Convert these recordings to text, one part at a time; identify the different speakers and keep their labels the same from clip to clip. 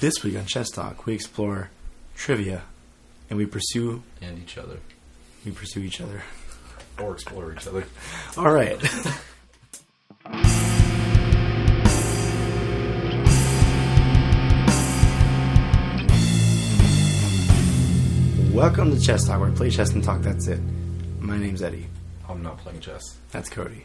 Speaker 1: This week on Chess Talk, we explore trivia, and we pursue
Speaker 2: and each other,
Speaker 1: we pursue each other.
Speaker 2: or explore each other.
Speaker 1: All right. Welcome to Chess Talk, where I play chess and talk. That's it. My name's Eddie.
Speaker 2: I'm not playing chess.
Speaker 1: That's Cody.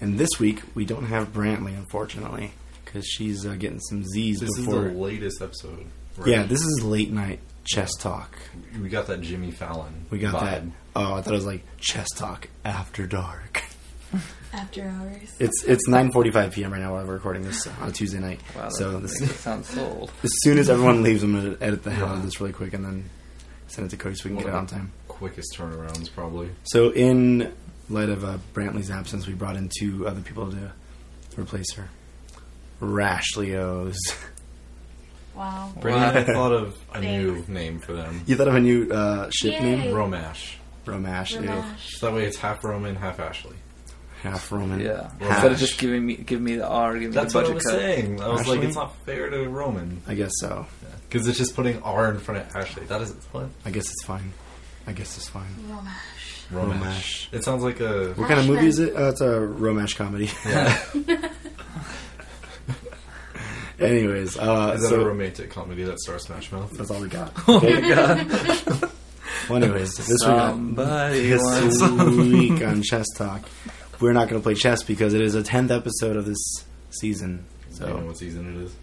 Speaker 1: And this week we don't have Brantley, unfortunately, because she's uh, getting some Z's
Speaker 2: This
Speaker 1: before.
Speaker 2: is the latest episode. right?
Speaker 1: yeah, this is late night chess talk.
Speaker 2: we got that Jimmy Fallon.
Speaker 1: We got
Speaker 2: vibe.
Speaker 1: that. Oh, I thought it was like chess talk after dark.
Speaker 3: After hours.
Speaker 1: It's it's 9:45 p.m. right now while we're recording this on a Tuesday night.
Speaker 4: Wow, that
Speaker 1: so
Speaker 4: makes
Speaker 1: this,
Speaker 4: it sound so old.
Speaker 1: as soon as everyone leaves, I'm gonna edit the hell out of
Speaker 2: Yeah.
Speaker 1: this really quick and then send it to Cody so we can
Speaker 2: One
Speaker 1: get
Speaker 2: of
Speaker 1: it
Speaker 2: the
Speaker 1: on time.
Speaker 2: Quickest turnarounds, probably.
Speaker 1: So in light of uh, Brantley's absence, we brought in two other people to replace her. Rashlios.
Speaker 3: Wow.
Speaker 1: Oh,
Speaker 2: Brandon, I thought of a new
Speaker 3: Thanks.
Speaker 2: name for them.
Speaker 1: You thought of a new uh, ship
Speaker 3: Yay.
Speaker 1: name?
Speaker 2: Romash.
Speaker 1: Romash. ew.
Speaker 3: Romash.
Speaker 2: So that way it's half Roman, half Ashley.
Speaker 1: Half Roman.
Speaker 4: Yeah.
Speaker 2: Well,
Speaker 4: Instead of
Speaker 2: gosh.
Speaker 4: just giving me give me the R, give me
Speaker 2: That's
Speaker 4: the
Speaker 2: what I
Speaker 4: budget
Speaker 2: was
Speaker 4: cut.
Speaker 2: saying. I was like,
Speaker 1: Ashley?
Speaker 2: it's not fair to Roman
Speaker 1: I guess so.
Speaker 2: because it's just putting R in front of Ashley. That is what
Speaker 1: I guess it's fine. I guess it's fine.
Speaker 3: Romash.
Speaker 2: Romash.
Speaker 1: Romash.
Speaker 2: It sounds like a
Speaker 1: What kind of movie
Speaker 3: Ashman.
Speaker 1: is it? Uh, it's a Romash comedy.
Speaker 2: yeah.
Speaker 1: Anyways, uh,
Speaker 2: Is that
Speaker 1: so
Speaker 2: a Oh romantic comedy that stars Smash Mouth?
Speaker 1: that's all we got. Okay? well, anyways, this week on,
Speaker 4: Somebody
Speaker 1: this
Speaker 4: wants
Speaker 1: week on Chess Talk, we're not going to play chess because it is a tenth episode of this season.
Speaker 2: Do you know
Speaker 1: So
Speaker 2: what season it is?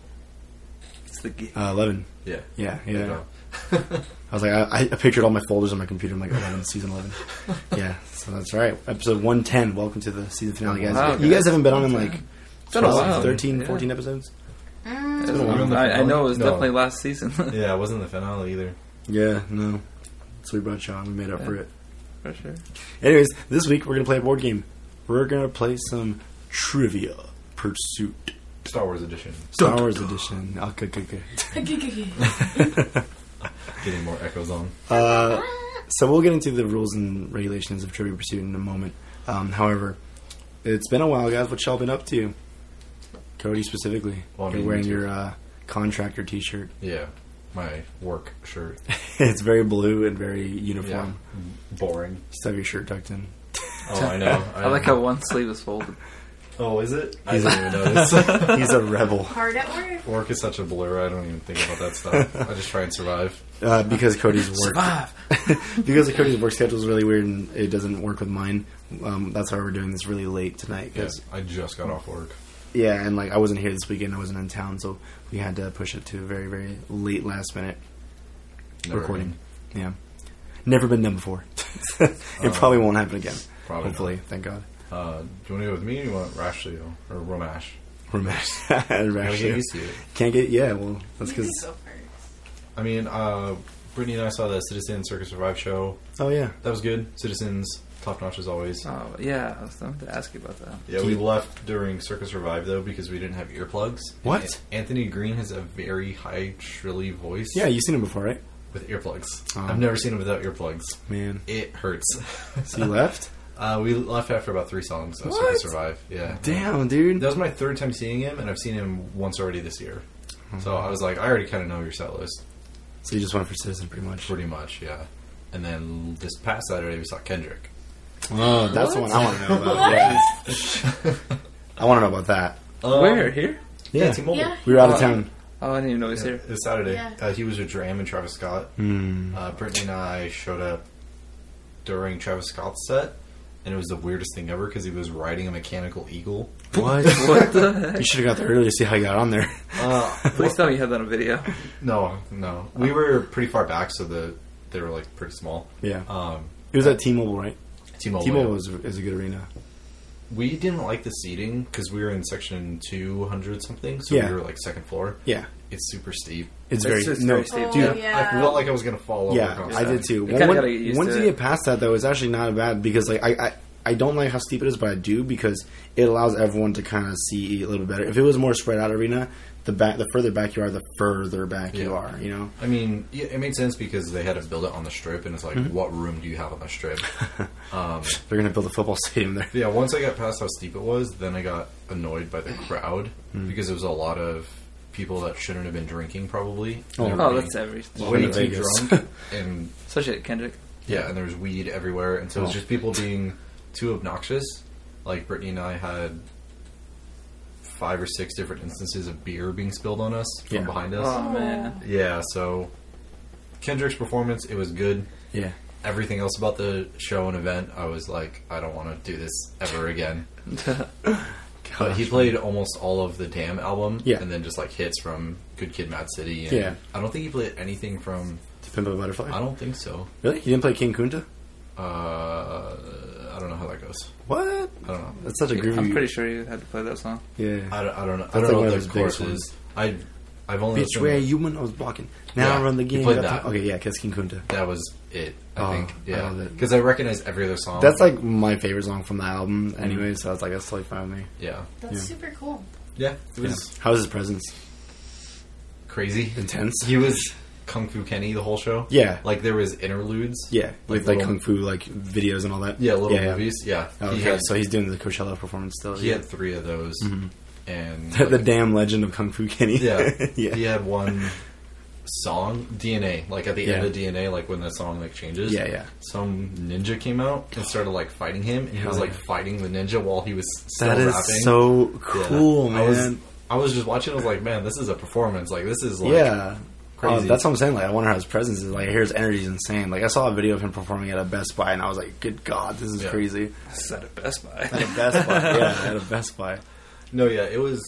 Speaker 4: it's the game.
Speaker 1: uh, eleven.
Speaker 2: Yeah.
Speaker 1: Yeah, yeah.
Speaker 2: I know.
Speaker 1: I was like, I, I pictured all my folders on my computer. I'm like, eleven, season eleven. yeah, so that's right. Episode one ten. Welcome to the season finale, guys.
Speaker 4: Wow,
Speaker 1: you guys
Speaker 4: guys.
Speaker 1: haven't been on in like
Speaker 4: It's been a
Speaker 1: 12,
Speaker 4: while.
Speaker 1: 13,
Speaker 4: Yeah.
Speaker 1: 14 episodes.
Speaker 4: It's
Speaker 3: Mm,
Speaker 4: been a
Speaker 2: We're on
Speaker 4: while.
Speaker 2: the
Speaker 4: I, I know it was
Speaker 2: phone? No.
Speaker 4: definitely last season.
Speaker 2: Yeah, it wasn't the finale either.
Speaker 1: Yeah, no. So we brought you on. We made up for
Speaker 4: Yeah.
Speaker 1: it.
Speaker 4: For sure.
Speaker 1: Anyways, this week we're gonna play a board game. We're gonna play some trivia pursuit.
Speaker 2: Star Wars edition.
Speaker 1: Star Wars edition. Okay, okay, okay.
Speaker 2: Getting more echoes on.
Speaker 1: Uh, so we'll get into the rules and regulations of trivia pursuit in a moment. Um, however, it's been a while, guys. What y'all been up to? Cody specifically.
Speaker 2: Well, I mean,
Speaker 1: You're wearing
Speaker 2: me too.
Speaker 1: your uh, contractor T-shirt.
Speaker 2: Yeah, my work shirt.
Speaker 1: it's very blue and very uniform.
Speaker 2: boring.
Speaker 1: Just have your shirt tucked in.
Speaker 2: Oh, I know.
Speaker 4: I like how one sleeve is folded.
Speaker 2: Oh, is it? I
Speaker 1: He's a-
Speaker 2: didn't even notice.
Speaker 1: He's a rebel.
Speaker 3: hard at work.
Speaker 2: work is such a blur. I don't even think about that stuff. I just try and survive.
Speaker 1: Uh, because Cody's work
Speaker 4: Survive.
Speaker 1: because Cody's work schedule is really weird and it doesn't work with mine. Um, that's why we're doing this really late tonight.
Speaker 2: Yeah,
Speaker 1: 'cause-
Speaker 2: I just got off work.
Speaker 1: yeah. and like I wasn't here this weekend. I wasn't in town, so we had to push it to a very, very late last minute
Speaker 2: Never
Speaker 1: recording.
Speaker 2: mind.
Speaker 1: Yeah, never been done before. it probably won't happen again.
Speaker 2: probably
Speaker 1: Hopefully, thank God.
Speaker 2: Uh, do you want to go with me? Or you want Rashlio or Romash?
Speaker 1: We're mashed. We're
Speaker 2: I
Speaker 1: actually-
Speaker 2: to it.
Speaker 1: Can't get yeah. Well, that's
Speaker 3: You can
Speaker 1: because
Speaker 3: go first.
Speaker 2: I mean, uh, Brittany and I saw the Citizen Circus Survive show.
Speaker 1: oh yeah.
Speaker 2: That was good. Citizens, top notch as always.
Speaker 4: Oh yeah, I was going to ask you about that.
Speaker 2: Yeah, we left during Circus Revive though because we didn't have earplugs.
Speaker 1: What?
Speaker 2: And Anthony Green has a very high, shrilly voice.
Speaker 1: Yeah, you've seen him before, right?
Speaker 2: with earplugs.
Speaker 1: Oh.
Speaker 2: I've never seen him without earplugs.
Speaker 1: Man,
Speaker 2: It hurts.
Speaker 1: so you left?
Speaker 2: uh, we left after about three songs of
Speaker 1: What?
Speaker 2: Circus Survive. Yeah,
Speaker 1: Damn, dude.
Speaker 2: That was my third time seeing him, and I've seen him once already this year.
Speaker 1: Mm-hmm.
Speaker 2: So I was like, I already kind of know your set list
Speaker 1: So you just went for citizen, pretty much.
Speaker 2: pretty much. Yeah. And then this past Saturday we saw Kendrick.
Speaker 1: Oh, that's the one I want to know about. yeah. I want to know about that.
Speaker 2: Um,
Speaker 4: Where here?
Speaker 2: Yeah,
Speaker 1: Yeah.
Speaker 2: T-Mobile.
Speaker 3: Yeah.
Speaker 1: We were out of
Speaker 4: Oh.
Speaker 1: town.
Speaker 4: Oh, I didn't even know he's here.
Speaker 2: This Saturday,
Speaker 3: Yeah.
Speaker 2: uh, he was with Dram and Travis Scott.
Speaker 1: Mm.
Speaker 2: Uh, Brittany and I showed up during Travis Scott's set, and it was the weirdest thing ever because he was riding a mechanical eagle.
Speaker 1: What?
Speaker 4: What the heck?
Speaker 1: You should have got there earlier to see how you got on there.
Speaker 2: Uh,
Speaker 4: Please tell me you had that on video.
Speaker 2: no, no, we were pretty far back, so the they were like pretty small.
Speaker 1: Yeah.
Speaker 2: Um,
Speaker 1: It was at T-Mobile, right?
Speaker 2: T-Mobile.
Speaker 1: T-Mobile is, is a good arena.
Speaker 2: We didn't like the seating because we were in section two hundred something, so
Speaker 1: Yeah.
Speaker 2: we were like second floor.
Speaker 1: Yeah.
Speaker 2: It's super steep.
Speaker 1: It's,
Speaker 4: It's
Speaker 1: very
Speaker 4: just
Speaker 1: no.
Speaker 4: very steep,
Speaker 1: dude,
Speaker 3: Oh, yeah.
Speaker 2: I felt like I was gonna fall over.
Speaker 1: yeah, I
Speaker 2: constantly.
Speaker 1: did too.
Speaker 4: You kinda
Speaker 1: One-
Speaker 4: gotta get used
Speaker 1: once
Speaker 4: to
Speaker 1: you
Speaker 4: it.
Speaker 1: get past that, though, it's actually not bad because like I, I I don't like how steep it is, but I do because it allows everyone to kind of see a little bit better. If it was more spread out arena, the back the further back you are, the further back you
Speaker 2: Yeah.
Speaker 1: are. You know.
Speaker 2: I mean, yeah, it made sense because they had to build it on the strip, and it's like,
Speaker 1: Mm-hmm.
Speaker 2: what room do you have on the strip?
Speaker 1: They're gonna build a football stadium there.
Speaker 2: Yeah,
Speaker 1: Hmm.
Speaker 2: once I got past how steep it was, then I got annoyed by the crowd because it was a lot of people that shouldn't have been drinking probably.
Speaker 1: Oh.
Speaker 2: They were
Speaker 4: Oh,
Speaker 2: being
Speaker 4: that's every.
Speaker 1: Well,
Speaker 2: way
Speaker 1: in
Speaker 2: too
Speaker 1: Vegas.
Speaker 2: drunk, and
Speaker 4: Especially at Kendrick.
Speaker 2: yeah, and there was weed everywhere, and so it was
Speaker 1: Oh.
Speaker 2: just people being too obnoxious. Like Brittany and I had five or six different instances of beer being spilled on us
Speaker 1: Yeah.
Speaker 2: from behind us.
Speaker 4: Oh, man.
Speaker 2: Yeah, so Kendrick's performance it was good.
Speaker 1: Yeah.
Speaker 2: Everything else about the show and event, I was like, I don't want to do this ever again. But he played almost all of the Damn album,
Speaker 1: Yeah.
Speaker 2: and then just like hits from Good Kid, Mad City. And
Speaker 1: Yeah.
Speaker 2: I don't think he played anything from.
Speaker 1: To Pimp a Butterfly.
Speaker 4: Uh,
Speaker 2: I don't think so.
Speaker 1: really? He didn't play King Kunta?
Speaker 2: Uh, I don't know how that goes.
Speaker 1: What?
Speaker 2: I don't know.
Speaker 1: That's such a groovy.
Speaker 4: I'm pretty sure Uh, you had to play that song.
Speaker 1: Yeah.
Speaker 2: I don't, I don't know. I
Speaker 1: like
Speaker 2: don't know
Speaker 1: one
Speaker 2: what
Speaker 1: of
Speaker 2: those
Speaker 1: his biggest
Speaker 2: choruses. I I've only
Speaker 1: Bitch,
Speaker 2: listened-
Speaker 1: where you when I was blocking. Now
Speaker 2: Yeah,
Speaker 1: I run the
Speaker 2: he
Speaker 1: game.
Speaker 2: played
Speaker 1: Got
Speaker 2: that.
Speaker 1: time- Okay, yeah, because King Kunta.
Speaker 2: that was it. I
Speaker 1: Oh,
Speaker 2: think
Speaker 1: I
Speaker 2: yeah,
Speaker 1: love it.
Speaker 2: because I recognize every other song.
Speaker 1: That's like my favorite song from the album, anyway. So I was like, that's totally fine with me.
Speaker 2: yeah,
Speaker 3: That's
Speaker 1: Yeah.
Speaker 3: super cool.
Speaker 2: yeah. It was
Speaker 1: Yeah. How was his presence?
Speaker 2: crazy,
Speaker 1: Intense.
Speaker 2: He was Kung Fu Kenny the whole show.
Speaker 1: Yeah.
Speaker 2: like there was interludes.
Speaker 1: Yeah, with like
Speaker 2: little-
Speaker 1: kung fu like videos and all that. Oh,
Speaker 2: Yeah, little movies. Yeah,
Speaker 1: Okay,
Speaker 2: he had
Speaker 1: so Mm-hmm. he's doing the Coachella performance still.
Speaker 2: he
Speaker 1: yeah.
Speaker 2: had three of those, and
Speaker 1: the damn legend of Kung Fu Kenny.
Speaker 2: yeah,
Speaker 1: yeah.
Speaker 2: He had one song DNA, like at the end
Speaker 1: Yeah.
Speaker 2: of DNA, like when the song like changes.
Speaker 1: Yeah, yeah.
Speaker 2: Some ninja came out and started like fighting him, and he
Speaker 1: Hell
Speaker 2: was like
Speaker 1: yeah.
Speaker 2: fighting the ninja while he was still
Speaker 1: That is
Speaker 2: rapping.
Speaker 1: so
Speaker 2: Yeah.
Speaker 1: cool,
Speaker 2: I was,
Speaker 1: man.
Speaker 2: I was just watching. I was like, man, this is a performance. Like this is like
Speaker 1: yeah.
Speaker 2: crazy.
Speaker 1: Oh, that's what I'm saying. Like, I wonder how his presence is. Like, I hear his energy is insane. Like, I saw a video of him performing at a Best Buy, and I was like, "Good God, this is
Speaker 2: Yeah.
Speaker 1: crazy!"
Speaker 4: It's at a Best
Speaker 1: At
Speaker 4: Buy.
Speaker 1: a Best Buy, yeah, at a Best Buy.
Speaker 2: no, yeah. It was.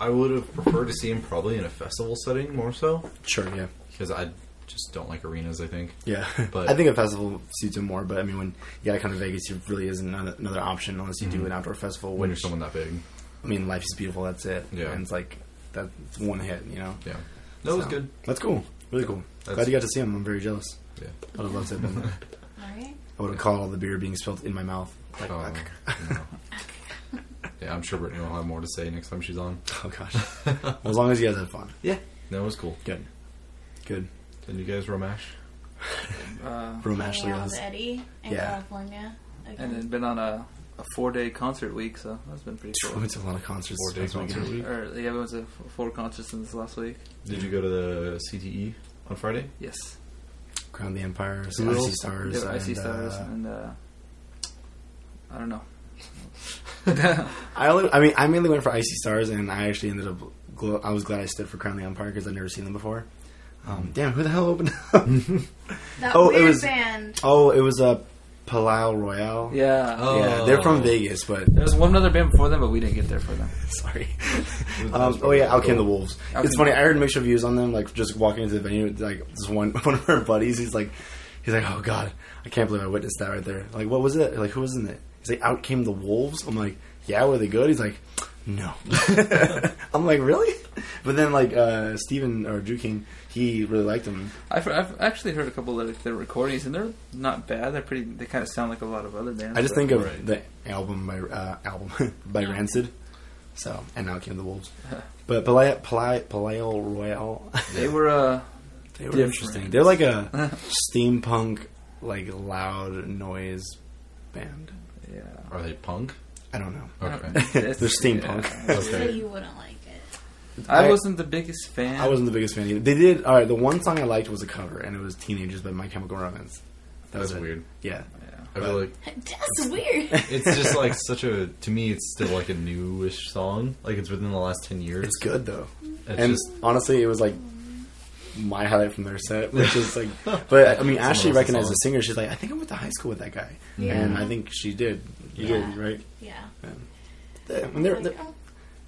Speaker 2: I would have preferred to see him probably in a festival setting more so
Speaker 1: Sure, yeah,
Speaker 2: because I just don't like arenas. I think.
Speaker 1: yeah.
Speaker 2: But-
Speaker 1: I think a festival suits him more. But I mean, when you gotta come to Vegas, it really isn't an- another option unless you do an outdoor festival.
Speaker 2: Mm-hmm. When you're
Speaker 1: which-
Speaker 2: someone that big,
Speaker 1: I mean, life is beautiful. That's it.
Speaker 2: Yeah.
Speaker 1: and it's like that's one hit. You know,
Speaker 2: yeah, that was
Speaker 1: So,
Speaker 2: good.
Speaker 1: That's cool. Really cool.
Speaker 2: That's-
Speaker 1: Glad you got to see him. I'm very jealous.
Speaker 2: Yeah.
Speaker 1: I would have loved to have been there.
Speaker 3: All right.
Speaker 1: I would have caught all the beer being spilled in my mouth. Like,
Speaker 2: Oh, no. Yeah, I'm sure Brittany will have more to say next time she's on.
Speaker 1: oh gosh. as long as you guys have fun.
Speaker 2: Yeah, that was cool.
Speaker 1: Good. Good.
Speaker 2: Did you guys romash?
Speaker 4: Uh,
Speaker 1: Room
Speaker 3: Hanging
Speaker 1: Ashley
Speaker 3: out
Speaker 1: was.
Speaker 3: with Eddie in
Speaker 1: Yeah.
Speaker 3: California.
Speaker 4: and
Speaker 3: Again.
Speaker 4: it'd been on a, a four day concert week, so that's been pretty
Speaker 1: We
Speaker 4: cool.
Speaker 1: went to a lot of concerts.
Speaker 2: Four day
Speaker 1: this weekend.
Speaker 2: concert week.
Speaker 4: Or yeah, we went to f- four concerts in this last week.
Speaker 2: Did you go to the CTE on Friday?
Speaker 4: Yes,
Speaker 1: Crown the Empire,
Speaker 2: Who
Speaker 1: Icy
Speaker 2: else?
Speaker 1: Stars.
Speaker 4: yeah, I see
Speaker 1: and,
Speaker 4: stars
Speaker 1: uh,
Speaker 4: and uh, I don't know.
Speaker 1: I only, I mean, I mainly went for Icy Stars, and I actually ended up. Gl- I was glad I stood for Crown the Empire because I'd never seen them before. Um, damn, who the hell opened up?
Speaker 3: That
Speaker 1: oh, it
Speaker 3: weird
Speaker 1: was-
Speaker 3: band.
Speaker 1: oh, it was uh, Palau Royale.
Speaker 4: yeah.
Speaker 2: Oh.
Speaker 1: Yeah, they're from Vegas, but
Speaker 4: There was one other band before them, but we didn't get there for them.
Speaker 1: sorry.
Speaker 2: Who's
Speaker 1: Um,
Speaker 2: the-
Speaker 1: oh yeah, Out Came the Wolves.
Speaker 4: Out
Speaker 1: it's
Speaker 4: Came
Speaker 1: funny. I heard mixed reviews on them. Like just walking into the venue, like this one one of our buddies. He's like, he's like, oh god, I can't believe I witnessed that right there. Like, what was it? Like, who was in it? He's like, Out Came the Wolves. I'm like, yeah, were they good? He's like, no. I'm like, really? But then like uh, Steven or Drew King, he really liked them.
Speaker 4: I've, I've actually heard a couple of their recordings, and they're not bad. They're pretty. They kind of sound like a lot of other bands.
Speaker 1: I just
Speaker 4: but-
Speaker 1: think of
Speaker 2: Right.
Speaker 1: the album by uh, album by Rancid. So and now came the wolves, but Palais Palais Palais Royale.
Speaker 4: they were. Uh,
Speaker 1: they were
Speaker 4: Different.
Speaker 1: interesting. They're like a steampunk, like loud noise band.
Speaker 4: yeah.
Speaker 2: Are they punk?
Speaker 1: I don't know.
Speaker 2: Okay.
Speaker 4: It's-
Speaker 1: They're steampunk.
Speaker 4: yeah.
Speaker 3: So
Speaker 2: okay.
Speaker 3: you wouldn't like it.
Speaker 4: I
Speaker 1: I-
Speaker 4: wasn't the biggest fan.
Speaker 1: I wasn't the biggest fan either. They did all right. The one song I liked was a cover, and it was "Teenagers" by My Chemical Romance. That
Speaker 2: That's
Speaker 1: was it.
Speaker 2: weird.
Speaker 1: Yeah,
Speaker 4: Yeah.
Speaker 2: I feel like
Speaker 3: That's weird.
Speaker 2: it's just like such a. To me, it's still like a newish song. Like it's within the last ten years.
Speaker 1: it's good though.
Speaker 2: It's
Speaker 1: and
Speaker 2: just
Speaker 1: honestly, it was like my highlight from their set, which is like. But I mean, Ashley
Speaker 2: Someone else's
Speaker 1: recognized
Speaker 2: song.
Speaker 1: the singer. She's like, I think I went to high school with that guy,
Speaker 3: Yeah.
Speaker 1: and I think she did. You
Speaker 3: Yeah.
Speaker 1: did, right?
Speaker 3: yeah.
Speaker 1: They, I mean, they're,
Speaker 3: Like,
Speaker 1: they're
Speaker 3: oh,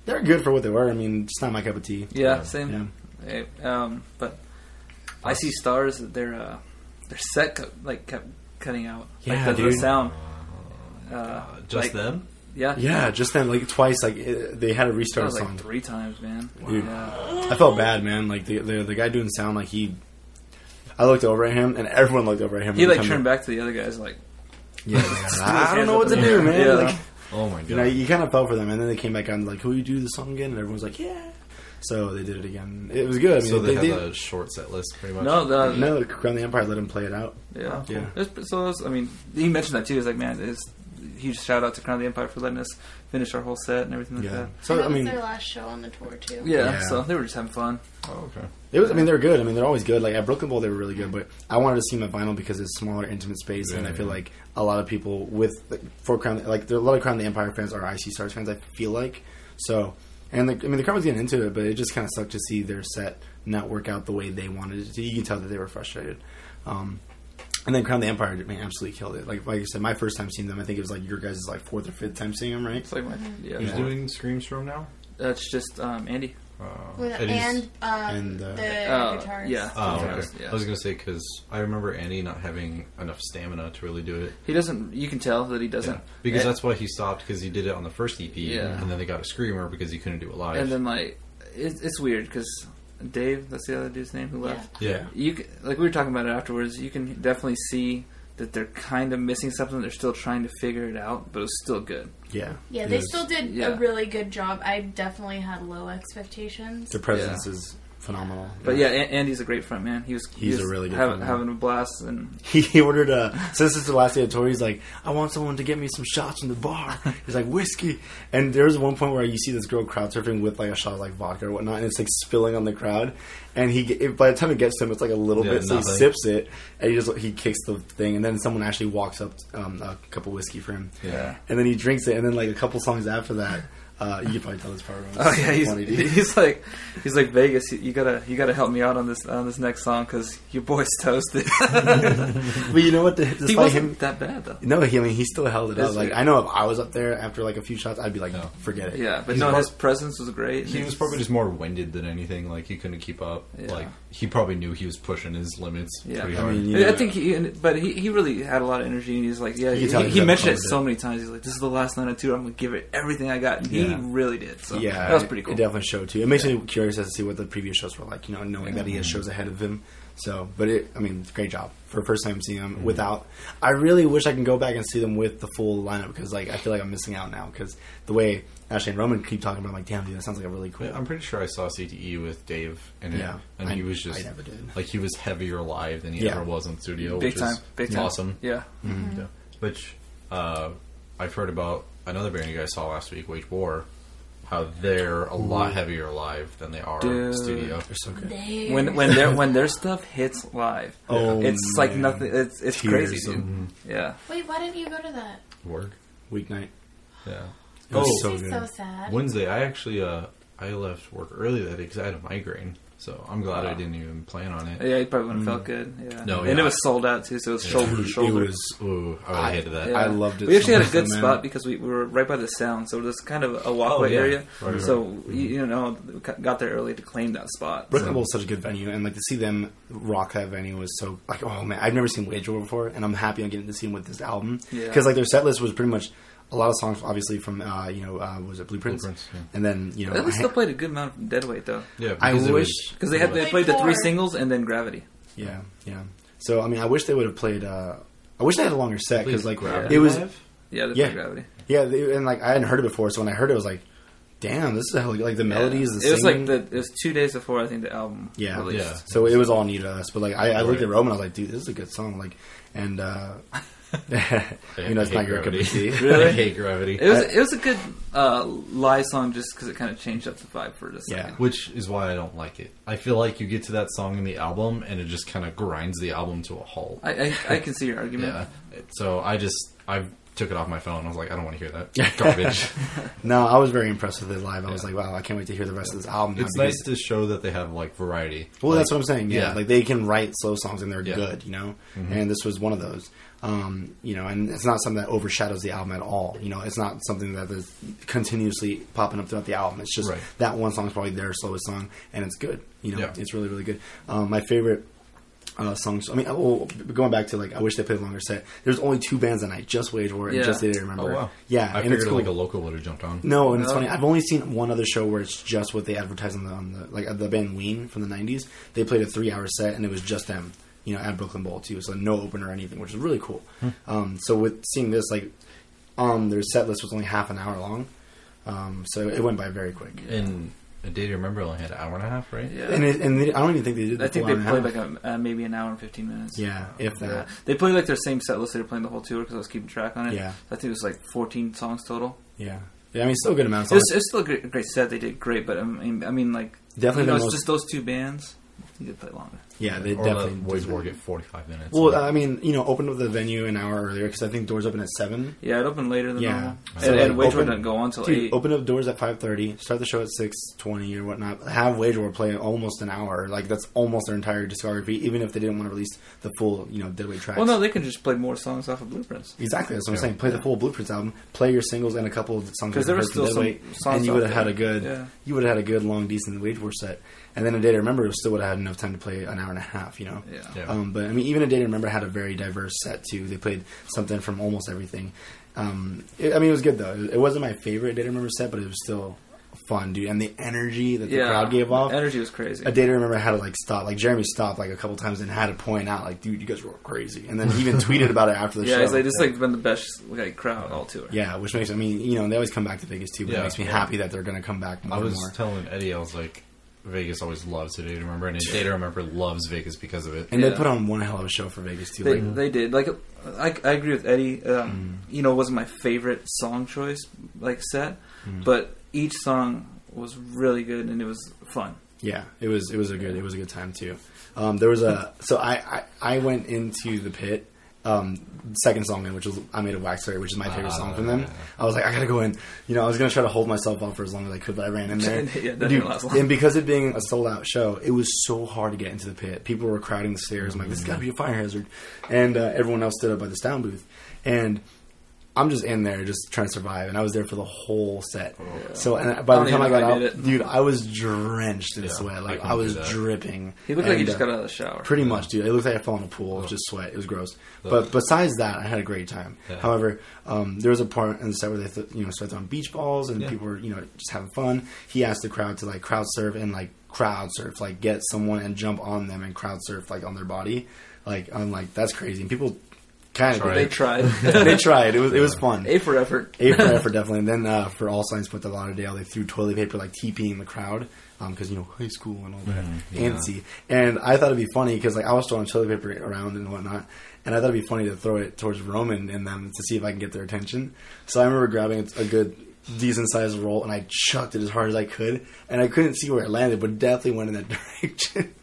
Speaker 1: they're good for what they were. I mean, it's not my cup of tea.
Speaker 4: Yeah,
Speaker 2: Yeah.
Speaker 4: same.
Speaker 1: Yeah.
Speaker 4: Eh, um, but I see stars. that Their uh, their set co- like kept cutting out.
Speaker 1: Yeah,
Speaker 4: like, the, the
Speaker 1: dude. Oh,
Speaker 4: sound. Uh,
Speaker 2: uh, just
Speaker 4: like-
Speaker 2: them.
Speaker 4: Yeah,
Speaker 1: Yeah, just then, like twice, like it, they had a
Speaker 4: That
Speaker 1: restart
Speaker 4: was like
Speaker 1: song.
Speaker 4: three times, man.
Speaker 1: Dude.
Speaker 4: Yeah.
Speaker 1: I felt bad, man. Like the, the the guy doing sound, like he. I looked over at him, and everyone looked over at him.
Speaker 4: He
Speaker 1: when
Speaker 4: like
Speaker 1: come
Speaker 4: turned back to the other guys, like
Speaker 1: Yeah, like, I don't know what to do, man.
Speaker 4: Yeah.
Speaker 1: Like,
Speaker 2: Oh my
Speaker 1: You know,
Speaker 2: god.
Speaker 1: you kind of fell for them, and then they came back on like, "Who you do the song again?" And everyone's like, "Yeah." So they did it again. It was good. I mean,
Speaker 2: so they,
Speaker 1: they,
Speaker 2: have
Speaker 1: did-
Speaker 2: a short set list, pretty much.
Speaker 4: no, the
Speaker 1: no, Crown the Empire let him play it out.
Speaker 4: yeah,
Speaker 1: Yeah.
Speaker 4: It's- so it was, I mean, he mentioned that too. He's like, man, it's huge shout out to Crown of the Empire for letting us finish our whole set and everything like
Speaker 1: Yeah.
Speaker 4: that.
Speaker 1: So I
Speaker 3: that
Speaker 1: mean,
Speaker 3: was their last show on the tour too.
Speaker 4: Yeah,
Speaker 1: Yeah.
Speaker 4: so they were just having fun.
Speaker 2: Oh, okay.
Speaker 1: It was, I mean, they're good. I mean, they're always good. Like at Brooklyn Bowl, they were really good. But I wanted to see my vinyl because it's smaller, intimate space, and I feel
Speaker 2: Yeah.
Speaker 1: like a lot of people with like, for Crown, like there are a lot of Crown of the Empire fans are IC Stars fans. I feel like so, and like I mean, the crowd was getting into it, but it just kind of sucked to see their set not work out the way they wanted it to. You can tell that they were frustrated. Um, and then Crown of the Empire, man, absolutely killed it. Like like I said, my first time seeing them, I think it was like your guys' like fourth or fifth time seeing them, right?
Speaker 4: It's like my yeah,
Speaker 2: Who's
Speaker 1: Yeah.
Speaker 2: doing Screams from now?
Speaker 4: that's just um, Andy.
Speaker 2: Uh,
Speaker 3: With,
Speaker 2: Eddie's-
Speaker 3: and, uh,
Speaker 1: And, uh,
Speaker 3: the
Speaker 4: Uh,
Speaker 3: guitarist.
Speaker 4: yeah.
Speaker 2: Oh, okay.
Speaker 4: Guitars, yeah.
Speaker 2: I was gonna say because I remember Andy not having enough stamina to really do it.
Speaker 4: He doesn't. You can tell that he doesn't.
Speaker 2: Yeah. Because
Speaker 4: and,
Speaker 2: that's why he stopped because he did it on the first EP,
Speaker 4: Yeah.
Speaker 2: and then they got a screamer because he couldn't do it live.
Speaker 4: and then like it, it's weird because Dave, that's the other dude's name who left.
Speaker 2: yeah,
Speaker 4: You c- like we were talking about it afterwards. You can definitely see that they're kind of missing something. They're still trying to figure it out, but it's still good.
Speaker 1: Yeah,
Speaker 3: Yeah,
Speaker 1: It
Speaker 3: they
Speaker 1: was-
Speaker 3: still did
Speaker 4: Yeah.
Speaker 3: a really good job. I definitely had low expectations.
Speaker 1: their presence is phenomenal.
Speaker 4: But yeah, An- Andy's a great front man. He was he
Speaker 1: He's
Speaker 4: was
Speaker 1: a really good
Speaker 4: having,
Speaker 1: front man.
Speaker 4: having a blast and
Speaker 1: he ordered a since it's the last day of tour. He's like, I want someone to get me some shots from the bar. He's like whiskey, and there was one point where you see this girl crowd surfing with like a shot of like vodka or whatnot, and it's like spilling on the crowd. And he it, by the time it gets to him, it's like a little
Speaker 2: Yeah,
Speaker 1: bit. So
Speaker 2: nothing.
Speaker 1: he sips it, and he just he kicks the thing, and then someone actually walks up um, a cup of whiskey for him.
Speaker 2: Yeah.
Speaker 1: and then he drinks it, and then like a couple songs after that. Uh, you can probably tell this part. was
Speaker 4: oh yeah, he's,
Speaker 1: funny, dude.
Speaker 4: he's like he's like Vegas. You gotta you gotta help me out on this on this next song because your boy's toasted.
Speaker 1: but you know what? The-
Speaker 4: he
Speaker 1: Despite
Speaker 4: wasn't
Speaker 1: him,
Speaker 4: that bad though.
Speaker 1: no, he, I mean, he still held it up.
Speaker 4: That's
Speaker 1: Like
Speaker 4: weird.
Speaker 1: I know if I was up there after like a few shots, I'd be like,
Speaker 2: No.
Speaker 1: forget it.
Speaker 4: Yeah, but
Speaker 2: He's
Speaker 4: no,
Speaker 2: prob-
Speaker 4: his presence was great.
Speaker 2: he was probably just more winded than anything. Like he couldn't keep up.
Speaker 4: Yeah.
Speaker 2: Like he probably knew he was pushing his limits
Speaker 4: Yeah.
Speaker 2: pretty
Speaker 1: I
Speaker 2: hard.
Speaker 1: mean, you
Speaker 4: I
Speaker 1: know-
Speaker 4: think he, but he, he really had a lot of energy, and he's like, yeah,
Speaker 1: You
Speaker 4: he,
Speaker 1: can tell
Speaker 4: he
Speaker 1: he's having
Speaker 4: mentioned it
Speaker 1: fun
Speaker 4: so
Speaker 1: with
Speaker 4: many times. He's like, this is the last night on tour. I'm gonna give it everything I got. And He
Speaker 1: Yeah.
Speaker 4: really did. So
Speaker 1: yeah,
Speaker 4: that was pretty cool.
Speaker 1: It definitely showed too. It makes me curious as to see what the previous shows were like. You know, knowing that he has shows ahead of him. So, but it, I mean, great job for first time seeing him without. I really wish I can go back and see them with the full lineup because, like, I feel like I'm missing out now because the way Ashley and Roman keep talking about, it, I'm like, damn, dude, that sounds like a really cool.
Speaker 2: I'm pretty sure I saw CTE with Dave in it,
Speaker 1: Yeah.
Speaker 2: and
Speaker 1: I-
Speaker 2: he was
Speaker 1: I
Speaker 2: just
Speaker 1: never did.
Speaker 2: like he was heavier live than he
Speaker 1: Yeah. Mm-hmm.
Speaker 2: ever was in studio,
Speaker 4: Big
Speaker 2: which
Speaker 4: time,
Speaker 2: is
Speaker 4: big time.
Speaker 2: awesome. Mm-hmm.
Speaker 4: Yeah,
Speaker 2: Yeah. Which uh, I've heard about another band you guys saw last week, Wage War, how they're a lot heavier live than they are in
Speaker 4: Dude.
Speaker 2: studio.
Speaker 1: They're so good.
Speaker 3: They-
Speaker 4: when when their when their stuff hits live,
Speaker 1: Oh,
Speaker 4: it's like
Speaker 1: man.
Speaker 4: nothing. It's it's
Speaker 1: Tears.
Speaker 4: crazy, dude.
Speaker 1: Mhm.
Speaker 4: Yeah,
Speaker 3: Wait, why didn't you go to that?
Speaker 2: Work.
Speaker 1: Weeknight.
Speaker 2: Yeah.
Speaker 1: It was
Speaker 2: Oh.
Speaker 1: so
Speaker 3: This is
Speaker 1: good.
Speaker 3: so sad.
Speaker 2: Wednesday, I actually uh, I left work early that day because I had a migraine, so I'm glad I didn't even plan on it.
Speaker 4: yeah, he probably wouldn't
Speaker 1: Mm.
Speaker 4: have felt good. Yeah,
Speaker 2: No,
Speaker 4: and it
Speaker 2: yeah.
Speaker 4: was sold out too, so it was shoulder to
Speaker 1: It
Speaker 4: shoulder.
Speaker 1: was
Speaker 2: Ooh, I would
Speaker 1: I-
Speaker 2: have hated that.
Speaker 4: Yeah.
Speaker 1: I loved it
Speaker 4: We
Speaker 1: so
Speaker 4: actually had a
Speaker 1: much,
Speaker 4: good
Speaker 1: man. Oh,
Speaker 4: spot because we, we were right by the sound, so there's kind of a walkway
Speaker 2: yeah.
Speaker 4: area.
Speaker 2: Right,
Speaker 4: so
Speaker 1: Mm-hmm.
Speaker 4: you, you know, we ca- got there early to claim that spot.
Speaker 1: Brooklyn Bowl is such a good venue, and like to see them rock that venue was so like oh man, I've never seen Wage War before, and I'm happy I'm getting to see them with this album
Speaker 4: Yeah.
Speaker 1: because like their set list was pretty much a lot of songs, obviously from uh, you know uh, was it Blueprints,
Speaker 2: Blueprints, yeah.
Speaker 1: and then you know
Speaker 4: At least
Speaker 1: I-
Speaker 4: they played a good amount of Deadweight though.
Speaker 2: Yeah,
Speaker 1: I
Speaker 2: because it
Speaker 1: wish-
Speaker 2: was-
Speaker 4: Because they had they
Speaker 3: Played
Speaker 4: played the three
Speaker 3: four.
Speaker 4: singles and then Gravity.
Speaker 1: yeah yeah. So I mean, I wish they would have played. Uh, I wish they had a longer set because
Speaker 2: Please
Speaker 1: like
Speaker 2: grab
Speaker 1: it was
Speaker 2: live?
Speaker 4: Yeah, they
Speaker 1: Yeah.
Speaker 4: played Gravity.
Speaker 1: yeah, they, and like I hadn't heard it before, so when I heard it, I was like, damn, this is how, like the melodies. The
Speaker 4: it was like
Speaker 1: singing.
Speaker 4: the, it was two days before I think the album.
Speaker 1: Yeah.
Speaker 4: released.
Speaker 2: Yeah.
Speaker 1: So it was all new to us, but like I, I looked
Speaker 2: Right.
Speaker 1: at Roman, I was like, dude, this is a good song, like, and uh, you know, it's
Speaker 2: I
Speaker 1: not
Speaker 2: hate
Speaker 1: your cup of
Speaker 2: gravity.
Speaker 1: tea.
Speaker 2: I
Speaker 4: Really?
Speaker 2: hate gravity.
Speaker 4: It was it was a good uh, live song just because it kind of changed up the vibe for this.
Speaker 1: Yeah.
Speaker 2: which is why I don't like it. I feel like you get to that song in the album and it just kind of grinds the album to a halt.
Speaker 4: I, I I can see your argument.
Speaker 2: yeah. So I just I took it off my phone. I was like, I don't want to hear that garbage.
Speaker 1: No, I was very impressed with it live. I was
Speaker 2: Yeah.
Speaker 1: like, wow, I can't wait to hear the rest of this album. now
Speaker 2: it's
Speaker 1: because-
Speaker 2: nice to show that they have like variety.
Speaker 1: Well,
Speaker 2: Like,
Speaker 1: that's what I'm saying. Yeah.
Speaker 2: yeah.
Speaker 1: like they can write slow songs and they're
Speaker 2: Yeah. Mm-hmm.
Speaker 1: good, you know. And this was one of those, um, you know. And it's not something that overshadows the album at all. You know, it's not something that is continuously popping up throughout the album. It's just
Speaker 2: Right.
Speaker 1: that one song is probably their slowest song, and it's good. You know,
Speaker 2: Yeah.
Speaker 1: it's really really good. Um, my favorite. Uh, songs. I mean, oh, going back to like, I wish they played a longer set. There's only two bands that night, just Wage War and
Speaker 4: Yeah.
Speaker 1: Just Did It Remember.
Speaker 2: Oh wow!
Speaker 1: Yeah,
Speaker 2: I
Speaker 1: and
Speaker 2: figured
Speaker 1: it's cool.
Speaker 2: like a local would have jumped on.
Speaker 1: No, and it's
Speaker 4: Oh.
Speaker 1: funny. I've only seen one other show where it's just what they advertise on the, on the like uh, the band Ween from the '90s. They played a three-hour set, and it was just them, you know, at Brooklyn Bowl too. So no opener or anything, which is really cool. Um, so with seeing this, like, um, their set list was only half an hour long, um, so it went by very quick.
Speaker 2: And A Day to Remember only had an hour and a half, right?
Speaker 4: Yeah.
Speaker 1: And, it, and they, I don't even think they did. The
Speaker 4: I think
Speaker 1: full
Speaker 4: they
Speaker 1: hour
Speaker 4: played
Speaker 1: and a
Speaker 4: like
Speaker 1: half.
Speaker 4: a, uh, maybe an hour and 15 minutes.
Speaker 1: yeah, if that.
Speaker 4: Yeah. They played like their same set list they were playing the whole tour because I was keeping track on it.
Speaker 1: Yeah.
Speaker 4: I think it was like 14 songs total.
Speaker 1: Yeah, yeah. I mean, still a good amount.
Speaker 4: It was, it was still a great, great set. They did great, but um, I mean, I mean like,
Speaker 1: Definitely
Speaker 4: you know,
Speaker 1: the
Speaker 4: it's
Speaker 1: most-
Speaker 4: just those two bands. You could play longer.
Speaker 1: yeah, they
Speaker 2: or
Speaker 1: definitely.
Speaker 2: let Boys War get 45 minutes.
Speaker 1: well, I mean, you know, opened up the venue an hour earlier because I think doors open at seven.
Speaker 4: Yeah, it opened later than
Speaker 1: Yeah.
Speaker 4: normal.
Speaker 1: So,
Speaker 4: and, and
Speaker 1: like,
Speaker 4: Wage War
Speaker 1: open-
Speaker 4: didn't go on till
Speaker 1: Dude,
Speaker 4: 8.
Speaker 1: open up doors at five thirty. Start the show at six twenty or whatnot. Have Wage War play almost an hour. Like that's almost their entire discography, even if they didn't want to release the full, you know, Deadweight tracks.
Speaker 4: well, no, they can just play more songs off of Blueprints.
Speaker 1: Exactly, that's what I'm
Speaker 2: Yeah.
Speaker 1: saying. Play the full Blueprints album. Play your singles and a couple of songs.
Speaker 4: 'Cause
Speaker 1: you've
Speaker 4: there were
Speaker 1: heard
Speaker 4: still
Speaker 1: from
Speaker 4: some
Speaker 1: Deadweight,
Speaker 4: songs
Speaker 1: and you would have had
Speaker 4: out there.
Speaker 1: a good,
Speaker 4: Yeah.
Speaker 1: you would have had a good long, decent Wage War set. And then a day to remember still would have had enough time to play an hour and a half. You know.
Speaker 4: Yeah.
Speaker 2: Yeah.
Speaker 1: Um, but I mean, even a day to remember had a very diverse set too. They played something from almost everything. Um, it, I mean, it was good though. It, it wasn't my favorite day to remember set, but it was still fun, dude. And the energy that the
Speaker 4: Yeah.
Speaker 1: crowd gave off.
Speaker 4: The Energy was crazy.
Speaker 1: A day to remember how to like stop. Like Jeremy stopped like a couple times and had to point out like, dude, you guys were crazy. And then he even tweeted about it after the
Speaker 4: yeah,
Speaker 1: show.
Speaker 4: it's like, this has like, been the best like, crowd all tour.
Speaker 1: Yeah, which makes I mean, you know, they always come back to Vegas too, but
Speaker 2: Yeah.
Speaker 1: it makes me happy that they're gonna come back more
Speaker 2: I was
Speaker 1: and uh, more.
Speaker 2: telling Eddie, I was like, Vegas always loves A Day to Remember, and A Day to Remember loves Vegas because of it.
Speaker 1: and
Speaker 4: yeah.
Speaker 1: they put on one hell of a show for Vegas too.
Speaker 4: They,
Speaker 1: like, Hmm.
Speaker 4: they did. Like, I, I agree with Eddie. Um, You know, it wasn't my favorite song choice, like, set,
Speaker 1: Hmm.
Speaker 4: but each song was really good and it was fun.
Speaker 1: yeah, it was it was a good it was a good time too. Um, there was a so I, I I went into the pit. Um, second song in, which was I made a wax Fairy," which is my favorite
Speaker 4: Ah,
Speaker 1: song from them. I was like, I gotta go in. You know, I was gonna try to hold myself up for as long as I could, but I ran in there.
Speaker 4: Yeah, that didn't
Speaker 1: Dude,
Speaker 4: last long.
Speaker 1: and because it being a sold out show, it was so hard to get into the pit. People were crowding the stairs. I'm like, this has gotta be a fire hazard, and uh, everyone else stood up by the sound booth, and. I'm just in there, just trying to survive, and I was there for the whole set. So, and by
Speaker 4: Oh, I
Speaker 1: the
Speaker 4: don't
Speaker 1: time I got
Speaker 4: even know I
Speaker 1: out,
Speaker 4: did it.
Speaker 1: dude, I was drenched in
Speaker 2: Yeah, I
Speaker 1: sweat. Like
Speaker 2: couldn't
Speaker 1: I, was
Speaker 2: do that.
Speaker 1: dripping.
Speaker 4: He looked like he
Speaker 1: And,
Speaker 4: just
Speaker 1: uh,
Speaker 4: got out of the shower.
Speaker 1: Pretty much, dude. It looked like I fell in a pool of just sweat. It was gross.
Speaker 2: Ugh.
Speaker 1: But besides that, I had a great time.
Speaker 2: Yeah.
Speaker 1: However, um, there was a part in the set where they, th- you know, started throwing beach balls and
Speaker 2: Yeah.
Speaker 1: people were, you know, just having fun. He asked the crowd to like crowd surf and like crowd surf, like get someone and jump on them and crowd surf like on their body. Like I'm like that's crazy. And people kind of
Speaker 2: Tried.
Speaker 4: They tried.
Speaker 1: they tried. It was it was fun.
Speaker 4: A for effort.
Speaker 1: A for effort, definitely. And then uh, for all signs, put the Lauderdale. They threw toilet paper, like TPing the crowd, because you know high school and all that
Speaker 2: yeah.
Speaker 1: antsy. And I thought it'd be funny because like I was throwing toilet paper around and whatnot, and I thought it'd be funny to throw it towards Roman and them to see if I can get their attention. So I remember grabbing a good, decent sized roll and I chucked it as hard as I could, and I couldn't see where it landed, but it definitely went in that direction.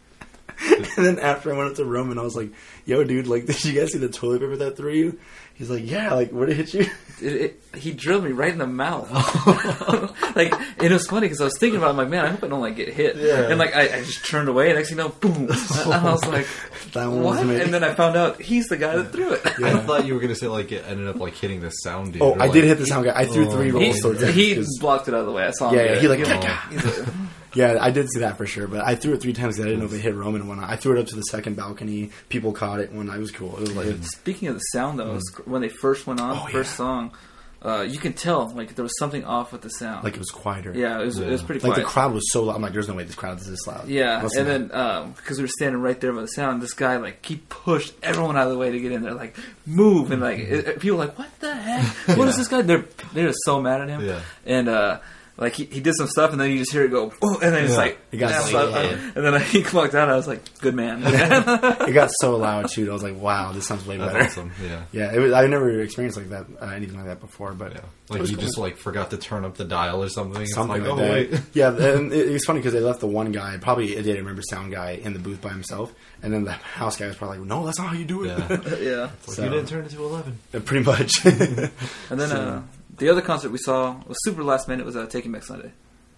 Speaker 1: and then after I went up to Roman, I was like, "Yo, dude, like, did you guys see the toilet paper that threw you?" He's like, "Yeah, like, where did it hit you?"
Speaker 4: It, it, he drilled me right in the mouth.
Speaker 1: Oh.
Speaker 4: like it was funny because I was thinking about. It, I'm like, man, I hope I don't like get hit.
Speaker 1: Yeah.
Speaker 4: And like I, I just turned away, and next thing you know, boom! And I was like,
Speaker 1: That one
Speaker 4: what?
Speaker 1: was me.
Speaker 4: And then I found out he's the guy that threw it.
Speaker 2: I thought you were gonna say like it ended up like hitting the sound dude.
Speaker 1: Oh,
Speaker 2: or,
Speaker 1: I
Speaker 2: like-
Speaker 1: did hit the sound guy. I threw
Speaker 2: Oh.
Speaker 1: three
Speaker 4: He,
Speaker 1: rolls towards him.
Speaker 4: he
Speaker 1: 'cause-
Speaker 4: blocked it out of the way. I saw him.
Speaker 1: yeah,
Speaker 4: do
Speaker 1: yeah,
Speaker 4: it.
Speaker 1: he like,
Speaker 4: He-
Speaker 1: "Gah, gah." yeah, I did see that for sure. But I threw it three times because I didn't know if it hit Roman or whatnot. I threw it up to the second balcony. People caught it when I was cool. It was like,
Speaker 4: Speaking of the sound, though, was cr- when they first went on,
Speaker 1: Oh,
Speaker 4: first
Speaker 1: yeah.
Speaker 4: song, uh, you can tell like there was something off with the sound.
Speaker 1: like it was quieter.
Speaker 4: yeah, it was, it was pretty
Speaker 1: like
Speaker 4: quiet.
Speaker 1: the crowd was so loud. I'm like, there's no way this crowd is this loud.
Speaker 4: Yeah,
Speaker 1: Must have
Speaker 4: and then because we were standing right there by the sound, this guy like he pushed everyone out of the way to get in there, like move, and like it, it- people were like, what the heck? What is this guy? They're they're so mad at him,
Speaker 2: Yeah.
Speaker 4: and uh, like he, he did some stuff, and then you just hear it go, oh, and then it's
Speaker 2: Yeah.
Speaker 4: like,
Speaker 1: He got
Speaker 4: yeah,
Speaker 1: so
Speaker 4: so-
Speaker 2: mad.
Speaker 4: and then he walked out. I was like, good man.
Speaker 1: been- it got so loud too. I was like, wow, this sounds way
Speaker 2: That's
Speaker 1: better.
Speaker 2: awesome. Yeah.
Speaker 1: Yeah, it was, I've never experienced like that, uh, anything like that before. But
Speaker 2: Yeah.
Speaker 1: it
Speaker 2: Like
Speaker 1: was
Speaker 2: you
Speaker 1: cool.
Speaker 2: just like forgot to turn up the dial or something. It's
Speaker 1: something
Speaker 2: like,
Speaker 1: like,
Speaker 2: oh,
Speaker 1: that.
Speaker 2: wait.
Speaker 1: yeah, and it, it was funny because they left the one guy, probably a data remember sound guy, in the booth by himself, and then the house guy was probably like, "No, that's not how you do it."
Speaker 2: Yeah. It's
Speaker 4: yeah,
Speaker 2: like,
Speaker 1: So-
Speaker 2: You didn't turn it to eleven.
Speaker 1: Pretty much.
Speaker 4: and then uh, the other concert we saw was super last minute. Was uh, Taking Back Sunday.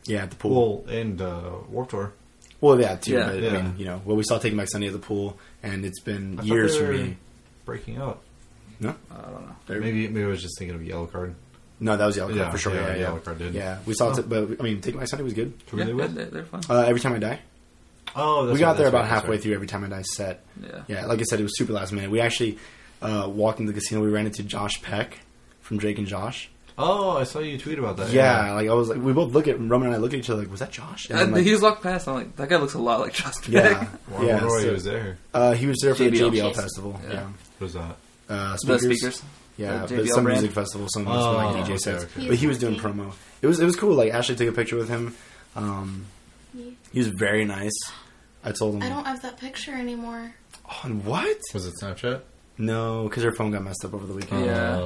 Speaker 1: yeah, at the pool.
Speaker 2: Well, and uh, Warped Tour.
Speaker 1: Well, yeah, too.
Speaker 4: Yeah.
Speaker 1: but I
Speaker 2: Yeah.
Speaker 1: mean, you know, well, we saw Taking Back Sunday at the pool, and it's been
Speaker 2: I thought
Speaker 1: years
Speaker 2: they
Speaker 1: for
Speaker 2: were
Speaker 1: me.
Speaker 2: Breaking up.
Speaker 1: No,
Speaker 4: I don't know.
Speaker 1: They're-
Speaker 2: Maybe maybe I was just thinking of Yellow Card.
Speaker 1: no, that was Yellow Card
Speaker 2: Yeah,
Speaker 1: for sure.
Speaker 2: yeah,
Speaker 1: Yeah, yeah,
Speaker 2: Yellow Card did. Oh.
Speaker 1: Yeah, we saw it, but I mean, Taking Back Sunday was good.
Speaker 2: Who were
Speaker 4: yeah,
Speaker 2: they with?
Speaker 4: they're, they're fun.
Speaker 1: Uh, Every Time I Die,
Speaker 2: Oh, that's
Speaker 1: we got
Speaker 2: right,
Speaker 1: there
Speaker 2: that's
Speaker 1: about
Speaker 2: right, that's
Speaker 1: halfway
Speaker 2: right.
Speaker 1: through Every Time I Die set.
Speaker 4: yeah.
Speaker 1: Yeah, like I said, it was super last minute. We actually uh, walked into the casino. We ran into Josh Peck from Drake and Josh.
Speaker 2: Oh, I saw you tweet about that.
Speaker 1: Yeah, like I was like, we both look at Roman and I look at each other like, was that Josh? And
Speaker 4: Uh,
Speaker 1: I'm like,
Speaker 4: he was walked past. I'm like, that guy looks a lot like Josh
Speaker 1: yeah,
Speaker 2: Well,
Speaker 1: yeah.
Speaker 2: Roy
Speaker 1: so-
Speaker 2: was there.
Speaker 1: uh, he was there for
Speaker 4: JBL.
Speaker 1: the JBL festival.
Speaker 4: Yeah.
Speaker 1: Yeah,
Speaker 2: What was that?
Speaker 1: Uh,
Speaker 4: the
Speaker 1: speakers.
Speaker 4: speakers.
Speaker 1: Yeah,
Speaker 4: The
Speaker 1: but
Speaker 4: JBL
Speaker 1: some
Speaker 4: brand.
Speaker 1: music festival, some
Speaker 2: Oh,
Speaker 1: some, like DJ
Speaker 2: okay,
Speaker 1: sets.
Speaker 2: okay.
Speaker 1: But he was doing promo. It was it was cool. Like Ashley took a picture with him. Um, he was very nice. I told him.
Speaker 3: I don't have that picture anymore.
Speaker 1: on what?
Speaker 2: Was it Snapchat?
Speaker 1: No, because her phone got messed up over the weekend.
Speaker 4: Yeah.
Speaker 1: Uh,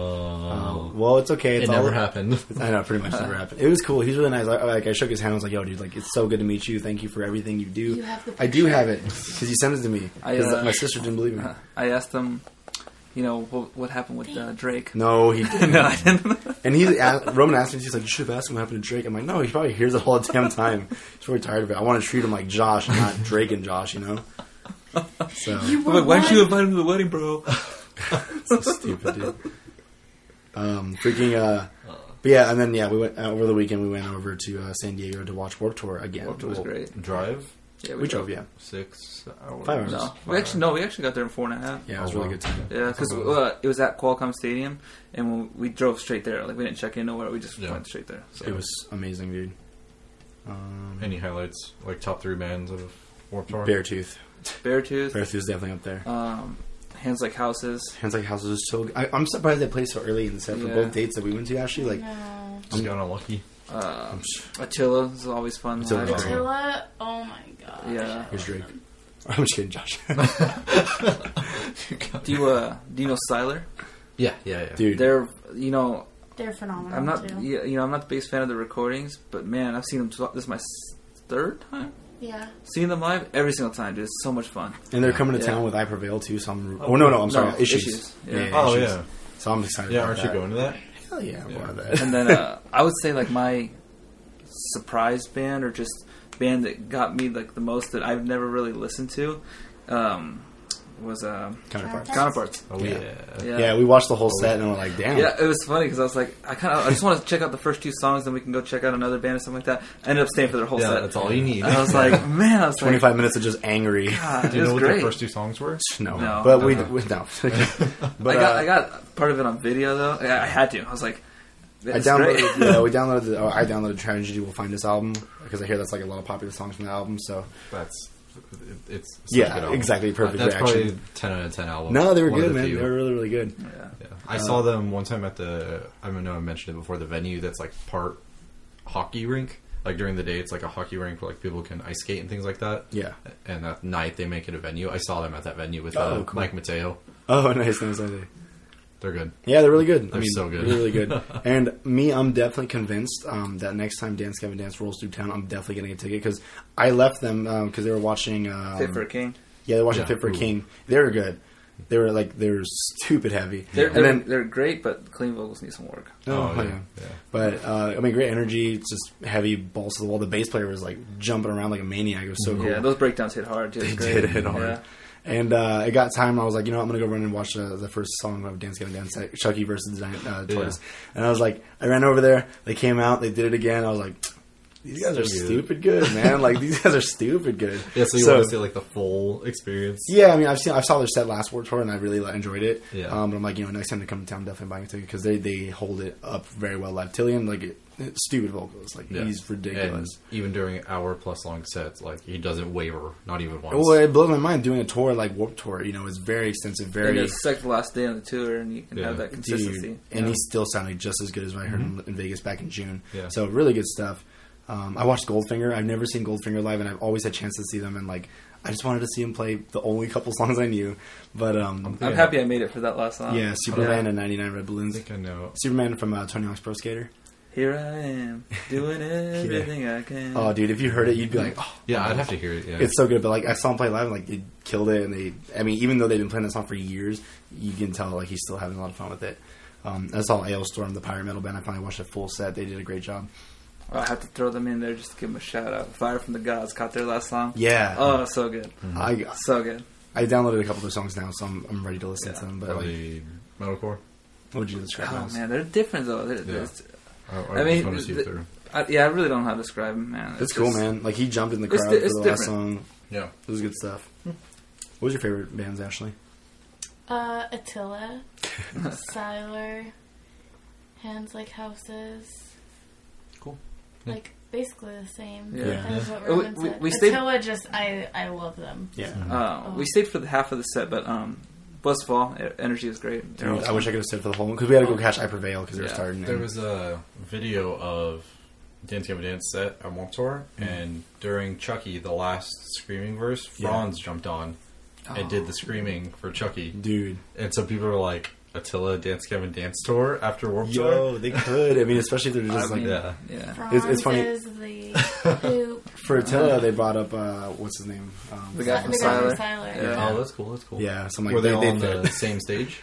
Speaker 2: Oh.
Speaker 1: well, it's okay. It's
Speaker 2: it
Speaker 1: all-
Speaker 2: never happened.
Speaker 1: I know, pretty much never happened. It was cool. He's really nice. I, like I shook his hand. I was like, "Yo, dude, like it's so good to meet you. Thank you for everything you do."
Speaker 3: You have the
Speaker 1: I do
Speaker 3: picture.
Speaker 1: have it because you sent it to me.
Speaker 4: I,
Speaker 1: 'Cause
Speaker 4: uh,
Speaker 1: my sister didn't believe me.
Speaker 4: I asked him, you know, what, what happened with uh, Drake.
Speaker 1: No, he didn't.
Speaker 4: no, I didn't.
Speaker 1: And he asked, Roman asked me, he's like, "You should have asked him what happened to Drake." I'm like, "No, he probably hears it all the damn time. He's probably tired of it. I want to treat him like Josh, and not Drake and Josh, you know." So
Speaker 3: You
Speaker 4: I'm
Speaker 3: were
Speaker 4: like, why don't you
Speaker 3: one-
Speaker 4: invite him to the wedding, bro?
Speaker 1: so stupid, dude. Um, freaking. Uh, but yeah, and then yeah, we went uh, over the weekend. We went over to uh, San Diego to watch Warped Tour again.
Speaker 4: Warped Tour was great.
Speaker 2: Drive
Speaker 4: Yeah,
Speaker 1: We drove, yeah,
Speaker 2: six hours.
Speaker 1: Five hours.
Speaker 4: No, we actually no, we actually got there in four and a half.
Speaker 1: yeah, it was
Speaker 2: Oh,
Speaker 1: really
Speaker 2: wow.
Speaker 1: good time.
Speaker 4: Yeah, because uh, it was at Qualcomm Stadium, and when we drove straight there. Like we didn't check in nowhere. We just
Speaker 2: Yeah.
Speaker 4: went straight there. So
Speaker 1: It was amazing, dude. Um,
Speaker 2: Any highlights? Like top three bands of Warped Tour?
Speaker 1: Beartooth.
Speaker 4: Beartooth,
Speaker 1: Beartooth's definitely up there.
Speaker 4: um, hands like houses.
Speaker 1: Hands Like Houses is so. I, I'm surprised they played so early in the set for
Speaker 4: Yeah.
Speaker 1: both dates that we went to. Actually, like,
Speaker 3: No.
Speaker 2: Just got unlucky.
Speaker 4: Uh, Attila is always fun.
Speaker 1: Attila's
Speaker 4: live.
Speaker 1: awesome.
Speaker 3: Attila, oh my god.
Speaker 4: Yeah.
Speaker 1: here's Drake. I'm just kidding, Josh.
Speaker 4: Do you uh, do you know Styler?
Speaker 2: Yeah, yeah, yeah.
Speaker 1: Dude,
Speaker 4: They're you know
Speaker 3: They're phenomenal.
Speaker 4: I'm not
Speaker 3: Too.
Speaker 4: yeah, you know I'm not the e- biggest fan of the recordings, but man, I've seen them. tw- This is my s- third time
Speaker 3: Yeah.
Speaker 4: seeing them live. Every single time, dude, it's so much fun.
Speaker 1: and they're coming to
Speaker 4: Yeah.
Speaker 1: town with I Prevail too. So I'm. Oh no, no, I'm sorry.
Speaker 4: No,
Speaker 1: issues.
Speaker 4: Issues, yeah.
Speaker 2: oh
Speaker 1: Issues.
Speaker 2: yeah,
Speaker 1: So I'm excited.
Speaker 2: yeah.
Speaker 1: about
Speaker 2: Aren't
Speaker 1: that.
Speaker 2: you going to that?
Speaker 1: Hell yeah, I'm
Speaker 2: Yeah.
Speaker 1: going to that.
Speaker 4: And then uh, I would say like my surprise band or just band that got me like the most that I've never really listened to um, was uh,
Speaker 1: Counterparts.
Speaker 4: Counterparts.
Speaker 2: Oh
Speaker 1: Yeah.
Speaker 2: yeah.
Speaker 4: Yeah.
Speaker 1: Yeah. we watched the whole set and we're like, damn.
Speaker 4: Yeah, it was funny because I was like, I kind of, I just want to check out the first two songs, then we can go check out another band or something like that. I ended up staying for their whole
Speaker 2: Yeah,
Speaker 4: set.
Speaker 2: that's all you need.
Speaker 4: And I was like, man, I was like,
Speaker 1: 25 minutes of just angry.
Speaker 4: God,
Speaker 2: Do you
Speaker 4: it
Speaker 2: know
Speaker 4: was
Speaker 2: what
Speaker 4: great.
Speaker 2: their first two songs were?
Speaker 1: No,
Speaker 4: No.
Speaker 1: but we,
Speaker 2: No.
Speaker 1: we no. but
Speaker 4: I got,
Speaker 1: uh,
Speaker 4: I got part of it on video though. I, I had to. I was like,
Speaker 1: I
Speaker 4: it's great.
Speaker 1: downloaded. yeah, we downloaded. The, oh, I downloaded "Tragedy Will Find Us" album because I hear that's like a lot of popular songs from the album. So
Speaker 2: That's it- it's such
Speaker 1: Yeah,
Speaker 2: a good album.
Speaker 1: exactly, perfect
Speaker 2: That's
Speaker 1: reaction.
Speaker 2: probably ten out of ten album.
Speaker 1: no, they were
Speaker 2: One of
Speaker 1: good,
Speaker 2: the
Speaker 1: man.
Speaker 2: few.
Speaker 1: They were really, really good.
Speaker 4: Yeah.
Speaker 2: Yeah. I
Speaker 1: Uh,
Speaker 2: saw them one time at the. I don't know. I mentioned it before. The venue that's like part hockey rink. Like during the day, it's like a hockey rink where like people can ice skate and things like that.
Speaker 1: Yeah.
Speaker 2: And at night, they make it a venue. I saw them at that venue with uh,
Speaker 1: Oh, cool.
Speaker 2: Mike Mateo.
Speaker 1: Oh, nice, nice, nice.
Speaker 2: They're good.
Speaker 1: Yeah, they're really good. I
Speaker 2: They're
Speaker 1: mean,
Speaker 2: so good.
Speaker 1: really good. and me, I'm definitely convinced um, that next time Dance Kevin Dance rolls through town, I'm definitely getting a ticket because I left them because they were watching. Um,
Speaker 4: Fit for a King.
Speaker 1: Yeah, they were watching
Speaker 2: Yeah,
Speaker 1: Fit for a
Speaker 2: ooh.
Speaker 1: King. They were good. They were like they were stupid heavy.
Speaker 4: They're,
Speaker 1: and
Speaker 4: they're,
Speaker 1: then
Speaker 4: they're great, but clean vocals need some work.
Speaker 1: Oh,
Speaker 2: yeah,
Speaker 1: yeah.
Speaker 2: yeah.
Speaker 1: But uh, I mean, great energy, it's just heavy balls to the wall. The bass player was like jumping around like a maniac. It was
Speaker 2: Mm-hmm.
Speaker 1: so cool.
Speaker 4: Yeah, those breakdowns hit hard. Too. It's
Speaker 1: they
Speaker 4: great.
Speaker 1: did it hard.
Speaker 4: Yeah.
Speaker 1: And uh, it got time. I was like, you know, what, I'm gonna go run and watch uh, the, the first song of Dance Gavin Dance, like, Chucky versus the Giant uh, Tortoise. And I was like, I ran over there. They came out. They did it again. I was like, these guys are
Speaker 2: So good.
Speaker 1: stupid good, man. like these guys are stupid good.
Speaker 2: Yeah, so you want to see like the full experience?
Speaker 1: Yeah, I mean, I've seen, I saw their set last Warped Tour, and I really like, enjoyed it.
Speaker 2: Yeah.
Speaker 1: Um, but I'm like, you know, next time they come to town, definitely buying a ticket because they they hold it up very well live. Tillian, like, it, it's stupid vocals, like
Speaker 2: Yeah.
Speaker 1: he's ridiculous.
Speaker 2: And even during hour plus long sets, like he doesn't waver, not even once.
Speaker 1: well, it blows my mind doing a tour like Warped Tour. You know, it's very extensive,
Speaker 4: And
Speaker 1: very.
Speaker 4: it's like the last day on the tour, and you can
Speaker 2: Yeah.
Speaker 4: have that
Speaker 2: Dude,
Speaker 4: consistency.
Speaker 1: Dude, and he still sounded just as good as when I heard him in Vegas back in June.
Speaker 2: Yeah.
Speaker 1: So really good stuff. Um, I watched Goldfinger. I've never seen Goldfinger live, and I've always had a chance to see them. And like, I just wanted to see him play the only couple songs I knew. But um,
Speaker 4: I'm
Speaker 2: Yeah.
Speaker 4: happy I made it for that last song.
Speaker 1: yeah, Superman and '99 Red Balloons.
Speaker 2: I think I know.
Speaker 1: Superman from uh, Tony Hawk's Pro Skater.
Speaker 4: Here I am, doing everything I can.
Speaker 1: Oh, dude, if you heard it, you'd be like, oh,
Speaker 2: Yeah, I'd have to hear it. Yeah,
Speaker 1: it's so good. But like, I saw him play live, and like, they killed it. And they, I mean, even though they've been playing that song for years, you can tell like he's still having a lot of fun with it. Um, I saw Ailstorm, the pirate metal band. I finally watched a full set. They did a great job.
Speaker 4: Oh, I have to throw them in there just to give them a shout out. Fire from the Gods caught their last song.
Speaker 1: Yeah, Mm.
Speaker 4: Oh, so good.
Speaker 1: I
Speaker 4: So good.
Speaker 1: I downloaded a couple of their songs now, so I'm, I'm ready to listen to them. But like,
Speaker 2: probably metalcore.
Speaker 1: what would you describe?
Speaker 4: Oh,
Speaker 1: them as?
Speaker 4: man, they're different, though. They're, they're-
Speaker 2: I, I,
Speaker 4: I mean,
Speaker 2: just want to see
Speaker 4: the-
Speaker 2: if they're
Speaker 4: I, yeah, I really don't know how to describe them, man.
Speaker 1: it's cool,
Speaker 4: just-
Speaker 1: man. Like he jumped in the
Speaker 4: It's
Speaker 1: crowd
Speaker 4: di-
Speaker 1: for
Speaker 4: it's
Speaker 1: the last
Speaker 4: different.
Speaker 1: song.
Speaker 2: yeah.
Speaker 1: It was good stuff. What was your favorite bands, Ashley?
Speaker 3: Uh, Attila, Siler, Hands Like Houses.
Speaker 2: Cool. Yeah.
Speaker 3: Like, basically the same.
Speaker 4: Yeah.
Speaker 3: That is what
Speaker 4: Yeah.
Speaker 3: Roman
Speaker 4: We- we-
Speaker 3: said.
Speaker 4: we stayed-
Speaker 3: Attila just, I, I love them.
Speaker 1: Yeah,
Speaker 4: Uh, we stayed for the half of the set, but um, Blessed Fall, e- energy was great. They're
Speaker 1: Dude,
Speaker 4: all-
Speaker 1: I wish I could have stayed for the whole one because we had to go catch I Prevail because they were
Speaker 4: Yeah.
Speaker 1: starting.
Speaker 2: There
Speaker 1: and-
Speaker 2: was a video of Dance Gavin Dance set at Warped Tour, and during Chucky, the last screaming verse,
Speaker 1: Mm-hmm. Yeah. Oh.
Speaker 2: Franz jumped on and did the screaming for Chucky.
Speaker 1: dude.
Speaker 2: And so people are like, Attila Dance Kevin Dance Tour after Warped Tour?
Speaker 1: Yo, they could. I mean, especially if they're just
Speaker 4: I
Speaker 1: like
Speaker 4: mean,
Speaker 2: yeah.
Speaker 4: yeah.
Speaker 1: It's- it's funny.
Speaker 3: Franz is the poop.
Speaker 1: for Attila, they brought up uh, what's his name? Um,
Speaker 4: The
Speaker 3: the guy
Speaker 4: guy
Speaker 3: from
Speaker 4: from Siler.
Speaker 3: Siler.
Speaker 4: Yeah.
Speaker 2: Oh, that's cool. That's cool.
Speaker 1: yeah, something like
Speaker 2: Were they, all on
Speaker 1: fit.
Speaker 2: the same stage?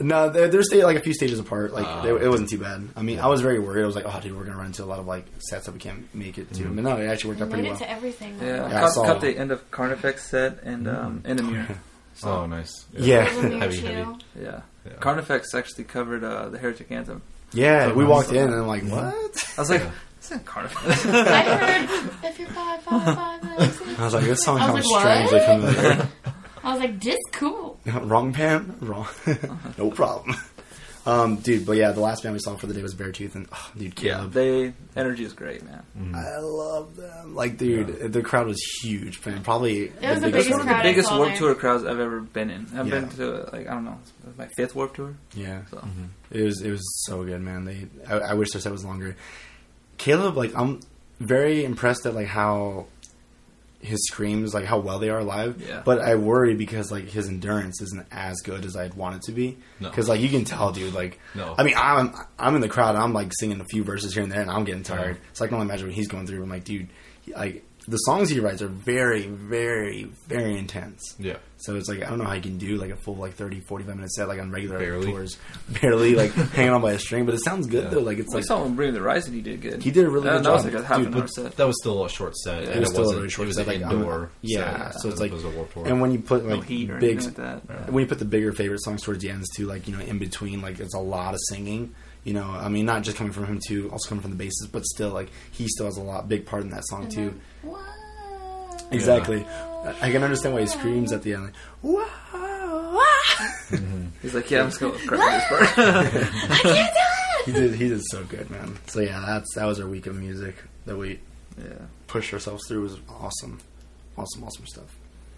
Speaker 1: No, they're, they're staying like a few stages apart. Like
Speaker 2: Ah.
Speaker 1: they, it wasn't too bad. I mean, I was very worried. I was like, oh, dude, we're gonna run into a lot of like sets that we can't make it to. But no, it actually worked out
Speaker 3: And
Speaker 1: pretty
Speaker 3: made
Speaker 1: well.
Speaker 3: it to everything.
Speaker 4: Yeah,
Speaker 1: Yeah, I
Speaker 4: cut,
Speaker 1: saw- Mm.
Speaker 4: cut the end of Carnifex set and um, Enemy.
Speaker 2: Oh, nice.
Speaker 1: yeah,
Speaker 3: Wasn't there
Speaker 2: Heavy,
Speaker 3: two?
Speaker 2: heavy.
Speaker 4: Yeah.
Speaker 2: Yeah.
Speaker 4: Carnifex actually covered uh, the Heretic Anthem.
Speaker 1: yeah.
Speaker 2: So
Speaker 1: We
Speaker 2: nice.
Speaker 1: walked in and I'm like, what?
Speaker 4: I was like, this isn't Carnifex.
Speaker 3: I heard if you're five, five, five, five, six.
Speaker 1: I was like, this song
Speaker 3: I
Speaker 1: sounds
Speaker 3: was like,
Speaker 1: strangely familiar.
Speaker 3: I was like, this cool.
Speaker 1: wrong band, wrong. no problem. Um, dude, but yeah, the last band we saw for the day was Beartooth, and oh, dude, Caleb.
Speaker 4: they energy is great, man.
Speaker 1: I love them. Like, dude, the crowd was huge, man. Probably it
Speaker 3: was the
Speaker 4: It's
Speaker 3: biggest
Speaker 4: one of the
Speaker 3: crowd I
Speaker 4: biggest
Speaker 3: saw
Speaker 4: warp
Speaker 3: there.
Speaker 4: tour crowds I've ever been in. I've
Speaker 1: Yeah. Mm-hmm.
Speaker 4: been to like I don't know, it was my fifth warp tour.
Speaker 1: Yeah,
Speaker 4: So
Speaker 1: It was it was so good, man. They I, I wish their set was longer. Caleb, like I'm very impressed at like how his screams, like how well they are live.
Speaker 4: Yeah.
Speaker 1: But I worry because like his endurance isn't as good as I'd want it to be.
Speaker 2: No.
Speaker 1: Because like you can tell, dude. Like
Speaker 2: No.
Speaker 1: I mean, I'm I'm in the crowd. and I'm like singing a few verses here and there, and I'm getting tired.
Speaker 2: Yeah.
Speaker 1: So I can only imagine what he's going through. I'm like, dude, he- like the songs he writes are very, very, very intense.
Speaker 2: Yeah.
Speaker 1: So it's like I don't know how you can do like a full like 30, 45 minute set like on regular
Speaker 2: Barely.
Speaker 1: tours, barely like hanging on by a string. But it sounds good
Speaker 2: Yeah.
Speaker 1: though. Like it's
Speaker 4: I
Speaker 1: like
Speaker 4: saw him bring the rise and he did good.
Speaker 1: He did a really
Speaker 4: that,
Speaker 1: good
Speaker 4: that was
Speaker 1: job.
Speaker 4: like a half
Speaker 1: Dude,
Speaker 4: an
Speaker 1: but
Speaker 4: hour set.
Speaker 2: That was still a short set. and
Speaker 1: it was
Speaker 2: it
Speaker 1: still a
Speaker 2: wasn't,
Speaker 1: really short
Speaker 2: it was
Speaker 1: set.
Speaker 2: an
Speaker 1: Like I'm-
Speaker 2: indoor
Speaker 1: yeah.
Speaker 2: set
Speaker 1: So it's
Speaker 2: as
Speaker 1: like
Speaker 2: opposed to Warped Tour.
Speaker 1: and when you put
Speaker 4: no
Speaker 1: like
Speaker 4: heat or
Speaker 1: big
Speaker 4: anything like that.
Speaker 1: when you put the bigger favorite songs towards the ends too, like you know in between, like it's a lot of singing. You know, I mean, not just coming from him too, also coming from the bassist, but still like he still has a lot big part in that song
Speaker 3: And
Speaker 1: too.
Speaker 4: Uh-huh.
Speaker 3: then, wow.
Speaker 1: Exactly. I- I can understand why he screams at the end. Like, wow!
Speaker 4: He's like, yeah, I'm just gonna crack this part.
Speaker 1: he did. He did so good, man. So yeah, that's that was our week of music that we
Speaker 4: yeah.
Speaker 1: pushed ourselves through. It was awesome, awesome, awesome stuff.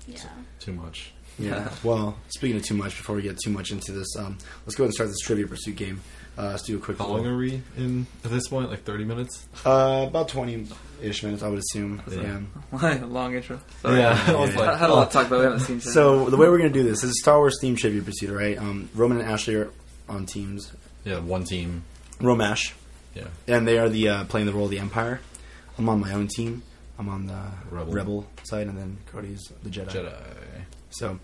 Speaker 3: Yeah.
Speaker 2: Too much.
Speaker 1: Yeah. well, speaking of too much, before we get too much into this, um, let's go ahead and start this trivia pursuit game. Uh, let's do a quick
Speaker 2: How long
Speaker 1: little-
Speaker 2: are we in at this point? Like 30 minutes?
Speaker 1: Uh, about twenty-ish minutes, I would assume.
Speaker 2: Yeah.
Speaker 1: yeah.
Speaker 4: Why a long intro? Sorry.
Speaker 2: I was
Speaker 4: I
Speaker 2: like,
Speaker 4: had a lot to talk about. We haven't seen each other.
Speaker 1: So the way we're gonna do this, this is a Star Wars themed trivia pursuit, all right? Um, Roman and Ashley are on teams.
Speaker 2: yeah, one team.
Speaker 1: Romash,
Speaker 2: Yeah.
Speaker 1: and they are the uh, playing the role of the Empire. I'm on my own team. I'm on the Rebel,
Speaker 2: Rebel.
Speaker 1: side, and then Cody's the
Speaker 2: Jedi.
Speaker 1: So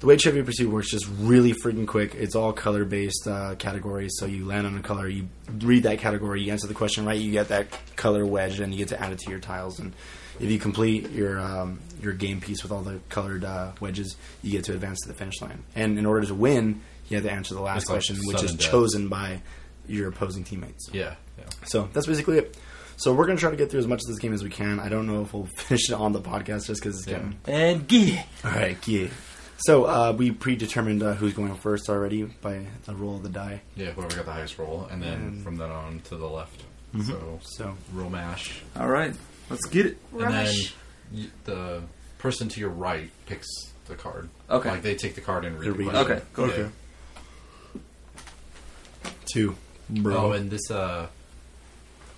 Speaker 1: the way Trivia Pursuit works is really freaking quick. It's all color based uh, categories. So you land on a color, you read that category, you answer the question right, you get that color wedge, and you get to add it to your tiles. And if you complete your um, your game piece with all the colored uh, wedges, you get to advance to the finish line. And in order to win, you have to answer the last
Speaker 2: It's like
Speaker 1: question, which
Speaker 2: sudden
Speaker 1: is
Speaker 2: death.
Speaker 1: chosen by your opposing teammates.
Speaker 2: Yeah. yeah.
Speaker 1: So that's basically it. So we're gonna try to get through as much of this game as we can. I don't know if we'll finish it on the podcast just because it's
Speaker 2: Yeah.
Speaker 1: getting
Speaker 4: and gee,
Speaker 1: all right, yeah. So uh, we predetermined uh, who's going first already by the roll of the die.
Speaker 2: Yeah, whoever got the highest roll. And then
Speaker 1: And- Mm-hmm.
Speaker 2: from then on to the left. So,
Speaker 1: So
Speaker 2: Romash.
Speaker 4: all right, let's get it.
Speaker 2: And then
Speaker 3: Rubbish.
Speaker 2: y the person to your right picks the card.
Speaker 4: Okay.
Speaker 2: Like they take the card and
Speaker 1: They
Speaker 2: read the
Speaker 1: read it.
Speaker 2: question.
Speaker 4: Okay, cool.
Speaker 2: Yeah.
Speaker 1: two, bro.
Speaker 2: Oh, and this uh,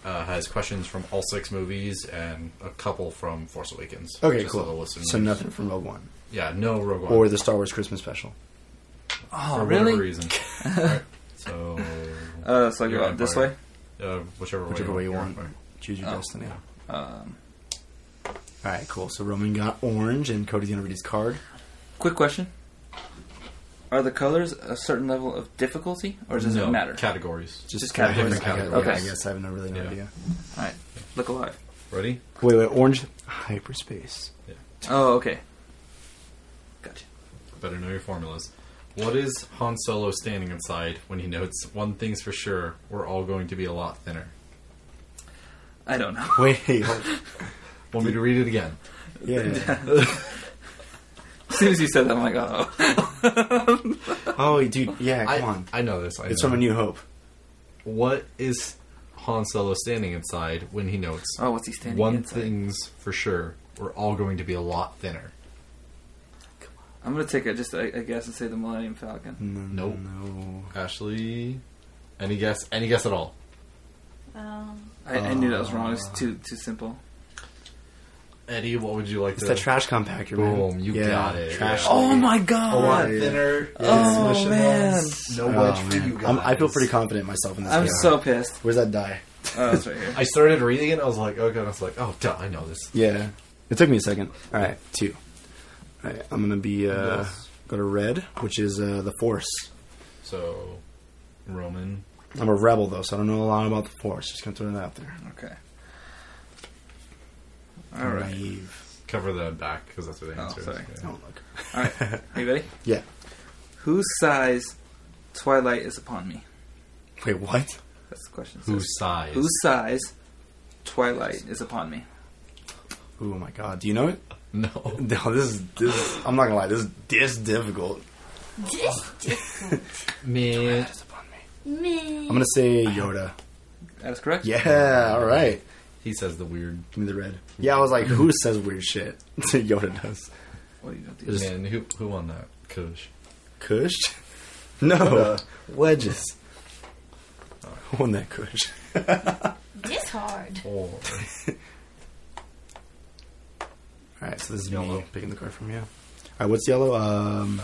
Speaker 2: uh, has questions from all six movies and a couple from Force Awakens.
Speaker 1: okay,
Speaker 2: Just so the
Speaker 1: cool.
Speaker 2: listeners-
Speaker 1: So nothing from Rogue One
Speaker 2: Yeah, no Rogue One.
Speaker 1: or the Star Wars Christmas special.
Speaker 4: Oh,
Speaker 2: for whatever
Speaker 4: really?
Speaker 2: reason. Alright, so,
Speaker 4: Uh, so I
Speaker 2: Your
Speaker 4: go out this way.
Speaker 2: Empire. uh, whichever,
Speaker 1: Whichever way you
Speaker 2: your
Speaker 1: want.
Speaker 2: Empire.
Speaker 1: Choose your
Speaker 4: Oh.
Speaker 1: destiny.
Speaker 2: Yeah.
Speaker 4: Um,
Speaker 1: All right, cool. So Roman got orange, and Cody's gonna read his card.
Speaker 4: quick question: Are the colors a certain level of difficulty, or does
Speaker 2: no,
Speaker 4: it matter?
Speaker 2: categories.
Speaker 4: Just
Speaker 1: I- I-
Speaker 4: categories.
Speaker 1: I- I-
Speaker 2: Okay.
Speaker 1: I guess I have no really no
Speaker 2: Yeah.
Speaker 1: idea.
Speaker 4: all right, look alive.
Speaker 2: Ready?
Speaker 1: Wait, wait. Orange hyperspace.
Speaker 4: Oh, okay. Gotcha.
Speaker 2: Better know your formulas. What is Han Solo standing inside when he notes one thing's for sure: we're all going to be a lot thinner.
Speaker 4: I don't know.
Speaker 1: Wait. hold-
Speaker 2: Want me to read it again?
Speaker 1: Yeah.
Speaker 4: As soon as you said that, I'm like, oh.
Speaker 1: oh, dude. Yeah. Come
Speaker 2: I,
Speaker 1: on.
Speaker 2: I know this. I
Speaker 1: It's
Speaker 2: know.
Speaker 1: from A New Hope.
Speaker 2: What is Han Solo standing inside when he notes
Speaker 4: Oh, what's he standing
Speaker 2: one
Speaker 4: inside?
Speaker 2: thing's for sure: we're all going to be a lot thinner.
Speaker 4: I'm gonna take a, just a, a guess and say the Millennium Falcon.
Speaker 2: Oh.
Speaker 1: No.
Speaker 2: Nope.
Speaker 1: No.
Speaker 2: Ashley, any guess? Any guess at all?
Speaker 3: Um,
Speaker 4: I, I knew that was wrong.
Speaker 2: Ah.
Speaker 4: It's too too simple.
Speaker 2: Eddie, what would you like
Speaker 1: It's
Speaker 2: to?
Speaker 1: that trash compactor, man.
Speaker 2: Boom, you
Speaker 1: Yeah,
Speaker 2: got it.
Speaker 1: Trash.
Speaker 2: Yeah.
Speaker 4: Oh my
Speaker 1: Oh,
Speaker 4: god!
Speaker 1: wow.
Speaker 2: thinner.
Speaker 4: Oh,
Speaker 2: it's mushing
Speaker 4: man.
Speaker 2: balls. No
Speaker 1: Oh,
Speaker 2: wedge for
Speaker 1: man.
Speaker 2: you guys.
Speaker 1: I'm- I feel pretty confident in myself in this
Speaker 4: I'm
Speaker 1: game.
Speaker 4: so pissed.
Speaker 1: Where's that die?
Speaker 4: Oh, it's right here.
Speaker 2: I started reading it. I was like, okay. I was like, oh, duh, I know this.
Speaker 1: Yeah. It took me a second. All right, two. All right, I'm gonna be uh,
Speaker 2: Yes.
Speaker 1: go to red, which is uh, the force.
Speaker 2: So, Roman.
Speaker 1: I'm a rebel though, so I don't know a lot about the force. Just gonna throw that out there.
Speaker 4: Okay. All right.
Speaker 1: Naive.
Speaker 2: Cover the back because that's where the
Speaker 4: Oh,
Speaker 2: answer
Speaker 4: sorry.
Speaker 2: is.
Speaker 1: Oh,
Speaker 2: Yeah.
Speaker 1: look.
Speaker 4: All right. Are you ready?
Speaker 1: Yeah.
Speaker 4: Whose size Twilight is upon me?
Speaker 1: Wait, what?
Speaker 4: That's the question.
Speaker 2: Whose size?
Speaker 4: Whose size Twilight is upon me?
Speaker 1: Oh my god. Do you know it?
Speaker 2: No.
Speaker 1: No, this is this. Is, I'm not gonna lie. This is this difficult.
Speaker 2: Man.
Speaker 1: It's upon me.
Speaker 3: me.
Speaker 1: I'm gonna say Yoda.
Speaker 4: That is correct.
Speaker 1: Yeah. All right.
Speaker 2: He says the weird.
Speaker 1: Give me the red. Yeah, I was like, who says weird shit? Yoda does.
Speaker 4: What are you gonna do?
Speaker 2: Man, who who won that? Kush.
Speaker 1: Kush? No. Wedges. Won that Kush.
Speaker 3: this hard.
Speaker 2: Or
Speaker 1: All right, so this is
Speaker 2: Yellow.
Speaker 1: me picking the card from you. All right, what's yellow? Um,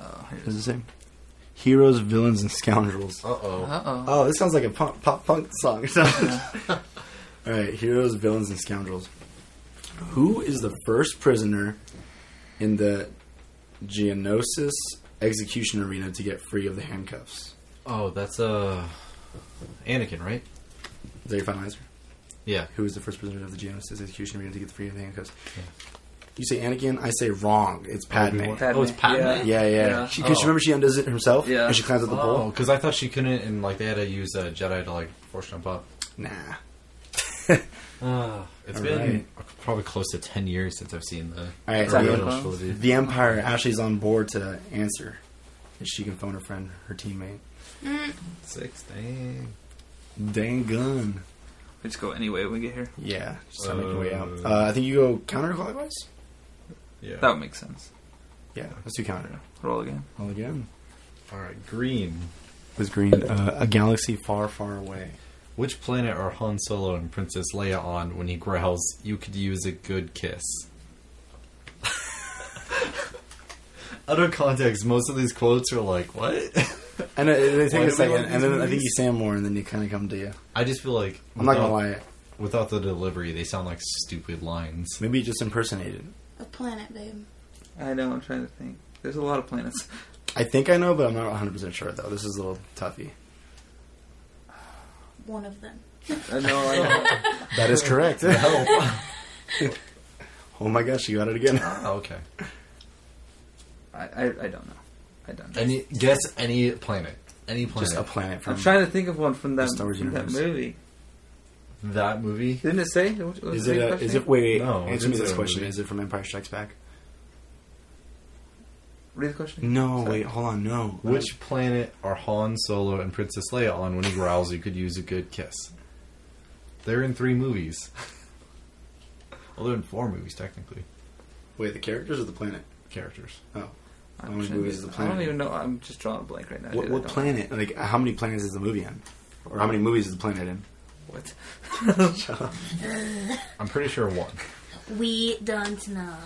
Speaker 4: Oh,
Speaker 1: what does it say? Heroes, villains, and scoundrels.
Speaker 2: uh oh.
Speaker 4: Uh oh.
Speaker 1: Oh, this sounds like a punk, pop punk song. All right, heroes, villains, and scoundrels. Who is the first prisoner in the Geonosis execution arena to get free of the handcuffs?
Speaker 2: Oh, that's uh, Anakin, right?
Speaker 1: Is that your final answer?
Speaker 2: Yeah.
Speaker 1: Who is the first prisoner of the Geonosis execution arena to get free of the handcuffs? You say Anakin, I say wrong. It's Padme.
Speaker 2: Obi-Wan.
Speaker 4: Padme.
Speaker 2: Oh, it's Padme?
Speaker 4: Yeah.
Speaker 1: Yeah, yeah.
Speaker 4: Yeah.
Speaker 1: Because she,
Speaker 2: Oh.
Speaker 1: remember she undoes it herself,
Speaker 4: Yeah.
Speaker 1: and she climbs up the
Speaker 2: Oh,
Speaker 1: pole.
Speaker 2: because I thought she couldn't, and like they had to use a Jedi to like force jump up.
Speaker 1: Nah, Ah.
Speaker 2: Uh, it's
Speaker 1: All
Speaker 2: been probably close to ten years since I've seen the
Speaker 1: All right,
Speaker 4: Sorry,
Speaker 2: original
Speaker 4: Clones?
Speaker 2: trilogy.
Speaker 1: the Empire. Ashley's on board to answer, and she can phone her friend, her teammate.
Speaker 2: Six, dang.
Speaker 1: Dang gun.
Speaker 4: We just go anyway when we get here.
Speaker 1: Yeah, just start making your way out.
Speaker 2: Uh.
Speaker 1: Uh, I think you go counterclockwise.
Speaker 2: Yeah.
Speaker 4: That would make sense.
Speaker 1: Yeah, let's do counter.
Speaker 4: Roll again.
Speaker 1: All again.
Speaker 2: All right, green.
Speaker 1: Was green uh, a galaxy far, far away?
Speaker 2: Which planet are Han Solo and Princess Leia on when he growls, "You could use a good kiss"? Out of context, most of these quotes are like, "What?"
Speaker 1: And uh, they
Speaker 2: Why
Speaker 1: take a
Speaker 2: do we
Speaker 1: second,
Speaker 2: like
Speaker 1: and
Speaker 2: these
Speaker 1: then I think
Speaker 2: movies?
Speaker 1: you say more, and then you kind of come to you.
Speaker 2: I just feel like
Speaker 1: I'm not gonna
Speaker 2: without-
Speaker 1: lie.
Speaker 2: Without the delivery, they sound like stupid lines.
Speaker 1: Maybe you just impersonated.
Speaker 3: A planet, babe.
Speaker 4: I know. I'm trying to think. There's a lot of planets.
Speaker 1: I think I know, but I'm not 100 percent sure though. This is a little toughy.
Speaker 3: One of them.
Speaker 4: I know. I know.
Speaker 1: That is correct. oh my gosh, you got it again.
Speaker 2: Oh, okay.
Speaker 4: I, I, I don't know. I don't. Know.
Speaker 2: Any guess any planet? Any planet?
Speaker 1: Just a planet from.
Speaker 4: I'm trying to think of one from that,
Speaker 1: Star Wars
Speaker 4: from that
Speaker 1: universe.
Speaker 4: movie.
Speaker 2: that movie?
Speaker 4: Didn't it say? What- what was
Speaker 1: is
Speaker 4: the
Speaker 1: it? A,
Speaker 4: question?
Speaker 1: is it? Wait, wait.
Speaker 2: No,
Speaker 1: answer me
Speaker 2: it's
Speaker 1: this
Speaker 2: a
Speaker 1: question.
Speaker 2: movie.
Speaker 1: Is it from Empire Strikes Back?
Speaker 4: Read the question.
Speaker 1: No,
Speaker 4: Sorry.
Speaker 1: wait, hold on. No.
Speaker 2: Which planet are Han Solo and Princess Leia on when he growls, "You could use a good kiss"? They're in three movies. well, they're in four movies technically.
Speaker 1: Wait, the characters or the planet?
Speaker 2: Characters.
Speaker 1: Oh,
Speaker 4: I'm
Speaker 1: How many
Speaker 4: trying to-
Speaker 1: movies is the
Speaker 4: I don't
Speaker 1: planet?
Speaker 4: even know. I'm just drawing a blank right now.
Speaker 1: what,
Speaker 4: dude. I
Speaker 1: what
Speaker 4: don't-
Speaker 1: planet? Like, how many planets is the movie in? Or how many movies is the planet in?
Speaker 4: What?
Speaker 2: I'm pretty sure one.
Speaker 3: We don't know.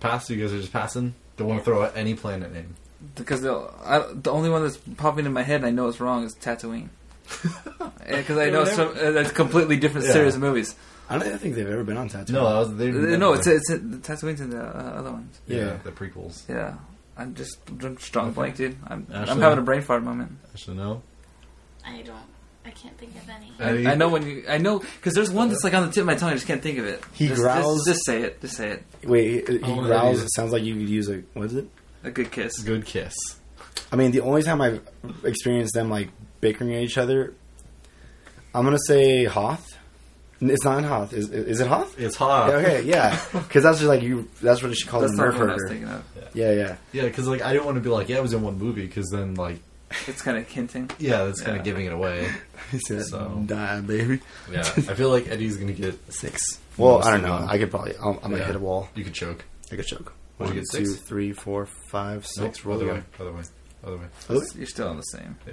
Speaker 2: Pass. You guys are just passing. Don't want to throw out any planet name.
Speaker 4: Because the I, the only one that's popping in my head and I know it's wrong is Tatooine. Because I know some, uh, that's a completely different
Speaker 2: Yeah.
Speaker 4: series of movies.
Speaker 1: I don't think they've ever been on Tatooine.
Speaker 2: No, that was they,
Speaker 4: Uh, No, it's it's in, Tatooine's in the uh, other ones.
Speaker 2: yeah,
Speaker 1: Yeah.
Speaker 2: the prequels.
Speaker 4: Yeah, I'm just I'm strong blank, dude. I'm I'm
Speaker 2: Ashley?
Speaker 4: having a brain fart moment.
Speaker 2: Actually, no.
Speaker 3: I don't. I can't think of any.
Speaker 2: Eddie?
Speaker 4: I know when you I know because there's one that's like on the tip of my tongue. I just can't think of it.
Speaker 1: He
Speaker 4: just,
Speaker 1: growls-
Speaker 4: Just, just say it. Just say it.
Speaker 1: Wait, he
Speaker 2: Oh,
Speaker 1: growls.
Speaker 2: yeah.
Speaker 1: It sounds like you could use a. What is it?
Speaker 4: A good kiss.
Speaker 2: Good kiss.
Speaker 1: I mean, the only time I've experienced them like bickering at each other, I'm gonna say Hoth. N- It's not in Hoth. Is is it Hoth?
Speaker 2: It's hot.
Speaker 1: Okay, yeah, because that's just like you. That's what she calls
Speaker 4: That's
Speaker 1: a
Speaker 4: not
Speaker 1: nerf
Speaker 4: what I was
Speaker 1: herder.
Speaker 4: thinking of.
Speaker 1: Yeah, yeah.
Speaker 2: Yeah, because like I didn't want to be like, yeah, it was in one movie, because then like,
Speaker 4: It's kind of hinting.
Speaker 2: yeah, that's kind
Speaker 4: Yeah.
Speaker 2: of giving it away.
Speaker 1: He said,
Speaker 2: So-
Speaker 1: "Die, baby."
Speaker 2: Yeah, I feel like Eddie's gonna get.
Speaker 1: Six. Well,
Speaker 2: Most
Speaker 1: I don't
Speaker 2: of
Speaker 1: know.
Speaker 2: them.
Speaker 1: I could probably. I'll, I might
Speaker 2: Yeah.
Speaker 1: hit a wall.
Speaker 2: You could choke.
Speaker 1: I could choke.
Speaker 2: Would
Speaker 1: One,
Speaker 2: you get
Speaker 1: two,
Speaker 2: six?
Speaker 1: three, four, five, six.
Speaker 2: Nope,
Speaker 1: Roll
Speaker 2: other
Speaker 1: again.
Speaker 2: way. Other way. Other way.
Speaker 1: Really?
Speaker 4: You're still on the same.
Speaker 2: Yeah.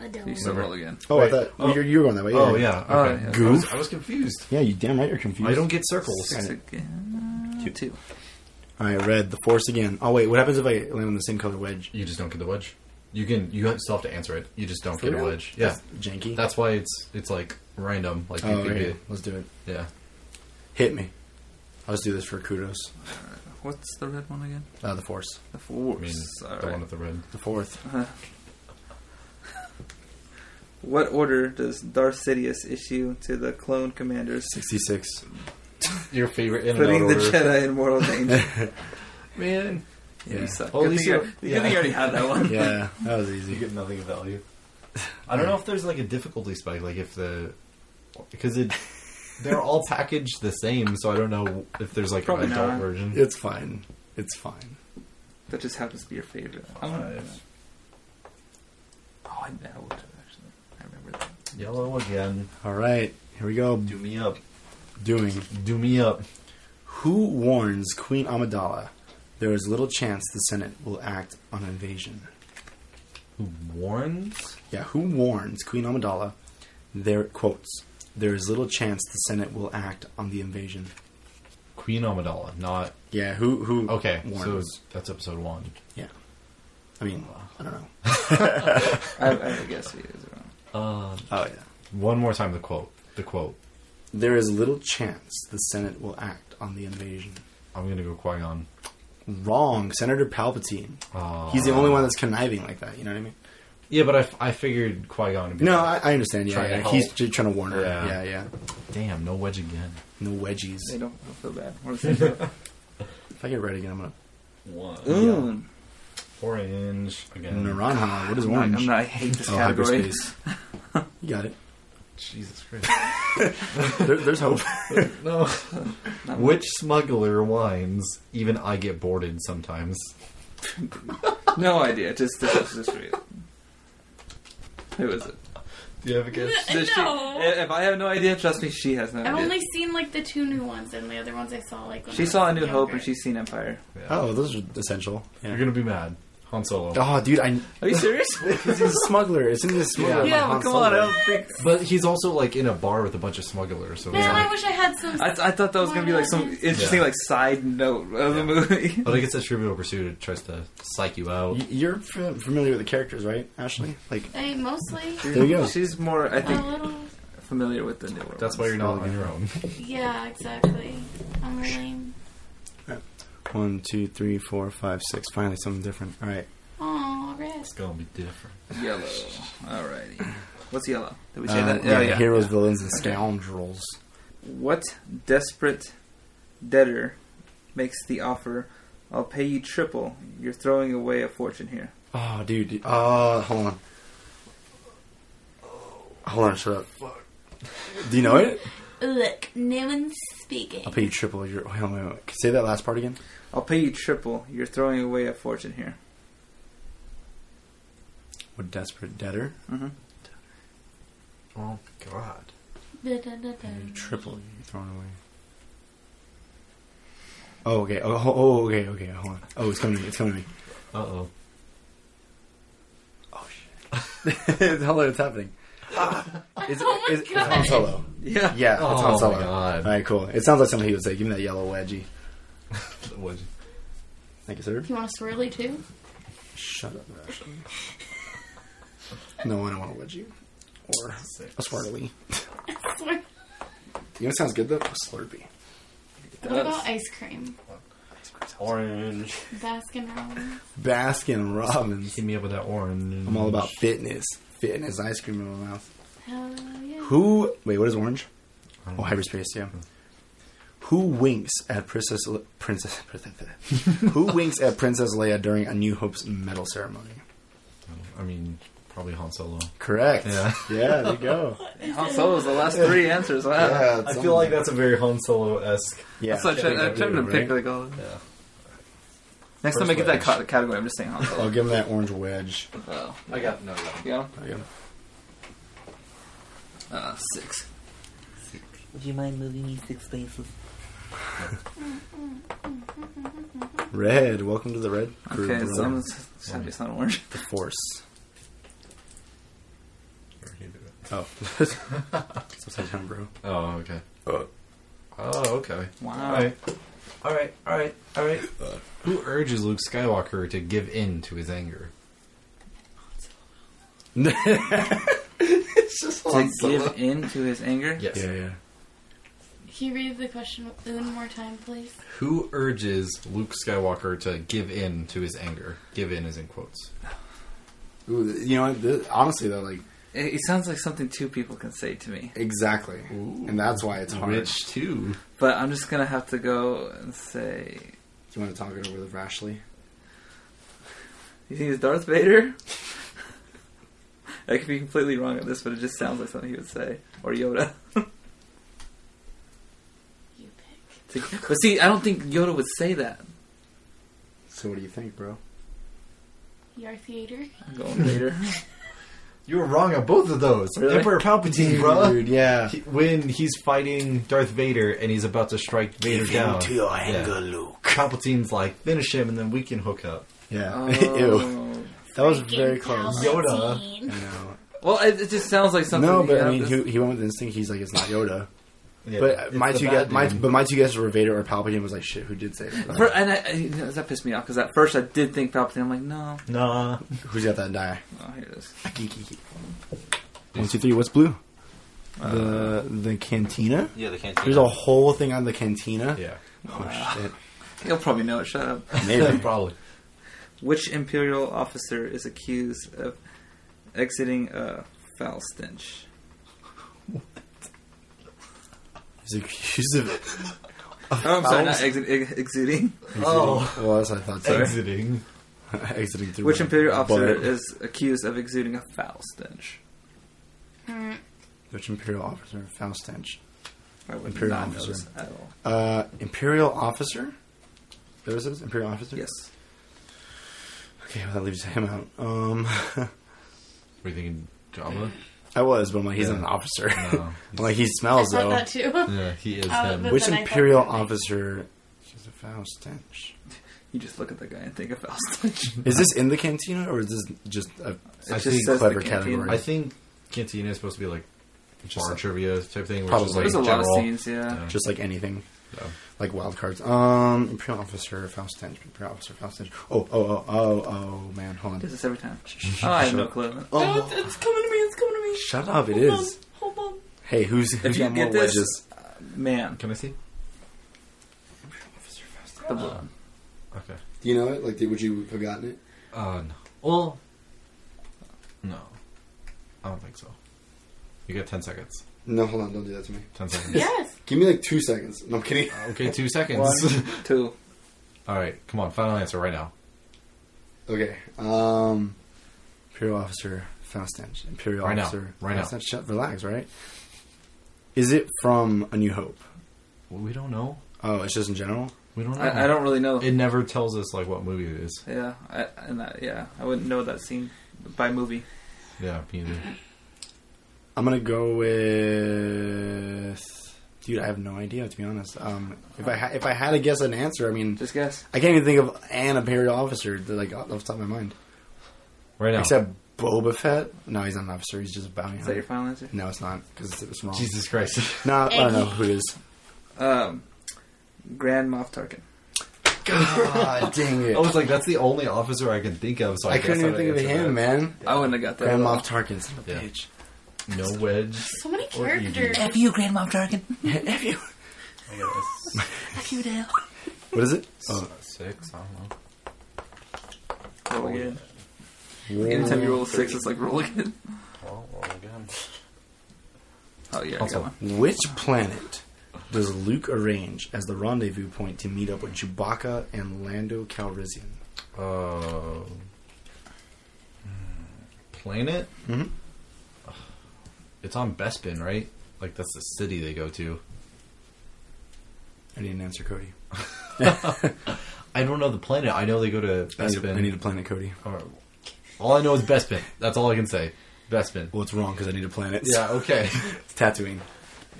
Speaker 3: Adele.
Speaker 4: You said
Speaker 2: Whatever.
Speaker 4: roll again.
Speaker 1: Oh,
Speaker 2: Wait,
Speaker 1: I thought
Speaker 2: oh.
Speaker 1: You're, you were going that way. Yeah.
Speaker 2: Oh yeah,
Speaker 4: Oh,
Speaker 2: okay.
Speaker 4: yeah.
Speaker 2: I, was,
Speaker 1: Goof.
Speaker 2: I was confused.
Speaker 1: Yeah, you damn right. You're confused.
Speaker 2: I don't get circles.
Speaker 4: Six
Speaker 1: I-
Speaker 4: again.
Speaker 1: Two.
Speaker 4: Two.
Speaker 1: All right, red. The force again. Oh wait, what happens if I land on the same color wedge?
Speaker 2: You just don't get the wedge. You can. You have- still have to answer it. You just don't get a
Speaker 1: real?
Speaker 2: wedge. Yeah,
Speaker 1: That's janky.
Speaker 2: that's why it's it's like random. Like you
Speaker 1: oh,
Speaker 2: could
Speaker 1: right.
Speaker 2: get,
Speaker 1: Let's do it.
Speaker 2: yeah.
Speaker 1: Hit me. I'll just do this for kudos.
Speaker 4: What's the red one again?
Speaker 1: Uh, the force.
Speaker 4: The
Speaker 2: I mean,
Speaker 4: force.
Speaker 2: the
Speaker 4: All
Speaker 2: one
Speaker 4: right.
Speaker 2: with the red.
Speaker 1: The fourth.
Speaker 4: What order does Darth Sidious issue to the clone commanders,
Speaker 1: Sixty-six.
Speaker 2: Your favorite in
Speaker 4: putting the
Speaker 2: order.
Speaker 4: Jedi in mortal danger?
Speaker 2: Man,
Speaker 4: yeah, you
Speaker 1: Yeah.
Speaker 4: suck.
Speaker 2: Holy
Speaker 4: good thing, I,
Speaker 2: shit.
Speaker 4: good thing I already had that one.
Speaker 1: Yeah, that was
Speaker 2: you
Speaker 1: easy.
Speaker 2: get nothing of value. I don't know if there's like a difficulty spike. Like if the because it they're all packaged the same, so I don't know if there's like
Speaker 4: Probably
Speaker 2: an adult
Speaker 4: not.
Speaker 2: version.
Speaker 1: It's fine. It's fine.
Speaker 4: That just happens to be your favorite. I'm gonna. Oh, I know. it, Actually, I remember that.
Speaker 2: Yellow again.
Speaker 1: All right, here we go.
Speaker 2: Do me up.
Speaker 1: Doing.
Speaker 2: Do me up.
Speaker 1: Who warns Queen Amidala? There is little chance the Senate will act on invasion.
Speaker 2: Who warns?
Speaker 1: Yeah, who warns Queen Amidala? There quotes. There is little chance the Senate will act on the invasion.
Speaker 2: Queen Amidala, not
Speaker 1: Yeah, who who?
Speaker 2: okay. So
Speaker 1: warns?
Speaker 2: that's episode one.
Speaker 1: yeah, I mean, I don't know.
Speaker 4: I, I guess he is wrong.
Speaker 2: Uh,
Speaker 1: Oh yeah,
Speaker 2: one more time the quote. The quote.
Speaker 1: there is little chance the Senate will act on the invasion.
Speaker 2: I'm gonna go Qui Gon.
Speaker 1: Wrong, Senator Palpatine.
Speaker 2: Uh,
Speaker 1: He's the only one that's conniving like that. You know what I mean?
Speaker 2: Yeah, but I, f- I figured Qui Gon. Would be
Speaker 1: No,
Speaker 2: like,
Speaker 1: I, I understand. Yeah,
Speaker 2: Trying to
Speaker 1: yeah.
Speaker 2: help.
Speaker 1: he's just trying to warn her.
Speaker 2: Yeah.
Speaker 1: Yeah, yeah.
Speaker 2: damn, no wedge again.
Speaker 1: No wedgies.
Speaker 4: They don't I feel bad. What is it?
Speaker 1: If I get red again, I'm gonna
Speaker 2: One.
Speaker 4: Ooh,
Speaker 2: Orange again.
Speaker 1: Naranja. What is
Speaker 4: I'm not,
Speaker 1: orange?
Speaker 4: I'm not. I hate this
Speaker 1: Oh,
Speaker 4: category.
Speaker 1: hyperspace. you got it.
Speaker 2: Jesus Christ.
Speaker 1: There, there's hope.
Speaker 2: no.
Speaker 4: Not
Speaker 2: Which smuggler whines? Even I get boarded sometimes.
Speaker 4: No idea. Just this is just real. Who is it?
Speaker 2: Do you have a guess?
Speaker 4: Does she-
Speaker 3: No.
Speaker 4: if I have no idea, trust me, she has no
Speaker 3: I've
Speaker 4: idea.
Speaker 3: only seen like the two new ones, and the other ones I saw like. When I
Speaker 4: she
Speaker 3: was
Speaker 4: saw A New
Speaker 3: younger.
Speaker 4: Hope and she's seen Empire.
Speaker 1: oh, those are essential. Yeah.
Speaker 2: You're gonna be mad. Han Solo.
Speaker 1: Oh, dude, I.
Speaker 4: Are you serious?
Speaker 1: He's a smuggler. It's in this smuggler.
Speaker 2: Yeah,
Speaker 1: like
Speaker 4: yeah,
Speaker 1: Han
Speaker 4: but come on. I
Speaker 1: Solo.
Speaker 4: don't think.
Speaker 2: But he's also like in a bar with a bunch of smugglers. So it's
Speaker 3: Man, I
Speaker 2: like,
Speaker 3: wish I had some.
Speaker 4: I, I thought that was gonna be like some interesting
Speaker 2: Yeah.
Speaker 4: like side note of the movie.
Speaker 2: but I guess that Trivial Pursuit it tries to psych you out.
Speaker 1: Y- You're f- familiar with the characters, right, Ashley? Like,
Speaker 3: Hey, mostly.
Speaker 1: There you go.
Speaker 4: She's more, I
Speaker 3: A
Speaker 4: think,
Speaker 3: little.
Speaker 4: familiar with the newer.
Speaker 2: That's why you're not on your own.
Speaker 3: Yeah, exactly. I'm really.
Speaker 1: one, two, three, four, five, six. Finally, something different. All right.
Speaker 3: Oh, rest.
Speaker 2: It's gonna be different.
Speaker 4: ones. yellow. Alrighty. What's yellow? Did we say
Speaker 1: Uh,
Speaker 4: that?
Speaker 1: yeah,
Speaker 4: Oh, yeah.
Speaker 1: Heroes, villains, and scoundrels.
Speaker 4: What desperate debtor makes the offer? I'll pay you triple. You're throwing away a fortune here.
Speaker 1: Oh, dude. Uh, hold on. Hold on, shut up. Do you know it?
Speaker 3: Look, no one's speaking.
Speaker 1: I'll pay you triple your. Wait, wait, wait. Say that last part again.
Speaker 4: I'll pay you triple. You're throwing away a fortune here.
Speaker 1: What desperate debtor?
Speaker 4: Mm-hmm.
Speaker 2: Oh God.
Speaker 3: Da-da-da-da.
Speaker 1: Triple you thrown away. Oh, okay. Oh, ho- oh, okay, okay. Hold on. Oh, it's coming to me. It's coming to me.
Speaker 2: Uh oh.
Speaker 1: Oh, shit. Hello, it's happening. It's,
Speaker 3: Oh my
Speaker 1: it's, it's
Speaker 3: God.
Speaker 1: Han Solo.
Speaker 4: Yeah.
Speaker 1: Yeah, it's
Speaker 2: Oh,
Speaker 1: Han Solo.
Speaker 2: my God.
Speaker 1: All right, cool. It sounds like something he would say. Give me that yellow wedgie.
Speaker 2: Wedge.
Speaker 1: Thank you, sir.
Speaker 3: You want a swirly too?
Speaker 1: Shut up, Ashley. no, I don't want to wedge you. Or a swirly.
Speaker 3: Swir-
Speaker 1: You know what sounds good, though? A Slurpee.
Speaker 3: What about ice cream?
Speaker 2: Orange.
Speaker 3: Baskin Robbins.
Speaker 1: Baskin Robbins.
Speaker 2: Hit me up with that orange.
Speaker 1: I'm all about fitness. Fitness ice cream in my mouth.
Speaker 3: Hell yeah.
Speaker 1: Who? Wait, what is orange?
Speaker 2: I don't
Speaker 1: Oh,
Speaker 2: know.
Speaker 1: hyperspace, yeah. Who winks at Princess Le- Princess Who winks at Princess Leia during A New Hope's medal ceremony?
Speaker 2: I mean, probably Han Solo.
Speaker 1: Correct.
Speaker 2: Yeah.
Speaker 1: Yeah, there you go.
Speaker 4: Han Solo's the last three answers. Wow.
Speaker 1: Yeah,
Speaker 2: I feel like that's a very Han Solo esque.
Speaker 1: yeah.
Speaker 4: That's what I tried, I tried to pick like all.
Speaker 2: Yeah.
Speaker 4: Next
Speaker 1: First
Speaker 4: time I get that
Speaker 1: wedge.
Speaker 4: ca- category, I'm just saying Han
Speaker 1: I'll
Speaker 4: Solo.
Speaker 1: give him that orange wedge.
Speaker 4: oh,
Speaker 2: I got no.
Speaker 4: yeah.
Speaker 1: There you go.
Speaker 4: Uh, six.
Speaker 5: Would you mind moving me six spaces?
Speaker 1: Red. Welcome to the red. Crew,
Speaker 4: Okay, so
Speaker 1: brother.
Speaker 4: I'm just happy it's not orange.
Speaker 1: the force.
Speaker 2: after he did it.
Speaker 1: Oh, it's upside down, bro.
Speaker 2: Oh, okay.
Speaker 1: Uh,
Speaker 2: Oh, okay.
Speaker 4: Wow.
Speaker 2: All right.
Speaker 4: All right. All right. All right.
Speaker 2: Who urges Luke Skywalker to give in to his anger?
Speaker 1: It's just
Speaker 4: To give in to his anger.
Speaker 2: Yes.
Speaker 1: Yeah, yeah.
Speaker 3: Can you read the question one more time, please?
Speaker 2: Who urges Luke Skywalker to give in to his anger? Give in is in quotes.
Speaker 1: Ooh, th- you know, what, th- honestly though, like
Speaker 4: It, it sounds like something two people can say to me,
Speaker 1: exactly, and that's why it's hard.
Speaker 2: Which two?
Speaker 4: but I'm just gonna have to go and say,
Speaker 1: Do you want to talk it over with Ashley?
Speaker 4: you think it's Darth Vader? I could be completely wrong on this, but it just sounds like something he would say, or Yoda.
Speaker 3: You pick.
Speaker 4: To- but see, I don't think Yoda would say that.
Speaker 1: So, what do you think, bro?
Speaker 3: Your theater.
Speaker 4: I'm going Vader.
Speaker 2: You were wrong on both of those.
Speaker 4: Really?
Speaker 2: Emperor Palpatine, bro.
Speaker 1: Dude, yeah.
Speaker 2: He- When he's fighting Darth Vader and he's about to strike Vader down, Yeah.
Speaker 1: Luke.
Speaker 2: Palpatine's like, finish him and then we can hook up.
Speaker 1: Yeah. Ew.
Speaker 4: Oh.
Speaker 1: That was
Speaker 3: Freaking
Speaker 1: very close.
Speaker 2: Yoda.
Speaker 3: Palpatine.
Speaker 1: I know.
Speaker 4: Well, it, it just sounds like something.
Speaker 1: No, but
Speaker 4: yeah,
Speaker 1: I mean,
Speaker 4: this-
Speaker 1: he, he went with instinct. He's like, it's not Yoda.
Speaker 2: Yeah,
Speaker 1: but
Speaker 2: it's
Speaker 1: my
Speaker 2: the
Speaker 1: two
Speaker 2: bad
Speaker 1: guys, my
Speaker 2: dude.
Speaker 1: but my two guesses were Vader or Palpatine. Was like, shit, who did say that?
Speaker 4: For- and I, I- you know, that pissed me off because at first I did think Palpatine. I'm like, no,
Speaker 2: Nah.
Speaker 1: Who's got that die?
Speaker 4: oh, here it is.
Speaker 1: One, two, three. What's blue?
Speaker 4: Uh,
Speaker 1: the the cantina.
Speaker 5: Yeah, the canteen.
Speaker 1: There's a whole thing on the cantina.
Speaker 2: Yeah.
Speaker 1: Oh shit.
Speaker 4: You'll probably know it. Shut up.
Speaker 1: Maybe.
Speaker 2: Probably.
Speaker 4: Which Imperial officer is accused of exiting a foul stench?
Speaker 1: He's accused of.
Speaker 4: Oh, I'm sorry, not exit, ex- exuding.
Speaker 2: Oh.
Speaker 1: Well, that's what I thought. Sorry.
Speaker 2: Exiting.
Speaker 1: Exiting through.
Speaker 4: Which
Speaker 1: my
Speaker 4: Imperial officer
Speaker 1: butt.
Speaker 4: is accused of exuding a foul stench?
Speaker 3: Mm,
Speaker 1: Which Imperial officer? Foul stench.
Speaker 4: I would
Speaker 1: Imperial
Speaker 4: not know
Speaker 1: officer.
Speaker 4: this at all.
Speaker 1: Uh, Imperial officer. There was this Imperial officer.
Speaker 4: Yes.
Speaker 1: Okay, well that leaves him out. Um,
Speaker 2: Were you thinking Jabba?
Speaker 1: I was, but I'm like, he's not an
Speaker 2: Yeah.
Speaker 1: officer.
Speaker 2: No.
Speaker 1: I'm like, he
Speaker 3: I
Speaker 1: smells
Speaker 3: thought
Speaker 1: though.
Speaker 3: that too.
Speaker 2: Yeah, he is
Speaker 3: Uh,
Speaker 2: him.
Speaker 3: but-
Speaker 1: Which
Speaker 3: then I thought-
Speaker 1: Imperial officer? She's a foul stench.
Speaker 4: You just look at the guy and think of foul stench.
Speaker 1: Is this in the cantina or is this just a
Speaker 2: I
Speaker 4: just
Speaker 2: think
Speaker 4: says
Speaker 1: clever
Speaker 4: the canteen.
Speaker 1: category?
Speaker 2: I think Cantina is supposed to be like
Speaker 1: Just
Speaker 2: bar
Speaker 1: like-
Speaker 2: trivia type thing. Which
Speaker 1: Probably.
Speaker 2: Is like
Speaker 4: There's a lot
Speaker 2: general.
Speaker 4: of scenes, yeah.
Speaker 1: just like anything,
Speaker 2: Yeah.
Speaker 1: like wild cards? Um, Imperial officer foul stench. Imperial officer foul stench. Oh oh oh oh oh man, hold
Speaker 4: Does
Speaker 1: on.
Speaker 4: this every time? Oh, I have no clue.
Speaker 1: Oh,
Speaker 3: it's coming to me. It's coming to me.
Speaker 1: shut up! It
Speaker 3: Hold
Speaker 1: is.
Speaker 3: on, hold on.
Speaker 1: Hey, who's who's
Speaker 4: you
Speaker 1: got more
Speaker 4: get this-
Speaker 1: wedges?
Speaker 4: Man,
Speaker 2: Can I see?
Speaker 4: the blue one.
Speaker 2: Okay.
Speaker 1: Do you know it? Like, would you have gotten it?
Speaker 2: Uh, no. Well, no. I don't think so. You got 10 seconds.
Speaker 1: No, hold on! Don't do that to me.
Speaker 2: 10 seconds.
Speaker 3: Yes.
Speaker 1: Give me like two seconds. No, I'm kidding.
Speaker 2: Okay, two seconds.
Speaker 4: One, two.
Speaker 2: All right, come on. Final answer right now.
Speaker 1: Okay. Um, Imperial officer foul stench. Imperial
Speaker 2: Right now.
Speaker 1: officer
Speaker 2: Right
Speaker 1: foul
Speaker 2: now.
Speaker 1: stench. Shut, relax. Right. Is it from A New Hope?
Speaker 2: Well, we don't know.
Speaker 1: Oh, it's just in general.
Speaker 2: We don't know.
Speaker 4: I, I don't really know.
Speaker 2: It never tells us like what movie it is.
Speaker 4: Yeah, I, and I, yeah, I wouldn't know that scene by movie.
Speaker 2: Yeah, me either.
Speaker 1: I'm gonna go with. Dude, I have no idea to be honest. Um, if I ha- if I had to guess an answer, I mean,
Speaker 4: Just guess.
Speaker 1: I can't even think of an Imperial officer that, like off the top of my mind.
Speaker 2: Right now.
Speaker 1: Except Boba Fett. No, he's not an officer. He's just a bounty
Speaker 4: Is that your
Speaker 1: hunter.
Speaker 4: final answer?
Speaker 1: No, it's not because it's wrong.
Speaker 2: Jesus Christ.
Speaker 1: No, I don't know who it is.
Speaker 4: Um, Grand Moff Tarkin.
Speaker 1: God dang it!
Speaker 2: I was like, that's the only officer I can think of. So I,
Speaker 1: I couldn't even think of him, man.
Speaker 4: I wouldn't have got that.
Speaker 1: Grand
Speaker 4: at all.
Speaker 1: Moff Tarkin, son of a
Speaker 2: Yeah.
Speaker 1: bitch.
Speaker 2: man. No wedge.
Speaker 3: So many
Speaker 2: Or you do.
Speaker 3: characters.
Speaker 5: F you, Grandma Tarkin.
Speaker 1: Have you?
Speaker 5: F you, Dale.
Speaker 1: What is it?
Speaker 2: Oh, six. I don't know.
Speaker 4: Roll again. Anytime you roll a six, it's like roll again.
Speaker 5: Well, roll again.
Speaker 4: Oh yeah, I
Speaker 2: Also-
Speaker 4: got one.
Speaker 1: Which planet does Luke arrange as the rendezvous point to meet up with Chewbacca and Lando Calrissian?
Speaker 2: Uh, planet?
Speaker 1: Mhm.
Speaker 2: Ugh. It's on Bespin, right? Like, that's the city they go to.
Speaker 1: I need an answer, Cody.
Speaker 2: I don't know the planet. I know they go to
Speaker 1: I need, a,
Speaker 2: Bespin.
Speaker 1: I need a planet, Cody.
Speaker 2: Or- all I know is Bespin. That's all I can say. Bespin.
Speaker 1: Well, it's wrong because I need a planet.
Speaker 2: Yeah, okay.
Speaker 1: it's Tatooine.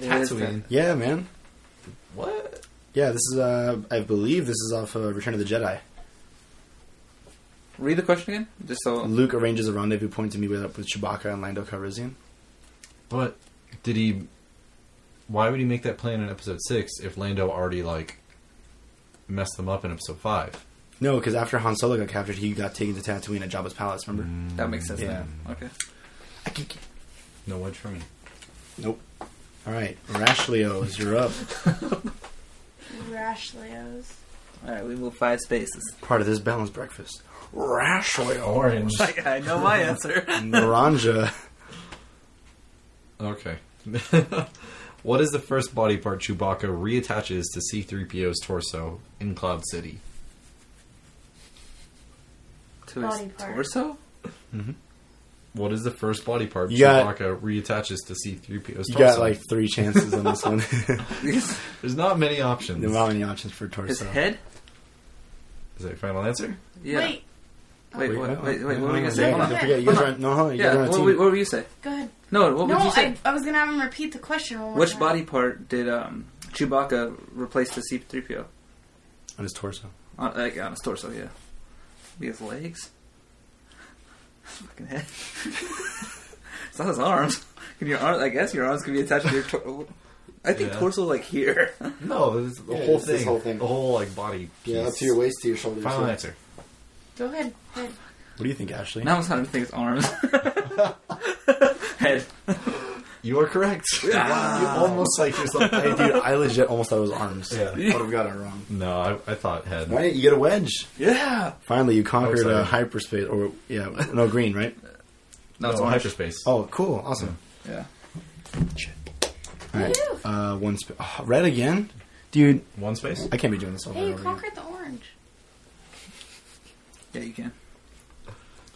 Speaker 2: Tatooine.
Speaker 1: Yeah, man.
Speaker 2: What?
Speaker 1: Yeah, this is. Uh, I believe this is off uh, Return of the Jedi.
Speaker 4: Read the question again, just so.
Speaker 1: Mm, Luke arranges a rendezvous point to meet up with Chewbacca and Lando Calrissian.
Speaker 2: But did he? Why would he make that plan in episode six if Lando already like messed them up in episode five?
Speaker 1: No, because after Han Solo got captured, he got taken to Tatooine at Jabba's palace. Remember?
Speaker 2: Mm.
Speaker 4: That makes sense.
Speaker 1: Yeah.
Speaker 4: Then. Okay.
Speaker 1: I can't get-
Speaker 2: No wedge for me.
Speaker 1: Nope. All right, Rashlio's, you're up.
Speaker 3: Rash Leos.
Speaker 4: All right, we move five spaces.
Speaker 1: Part of this balanced breakfast. Rashlio,
Speaker 2: Orange.
Speaker 4: I, I know my answer.
Speaker 1: Naranja.
Speaker 2: okay. what is the first body part Chewbacca reattaches to C-3PO's torso in Cloud City?
Speaker 4: to his
Speaker 3: Body part.
Speaker 4: torso.
Speaker 2: What is the first body part
Speaker 1: You got-
Speaker 2: Chewbacca reattaches to C-3PO's torso?
Speaker 1: You got like three chances on this one.
Speaker 4: his
Speaker 2: There's not many options.
Speaker 1: there are any options for torso.
Speaker 4: head.
Speaker 2: Is that your final answer?
Speaker 4: Yeah.
Speaker 3: Wait,
Speaker 4: Wait. Wait.
Speaker 1: no,
Speaker 4: Wait. Wait.
Speaker 1: no, no,
Speaker 4: what were you
Speaker 1: no,
Speaker 4: gonna say?
Speaker 1: yeah,
Speaker 4: Hold on.
Speaker 1: don't forget, you guys
Speaker 4: Hold
Speaker 1: are on- no, no, you
Speaker 4: Yeah.
Speaker 1: guys are on a
Speaker 4: What,
Speaker 1: team.
Speaker 4: were- what were you say?
Speaker 3: go ahead.
Speaker 4: No. What
Speaker 3: no,
Speaker 4: would you say?
Speaker 3: I, I was gonna have him repeat the question. One more
Speaker 4: Which
Speaker 3: time.
Speaker 4: body part did um, Chewbacca replace the C-3PO?
Speaker 1: on his torso.
Speaker 4: On, Uh, like, on his torso, yeah. Be his legs? Fucking head. it's not his arms. Can your arm? I guess your arms can be attached to your torso. I think
Speaker 2: Yeah.
Speaker 4: torso like here.
Speaker 2: No, this is the
Speaker 1: Yeah,
Speaker 2: whole
Speaker 1: it's this
Speaker 2: thing.
Speaker 1: whole thing.
Speaker 2: The whole like body. Piece.
Speaker 1: waist, to your shoulders.
Speaker 2: Final answer.
Speaker 3: Go ahead. ahead.
Speaker 1: What do you think, Ashley?
Speaker 4: now I'm starting to think it's arms. head.
Speaker 2: You are correct. you almost like yourself.
Speaker 1: Hey, dude, I legit almost thought it was arms.
Speaker 2: Yeah.
Speaker 1: I would have got it wrong.
Speaker 2: no, I, I thought head.
Speaker 1: Why didn't you get a wedge?
Speaker 4: Yeah.
Speaker 1: Finally, you
Speaker 4: Oh,
Speaker 1: conquered
Speaker 2: sorry.
Speaker 1: uh, hyperspace, or yeah, no green, right?
Speaker 4: No, it's
Speaker 2: no,
Speaker 4: orange.
Speaker 2: hyperspace.
Speaker 1: Oh, cool, awesome.
Speaker 4: Yeah.
Speaker 1: All right,
Speaker 3: Woo.
Speaker 1: uh, one sp- oh, red again, dude.
Speaker 2: One space.
Speaker 1: I can't be doing this over
Speaker 3: Hey,
Speaker 1: and
Speaker 3: you
Speaker 1: over again.
Speaker 3: conquered the orange.
Speaker 4: Yeah, you can.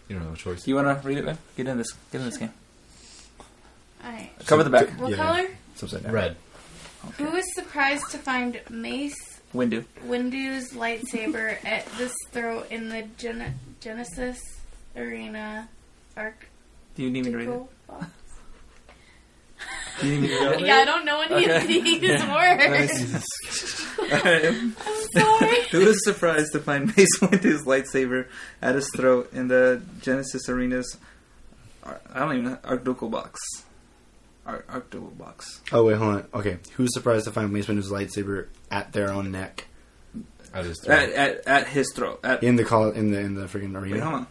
Speaker 2: You don't have a choice.
Speaker 4: You want to read it, man? Get in this. Get in this game.
Speaker 3: All right.
Speaker 4: Cover the back.
Speaker 3: What
Speaker 1: Yeah.
Speaker 3: color?
Speaker 1: It's upside down.
Speaker 2: Red.
Speaker 3: Who was surprised to find Mace
Speaker 4: Windu.
Speaker 3: Windu's lightsaber at this throw in the Gen- Genesis Arena Arctical
Speaker 4: You didn't even read it.
Speaker 3: box?
Speaker 4: You didn't even read it.
Speaker 3: Yeah, I don't know any of these words. I'm sorry.
Speaker 4: Who was surprised to find Mace Windu's lightsaber at his throat in the Genesis Arena's? Ar- I don't even know. Arcducal box. Ar- Arcducal box.
Speaker 1: Oh wait, hold on. Okay, who's surprised to find Mace Windu's lightsaber at their own neck
Speaker 2: I just.
Speaker 4: At, at, at his throat. At,
Speaker 1: in the call in the in the freaking
Speaker 4: Wait, hold
Speaker 1: arena?
Speaker 4: on.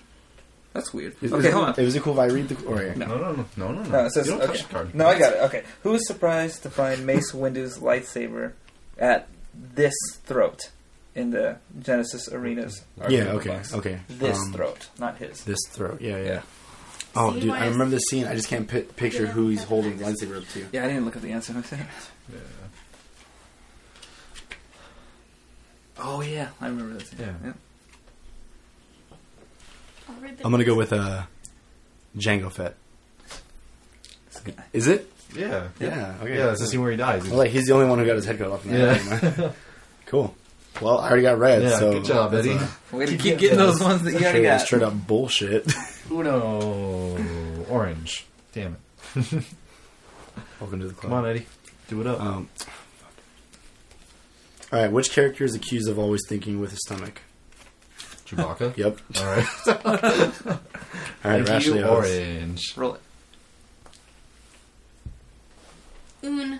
Speaker 4: That's weird.
Speaker 1: Is-
Speaker 4: okay,
Speaker 1: is
Speaker 4: hold
Speaker 1: it,
Speaker 4: on.
Speaker 1: Is it cool if I read the? Or, yeah.
Speaker 2: no, no, no, no, no, no.
Speaker 4: No, it says,
Speaker 2: you don't
Speaker 4: okay.
Speaker 2: touch the card.
Speaker 4: no, I got it. Okay. Who was surprised to find Mace Windu's lightsaber at this throat in the Genesis Arena's?
Speaker 1: Yeah.
Speaker 4: Arcducal
Speaker 1: Okay.
Speaker 4: box?
Speaker 1: Okay.
Speaker 4: This
Speaker 1: Um,
Speaker 4: throat, not his.
Speaker 1: This throat. Yeah. Yeah.
Speaker 4: Yeah.
Speaker 1: Oh,
Speaker 3: See,
Speaker 1: dude,
Speaker 3: why
Speaker 1: I
Speaker 3: is-
Speaker 1: remember this scene. I just can't pi- picture who he's holding the lightsaber up to.
Speaker 4: Yeah, I didn't look at the answer.
Speaker 2: Yeah.
Speaker 4: Oh yeah, I remember this.
Speaker 2: Yeah.
Speaker 3: I'll read the
Speaker 1: I'm gonna go with uh, Django Fett. Is it?
Speaker 2: Yeah.
Speaker 1: Yeah. Okay.
Speaker 2: Yeah, that's the scene where he dies.
Speaker 1: Well, like he's the only one who got his head cut off. in that
Speaker 2: Yeah.
Speaker 1: thing, huh? cool. Well, I already got red.
Speaker 2: yeah,
Speaker 1: so
Speaker 2: good job,
Speaker 1: that's
Speaker 2: Eddie.
Speaker 1: a-
Speaker 4: Way to
Speaker 2: Keep getting
Speaker 4: keep getting those
Speaker 2: those.
Speaker 4: ones that you already
Speaker 1: Straight,
Speaker 4: got.
Speaker 1: straight up bullshit.
Speaker 2: Uno. Orange. Damn it.
Speaker 1: Welcome to the club.
Speaker 2: Come on, Eddie. Do it up.
Speaker 1: Um, all right. Which character is accused of always thinking with his stomach?
Speaker 2: Chewbacca.
Speaker 1: Yep.
Speaker 2: All right.
Speaker 1: All right.
Speaker 2: Thank you,
Speaker 1: Rashley Oz.
Speaker 2: orange.
Speaker 4: Roll it.
Speaker 3: un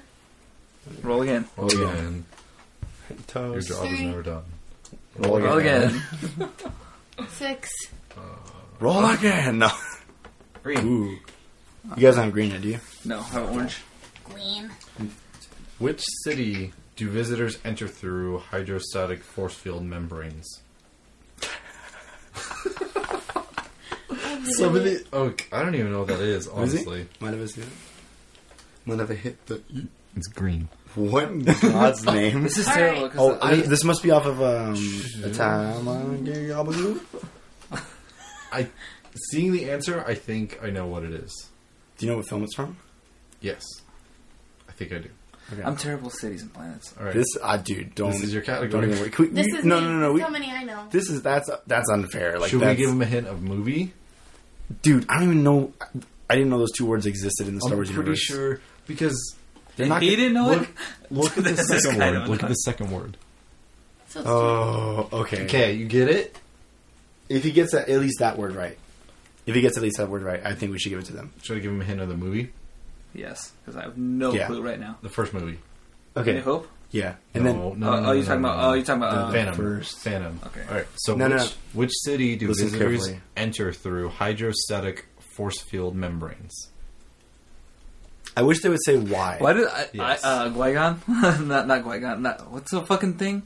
Speaker 4: Roll again.
Speaker 2: Roll
Speaker 1: yeah.
Speaker 2: again. Your
Speaker 1: Toast.
Speaker 2: job is
Speaker 3: Three.
Speaker 2: never done.
Speaker 1: Roll again.
Speaker 4: Roll again.
Speaker 3: six.
Speaker 1: Roll again. No.
Speaker 2: Green.
Speaker 1: Ooh. You guys don't have green yet, do you?
Speaker 4: no, I have orange.
Speaker 3: Green.
Speaker 2: Which city do visitors enter through hydrostatic force field membranes? Some of the oh, I don't even know what that is.
Speaker 1: Is it?
Speaker 2: Honestly,
Speaker 1: Might have seen it. Might have hit the.
Speaker 2: it's green.
Speaker 1: What in God's name?
Speaker 4: This is
Speaker 3: All
Speaker 4: terrible.
Speaker 3: right.
Speaker 4: 'cause
Speaker 1: Oh,
Speaker 4: I,
Speaker 1: th- this must be off of um, a time. on Gigabagoo.
Speaker 2: I seeing the answer, I think I know what it is.
Speaker 1: Do you know what film it's from?
Speaker 2: Yes, I think I do.
Speaker 1: Okay.
Speaker 4: I'm terrible. with Cities and planets.
Speaker 2: All right,
Speaker 1: This, I dude, don't.
Speaker 2: This is your category.
Speaker 1: Don't even worry. Can we-
Speaker 3: This
Speaker 1: you-
Speaker 3: is
Speaker 1: no,
Speaker 3: me.
Speaker 1: no, no, no.
Speaker 3: How
Speaker 1: We,
Speaker 3: many I know?
Speaker 1: this is that's that's unfair. Like,
Speaker 2: should we
Speaker 1: that's,
Speaker 2: give him a hint of movie?
Speaker 1: dude? I don't even know. I didn't know those two words existed in the Star
Speaker 2: I'm
Speaker 1: Wars
Speaker 2: pretty
Speaker 1: universe.
Speaker 2: sure because
Speaker 1: They're
Speaker 4: he
Speaker 1: gonna-
Speaker 4: didn't know
Speaker 1: look,
Speaker 4: it.
Speaker 2: look at the
Speaker 4: This is
Speaker 2: second
Speaker 4: kinda
Speaker 2: word. Look at
Speaker 4: annoying.
Speaker 2: the second word.
Speaker 3: so it's
Speaker 1: Oh, okay.
Speaker 2: Okay, you get it.
Speaker 1: If he gets that, at least that word right. If he gets at least that word right, I think we should give it to them.
Speaker 2: Should I give him a hint of the movie?
Speaker 4: Yes, because I have no
Speaker 1: Yeah.
Speaker 4: clue right now.
Speaker 2: The first movie.
Speaker 4: Any
Speaker 1: Okay.
Speaker 4: hope?
Speaker 1: Yeah. And
Speaker 2: no,
Speaker 1: then
Speaker 2: no,
Speaker 4: oh,
Speaker 2: no,
Speaker 4: oh,
Speaker 2: no,
Speaker 4: you're
Speaker 2: no,
Speaker 4: talking
Speaker 2: no,
Speaker 4: about.
Speaker 2: no.
Speaker 4: Oh, you're talking about. uh,
Speaker 2: Phantom.
Speaker 1: first.
Speaker 2: Phantom.
Speaker 4: Okay.
Speaker 2: All right. So
Speaker 1: No, no,
Speaker 2: which,
Speaker 1: no.
Speaker 2: which city do
Speaker 1: Listen
Speaker 2: visitors
Speaker 1: carefully.
Speaker 2: enter through hydrostatic force field membranes?
Speaker 1: I wish they would say why.
Speaker 4: Why did I,
Speaker 2: Yes.
Speaker 4: I uh Qui-Gon? not not Qui-Gon. Not, what's the fucking thing?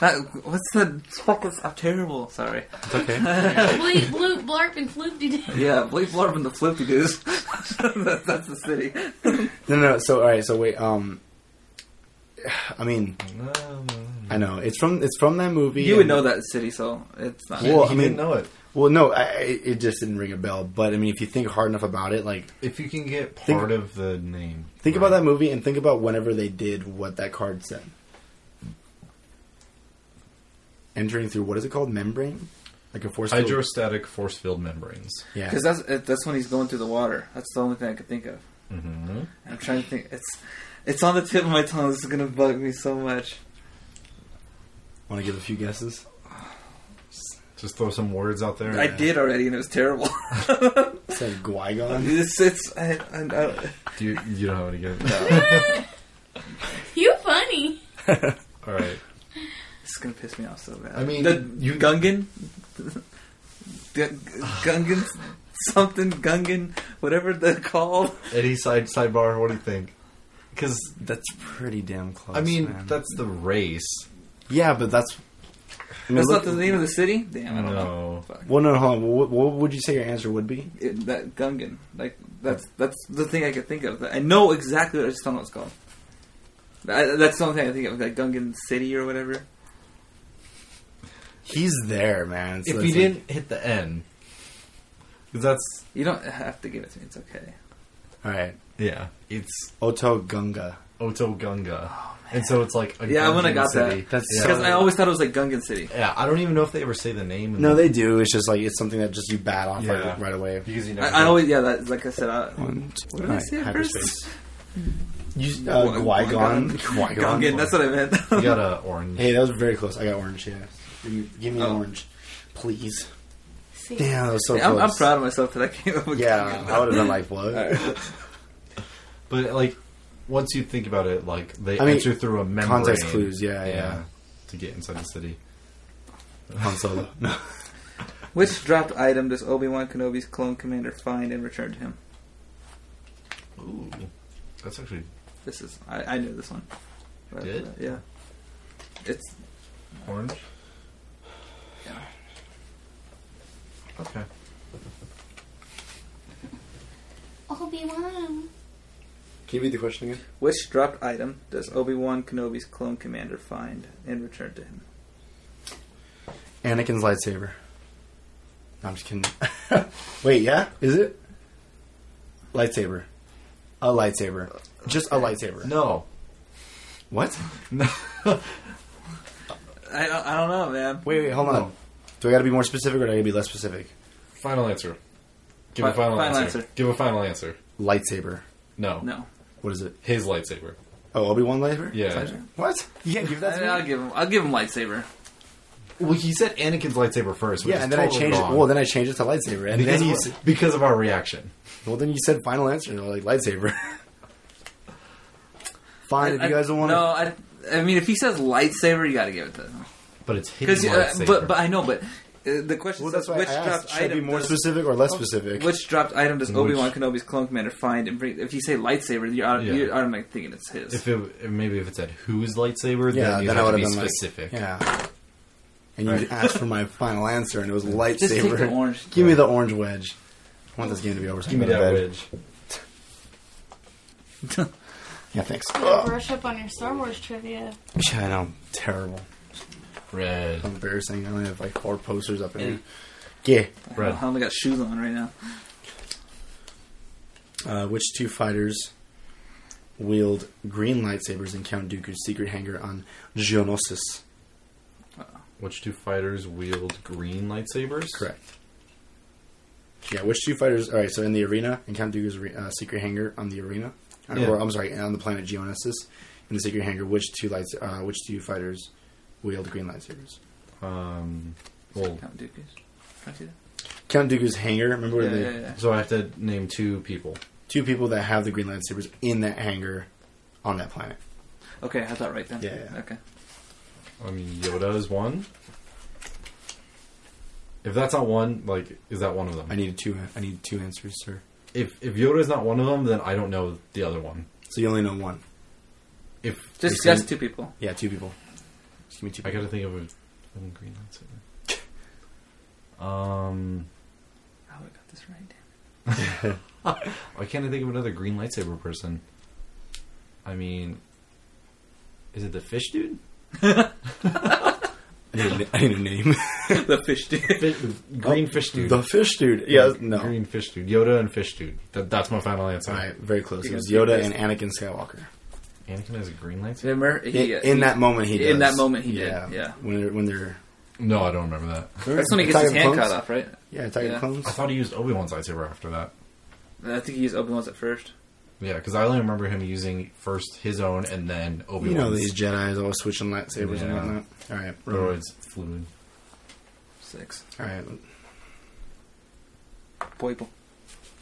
Speaker 4: not, what's the fucking? I'm terrible. Sorry.
Speaker 1: It's okay.
Speaker 3: Bleep, bloop, blarp, and floop de
Speaker 4: Yeah, Blake Blorb and the Flippy Dudes. that's, that's the city.
Speaker 1: no, no, no. So all right. So wait. Um. I mean, I know it's from it's from that movie.
Speaker 4: You would
Speaker 1: and-
Speaker 4: know that city, so it's not.
Speaker 1: Well,
Speaker 2: he
Speaker 1: I mean-
Speaker 2: didn't know it.
Speaker 1: Well, no, I, I- it just didn't ring a bell. But I mean, if you think hard enough about it, like
Speaker 2: If you can get
Speaker 1: Think-
Speaker 2: part of the name,
Speaker 1: think
Speaker 2: right.
Speaker 1: about that movie and think about whenever they did what that card said. Entering through what is it called? Membrane, like a force. field?
Speaker 2: Hydrostatic force field membranes.
Speaker 1: Yeah.
Speaker 4: Because that's it- that's when he's going through the water. That's the only thing I could think of.
Speaker 2: Mm-hmm.
Speaker 4: I'm trying to think. It's it's on the tip of my tongue. This is gonna bug me so much.
Speaker 1: Want to give a few guesses?
Speaker 2: Just throw some words out there.
Speaker 4: I did already, and it was terrible.
Speaker 1: Said Gwygon.
Speaker 4: it's it's I, I, I,
Speaker 2: Do you, you don't have any good.
Speaker 3: You funny.
Speaker 2: All right.
Speaker 4: it's gonna piss me off so bad.
Speaker 2: I mean,
Speaker 4: the
Speaker 2: you-
Speaker 4: Gungan, G- Gungan, something Gungan, whatever they're called.
Speaker 2: Eddie side sidebar. What do you think? Because
Speaker 1: That's pretty damn close.
Speaker 2: I mean,
Speaker 1: man.
Speaker 2: that's the race.
Speaker 1: yeah, but that's. I mean,
Speaker 4: That's
Speaker 1: look-
Speaker 4: not the name of the city. Damn, I don't know.
Speaker 2: No.
Speaker 1: Well, no, hold on. What, what would you say your answer would be?
Speaker 4: It, that Gungan, like that's that's the thing I could think of. I know exactly. What, I just don't know what it's called. I, that's the only thing I think of, like Gungan City or whatever.
Speaker 1: He's there, man. So
Speaker 2: If
Speaker 1: that's
Speaker 2: you
Speaker 1: like-
Speaker 2: didn't hit the N, 'cause that's
Speaker 4: You don't have to give it to me. It's okay.
Speaker 1: all right,
Speaker 2: yeah. It's
Speaker 1: Oto Gunga.
Speaker 2: Otogunga, and so it's like a
Speaker 4: Yeah, I
Speaker 2: Gungan
Speaker 4: wouldn't have got
Speaker 2: city.
Speaker 4: that.
Speaker 1: That's
Speaker 2: yeah.
Speaker 1: so-
Speaker 4: Because I always thought it was like Gungan City.
Speaker 2: yeah. I don't even know if they ever say the name. in
Speaker 1: No,
Speaker 2: the-
Speaker 1: they do. It's just like it's something that just you bat off
Speaker 2: Yeah.
Speaker 1: right, right away.
Speaker 2: because you know
Speaker 4: I, I always, yeah, that, like I said, I,
Speaker 1: One,
Speaker 4: What did I say at
Speaker 1: hyperspace. You, uh,
Speaker 4: Gw-
Speaker 1: Gwygon.
Speaker 4: Gwygon.
Speaker 1: Gwygon.
Speaker 4: Gungan, that's what I meant.
Speaker 2: you got a orange.
Speaker 1: Hey, that was very close. I got orange. Yeah, give me, give me an
Speaker 4: Oh.
Speaker 1: orange, please.
Speaker 3: See,
Speaker 1: Damn, that was so
Speaker 4: I'm,
Speaker 1: close.
Speaker 4: I'm proud of myself that I came up with
Speaker 1: Yeah, I would have been like, what?
Speaker 2: But like, once you think about it, like they
Speaker 1: I mean,
Speaker 2: enter through a membrane.
Speaker 1: Context clues. Yeah, yeah.
Speaker 2: To get inside the city.
Speaker 1: Han Solo. No.
Speaker 4: Which dropped item does Obi Wan Kenobi's clone commander find and return to him?
Speaker 2: Ooh, that's actually
Speaker 4: This is I, I knew this one. But,
Speaker 2: Did?
Speaker 4: uh, yeah. It's
Speaker 2: orange. Okay.
Speaker 3: Obi Wan.
Speaker 1: Can you read the question again?
Speaker 4: which dropped item does Obi Wan Kenobi's clone commander find and return to him?
Speaker 1: Anakin's lightsaber. No, I'm just kidding. Wait, yeah, is it lightsaber? A lightsaber, just a lightsaber.
Speaker 2: No.
Speaker 1: What?
Speaker 4: I don't, I don't know, man.
Speaker 1: Wait, wait, hold on.
Speaker 2: No.
Speaker 1: Do I got to be more specific or do I got to be less specific?
Speaker 2: Final answer. Give a
Speaker 4: Fi-
Speaker 2: final,
Speaker 4: final
Speaker 2: answer.
Speaker 4: answer.
Speaker 2: Give a final answer.
Speaker 1: Lightsaber.
Speaker 2: No.
Speaker 4: No,
Speaker 1: What is it?
Speaker 2: His lightsaber.
Speaker 1: Oh, Obi Wan lightsaber.
Speaker 2: Yeah.
Speaker 1: What? You can't give that
Speaker 4: I
Speaker 1: to me?
Speaker 4: will give him. I'll give him lightsaber.
Speaker 2: Well, he said Anakin's lightsaber first. Which
Speaker 1: yeah,
Speaker 2: is
Speaker 1: and then I
Speaker 2: totally
Speaker 1: changed
Speaker 2: wrong.
Speaker 1: it. Well, then I changed it to lightsaber, and
Speaker 2: because,
Speaker 1: then you.
Speaker 2: of-
Speaker 1: s-
Speaker 2: because of our reaction.
Speaker 1: Well, then you said final answer, and I was like lightsaber. Fine, if
Speaker 4: I-
Speaker 1: you guys don't want
Speaker 4: No,
Speaker 1: to.
Speaker 4: I. I mean, if he says lightsaber, you got to give it to him.
Speaker 2: But it's his
Speaker 4: Because,
Speaker 2: lightsaber.
Speaker 4: uh, but but I know, but uh, the question
Speaker 1: Well,
Speaker 4: is
Speaker 1: that's why
Speaker 4: which
Speaker 1: I asked.
Speaker 4: dropped
Speaker 1: Should I be
Speaker 4: item
Speaker 1: more
Speaker 4: does, Oh,
Speaker 1: specific or less specific?
Speaker 4: which dropped item does
Speaker 2: Which-
Speaker 4: Obi Wan Kenobi's clone commander find and bring? If you say lightsaber, you're, auto-
Speaker 2: Yeah.
Speaker 4: you're automatically thinking it's his.
Speaker 2: if it, maybe if it said whose lightsaber,
Speaker 1: yeah,
Speaker 2: then
Speaker 1: then,
Speaker 2: you
Speaker 1: I
Speaker 2: have
Speaker 1: would
Speaker 2: to
Speaker 1: have
Speaker 2: be
Speaker 1: been
Speaker 2: specific.
Speaker 1: Like, yeah. And you asked for my final answer, and it was lightsaber.
Speaker 4: Just take the orange.
Speaker 1: Give me the orange wedge. I want this game to be over. so
Speaker 2: Give me
Speaker 1: I'm going to
Speaker 2: that
Speaker 1: bed.
Speaker 2: wedge.
Speaker 1: Yeah, thanks.
Speaker 3: Gotta brush up on your Star Wars trivia.
Speaker 1: Yeah, I know. Terrible.
Speaker 2: Red.
Speaker 1: Embarrassing. I only have like four posters up in
Speaker 4: Yeah.
Speaker 1: here. Yeah.
Speaker 2: Red.
Speaker 4: I only got shoes on right now.
Speaker 1: Uh, which two fighters wield green lightsabers in Count Dooku's secret hangar on Geonosis?
Speaker 2: Which two fighters wield green lightsabers?
Speaker 1: Correct. Yeah, which two fighters? All right, so in the arena, in Count Dooku's re- uh, secret hangar on the arena, uh,
Speaker 2: Yeah.
Speaker 1: or I'm sorry, on the planet Geonosis, in the secret hangar, which two lights? Uh, which two fighters wield green lightsabers?
Speaker 2: Um, well,
Speaker 4: Count Dooku's. Can I see that?
Speaker 1: Count Dooku's hangar. Remember where
Speaker 4: Yeah,
Speaker 1: they?
Speaker 4: yeah, yeah.
Speaker 2: so I have to name two people.
Speaker 1: two people that have the green lightsabers in that hangar on that planet.
Speaker 4: Okay, I have that right then.
Speaker 1: Yeah, yeah.
Speaker 4: Okay.
Speaker 2: I mean, Yoda is one. If that's not one, like, is that one of
Speaker 1: I
Speaker 2: them?
Speaker 1: need two. I need two answers, sir.
Speaker 2: If if Yoda is not one of them, then I don't know the other one.
Speaker 1: So you only know one.
Speaker 2: If
Speaker 4: Just
Speaker 1: You
Speaker 4: guess
Speaker 1: can-
Speaker 4: two people.
Speaker 1: Yeah, two people. Just give me two.
Speaker 2: I
Speaker 1: People.
Speaker 2: gotta think of a fucking green lightsaber. Um,
Speaker 4: I would have got this right.
Speaker 2: why can't I think of another green lightsaber person? I mean, is it the fish dude?
Speaker 1: I need, a, na- I need a name.
Speaker 4: the fish dude.
Speaker 2: Fish, green fish dude.
Speaker 1: Oh, the fish dude. Yeah, no.
Speaker 2: Green fish dude. Yoda and fish dude. That, that's my final answer.
Speaker 1: All right, very close. It
Speaker 4: You
Speaker 1: was
Speaker 4: gotta
Speaker 1: Yoda
Speaker 4: take
Speaker 1: and Anakin Skywalker.
Speaker 2: Anakin has a green lightsaber.
Speaker 4: Remember? He,
Speaker 1: in in that moment, he
Speaker 4: in
Speaker 1: does.
Speaker 4: that moment he did,
Speaker 1: yeah.
Speaker 4: yeah.
Speaker 1: When they're when they're
Speaker 2: No, I don't remember that.
Speaker 4: That's when he gets
Speaker 1: Attack
Speaker 4: his
Speaker 1: of
Speaker 4: hand
Speaker 1: Clones?
Speaker 4: cut off, right?
Speaker 1: Yeah, Attack of
Speaker 4: Yeah.
Speaker 1: the Clones.
Speaker 2: I thought he used Obi Wan's lightsaber after that.
Speaker 4: I think he used open ones at first.
Speaker 2: Yeah, because I only remember him using first his own and then Obi
Speaker 1: You know
Speaker 2: Wan's.
Speaker 1: these Jedi's always switching lightsabers and
Speaker 2: Yeah.
Speaker 1: whatnot. All right, Roman.
Speaker 2: droids fluid.
Speaker 4: Six.
Speaker 1: All right.
Speaker 4: People.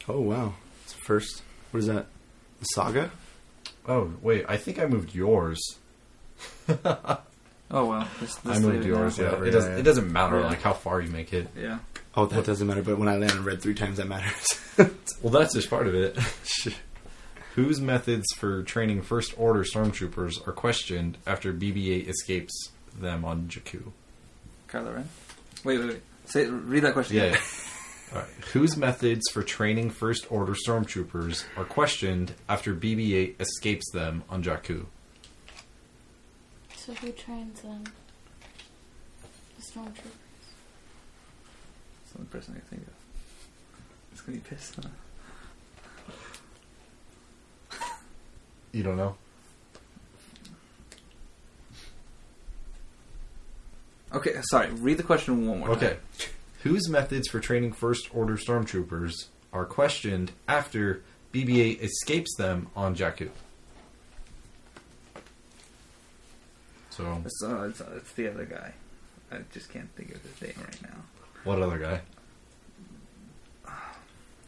Speaker 1: Oh wow, it's the first. What is that? The saga?
Speaker 2: Oh wait, I think I moved yours.
Speaker 4: Oh well. This, this
Speaker 2: I moved
Speaker 4: lady-
Speaker 2: yours. Yeah,
Speaker 1: whatever,
Speaker 2: it
Speaker 1: yeah,
Speaker 2: doesn't.
Speaker 1: yeah.
Speaker 2: It doesn't matter
Speaker 4: Yeah.
Speaker 2: like how far you make it.
Speaker 4: Yeah.
Speaker 1: Oh, that doesn't matter. But when I land on red three times, that matters.
Speaker 2: Well, that's just part of it. Whose methods for training first order stormtroopers are questioned after BB-8 escapes them on Jakku?
Speaker 4: Kylo Ren. Wait, wait, wait. Say, read that question.
Speaker 2: Yeah.
Speaker 4: again.
Speaker 2: yeah. All right. Whose methods for training first order stormtroopers are questioned after BB-8 escapes them on Jakku?
Speaker 3: So who trains them? um, The stormtrooper.
Speaker 4: It's the only person I can think of. It's gonna be pissed. Huh?
Speaker 2: You don't know.
Speaker 4: Okay, sorry. Read the question one more. time.
Speaker 2: Okay. Whose methods for training First Order stormtroopers are questioned after BB 8 escapes them on Jakku? So,
Speaker 4: It's, uh, it's, uh, it's the other guy. I just can't think of his name right now.
Speaker 2: what other guy?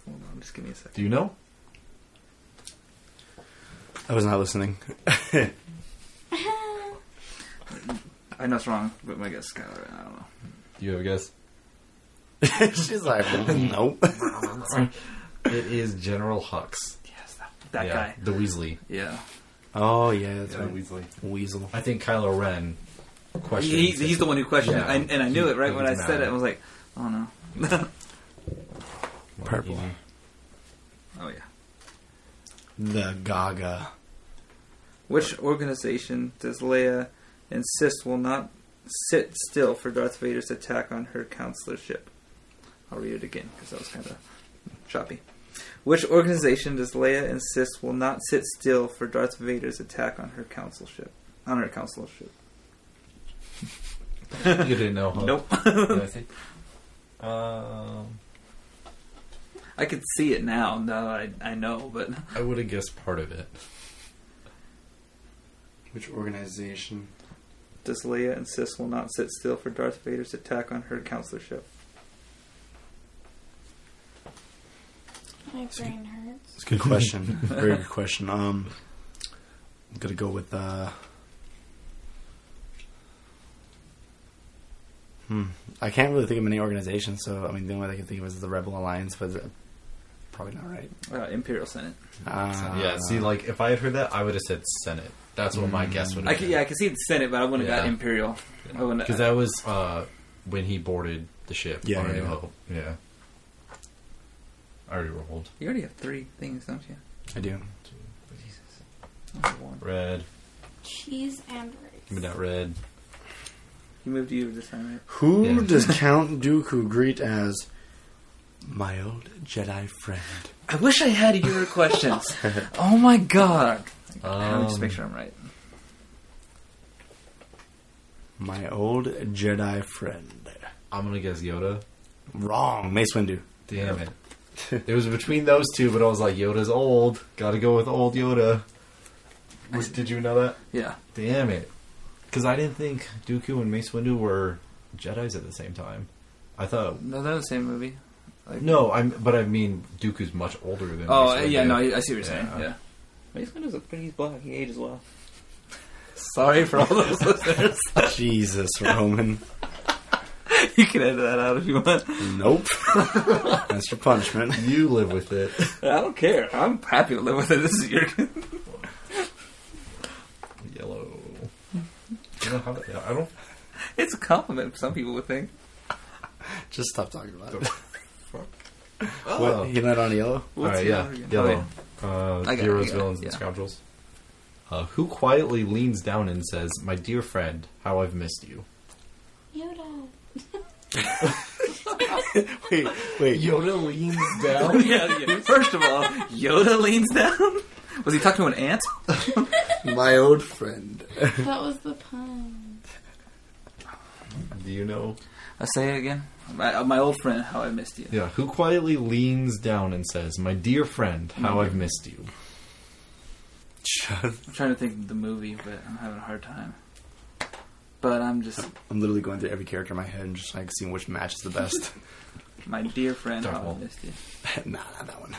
Speaker 4: Hold on, just give me a second.
Speaker 2: Do you know?
Speaker 1: I was not listening.
Speaker 4: I know it's wrong, but my guess is Kylo Ren. I don't know.
Speaker 2: Do you have a guess?
Speaker 1: She's like, nope.
Speaker 2: it is General Hux.
Speaker 4: Yes, that, that
Speaker 2: Yeah,
Speaker 4: guy.
Speaker 2: The Weasley.
Speaker 4: Yeah.
Speaker 1: Oh yeah, that's
Speaker 2: Yeah,
Speaker 1: right.
Speaker 2: Weasley.
Speaker 1: Weasel.
Speaker 2: I think Kylo Ren questioned.
Speaker 4: He, he's the one who questioned
Speaker 2: Yeah.
Speaker 4: it, I, and I knew
Speaker 2: He-
Speaker 4: it right when I
Speaker 2: he's
Speaker 4: said
Speaker 2: mad.
Speaker 4: it. I was like, oh no.
Speaker 1: Purple.
Speaker 4: Oh yeah.
Speaker 1: The Gaga.
Speaker 4: Which organization does Leia insist will not sit still for Darth Vader's attack on her counselorship? I'll read it again because that was kind of choppy. Which organization does Leia insist will not sit still for Darth Vader's attack on her counselorship? On her counselorship.
Speaker 2: You didn't know, huh?
Speaker 4: Nope.
Speaker 2: Yeah, I think- um,
Speaker 4: I could see it now. Now that I I know, but
Speaker 2: I would have guessed part of it.
Speaker 1: Which organization?
Speaker 4: does Leia insist will not sit still for Darth Vader's attack on her counselorship?
Speaker 3: My brain hurts.
Speaker 1: It's a good question. Very good question. Um, I'm gonna go with. Uh, hmm. I can't really think of many organizations, so I mean, the only one I can think of is the Rebel Alliance, but uh, probably not right.
Speaker 4: Uh, Imperial Senate.
Speaker 1: Uh,
Speaker 2: yeah, see, like, if I had heard that, I would have said Senate. That's what my guess would
Speaker 4: I
Speaker 2: have
Speaker 4: could,
Speaker 2: been.
Speaker 4: yeah, I could see the Senate, but I wouldn't have got
Speaker 2: Yeah.
Speaker 4: Imperial. I wouldn't-
Speaker 2: Because that was uh, when he boarded the ship
Speaker 1: Yeah,
Speaker 2: on A
Speaker 1: yeah,
Speaker 2: New
Speaker 1: yeah.
Speaker 2: Hope. Yeah. I already rolled.
Speaker 4: You already have three things, don't you?
Speaker 1: I do.
Speaker 4: Only one.
Speaker 2: Red.
Speaker 3: Cheese and
Speaker 2: Give me
Speaker 3: rice.
Speaker 2: that red.
Speaker 4: He moved to you this time, right?
Speaker 1: Who
Speaker 2: Yeah.
Speaker 1: does Count Dooku greet as my old Jedi friend?
Speaker 4: I wish I had your questions. oh my god. Let me just
Speaker 2: Um,
Speaker 4: make sure I'm right.
Speaker 1: My old Jedi friend.
Speaker 2: I'm going to guess Yoda.
Speaker 1: Wrong. Mace Windu.
Speaker 2: Damn it. it was between those two, but I was like, Yoda's old. Gotta go with old Yoda. Was, did you know that?
Speaker 4: Yeah.
Speaker 2: Damn it. Because I didn't think Dooku and Mace Windu were Jedi's at the same time. I thought
Speaker 4: No, they're the same movie. Like,
Speaker 2: No, I'm. But I mean, Dooku's much older than.
Speaker 6: Oh,
Speaker 2: Mace
Speaker 6: yeah,
Speaker 2: Windu.
Speaker 6: no, I I see what you're saying.
Speaker 2: Yeah.
Speaker 6: Yeah.
Speaker 4: Mace Windu's a pretty. He's black. He ages well.
Speaker 6: Sorry for all those listeners.
Speaker 1: Jesus, Roman.
Speaker 4: you can edit that out if you want.
Speaker 1: Nope. That's your punishment.
Speaker 2: You live with it.
Speaker 4: I don't care.
Speaker 6: I'm happy to live with it. This is your.
Speaker 2: Yellow. You know how that, I don't.
Speaker 4: It's a compliment. Some people would think.
Speaker 1: Just stop talking about it.
Speaker 2: Oh.
Speaker 1: What? You're not on yellow?
Speaker 2: All
Speaker 4: What's
Speaker 2: right,
Speaker 4: the
Speaker 2: yeah,
Speaker 4: other again?
Speaker 2: yellow. Uh,
Speaker 4: I got it,
Speaker 2: heroes,
Speaker 4: I got it,
Speaker 2: villains, and
Speaker 4: yeah.
Speaker 2: scoundrels. Uh, who quietly leans down and says, "My dear friend, how I've missed you."
Speaker 3: Yoda.
Speaker 1: Wait, wait.
Speaker 2: Yoda leans down.
Speaker 4: Oh, yeah, yeah. First of all, Yoda leans down. Was he talking to an ant?
Speaker 1: My old friend.
Speaker 3: That was the pun.
Speaker 2: Do you know?
Speaker 4: I say it again. My, uh, my old friend, how I missed you.
Speaker 2: Yeah. Who quietly leans down and says, "My dear friend, how I've missed you."
Speaker 1: Shut-
Speaker 4: I'm trying to think of the movie, but I'm having a hard time. But I'm just
Speaker 1: I'm literally going through every character in my head and just like seeing which match is the best.
Speaker 4: my dear friend, how
Speaker 2: Dartmouth.
Speaker 4: I missed you.
Speaker 1: nah, not that one.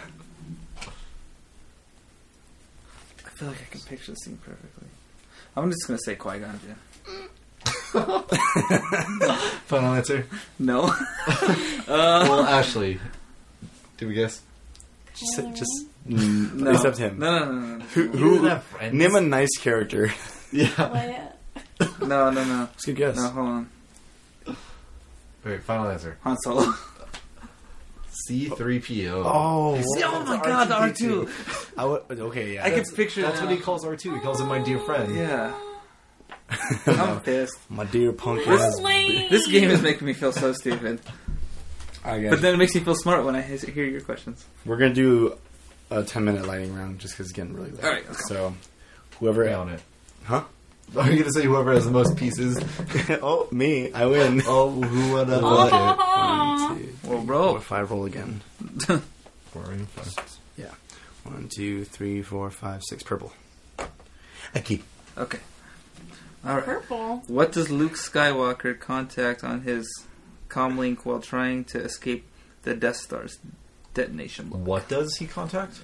Speaker 4: I feel like I can picture the scene perfectly. I'm just gonna say Qui Gon Jinn.
Speaker 2: Final answer.
Speaker 4: No, Uh,
Speaker 2: well, Ashley, do we guess?
Speaker 1: Just, just mm,
Speaker 4: no,
Speaker 1: except him.
Speaker 4: No, no, no, no,
Speaker 1: Who,
Speaker 2: doesn't
Speaker 1: who
Speaker 2: have friends.
Speaker 1: name a nice character?
Speaker 2: Yeah.
Speaker 3: Leia.
Speaker 4: no, no, no,
Speaker 1: It's a good guess.
Speaker 4: no. Hold on,
Speaker 2: All right. Final answer.
Speaker 4: Han Solo.
Speaker 2: C-3PO.
Speaker 1: Oh,
Speaker 4: oh my God, the R2.
Speaker 1: I would- okay, yeah.
Speaker 4: I can
Speaker 1: that's-
Speaker 4: picture
Speaker 2: That's
Speaker 4: that.
Speaker 2: what he calls R2. He calls him my dear friend.
Speaker 4: Yeah, I'm pissed.
Speaker 1: my dear punk ass.
Speaker 3: Slay.
Speaker 4: This game is making me feel so stupid,
Speaker 1: I guess.
Speaker 4: but then it makes me feel smart when I he- hear your questions.
Speaker 1: We're gonna do a ten minute lighting round just because it's getting really late.
Speaker 4: All right, let's
Speaker 1: so whoever
Speaker 2: Right on it.
Speaker 1: Huh?
Speaker 2: Are you gonna say whoever has the most pieces?
Speaker 1: oh, me, I win.
Speaker 2: Oh, who would have thought
Speaker 3: Oh,
Speaker 1: Two,
Speaker 4: Well,
Speaker 1: four,
Speaker 4: bro,
Speaker 1: if I roll again,
Speaker 2: it? Four and five.
Speaker 1: yeah. One, two, three, four, five, six. Purple. I keep.
Speaker 4: okay, all right.
Speaker 3: purple.
Speaker 4: What does Luke Skywalker contact on his comlink while trying to escape the Death Star's detonation blow?
Speaker 2: What does he contact?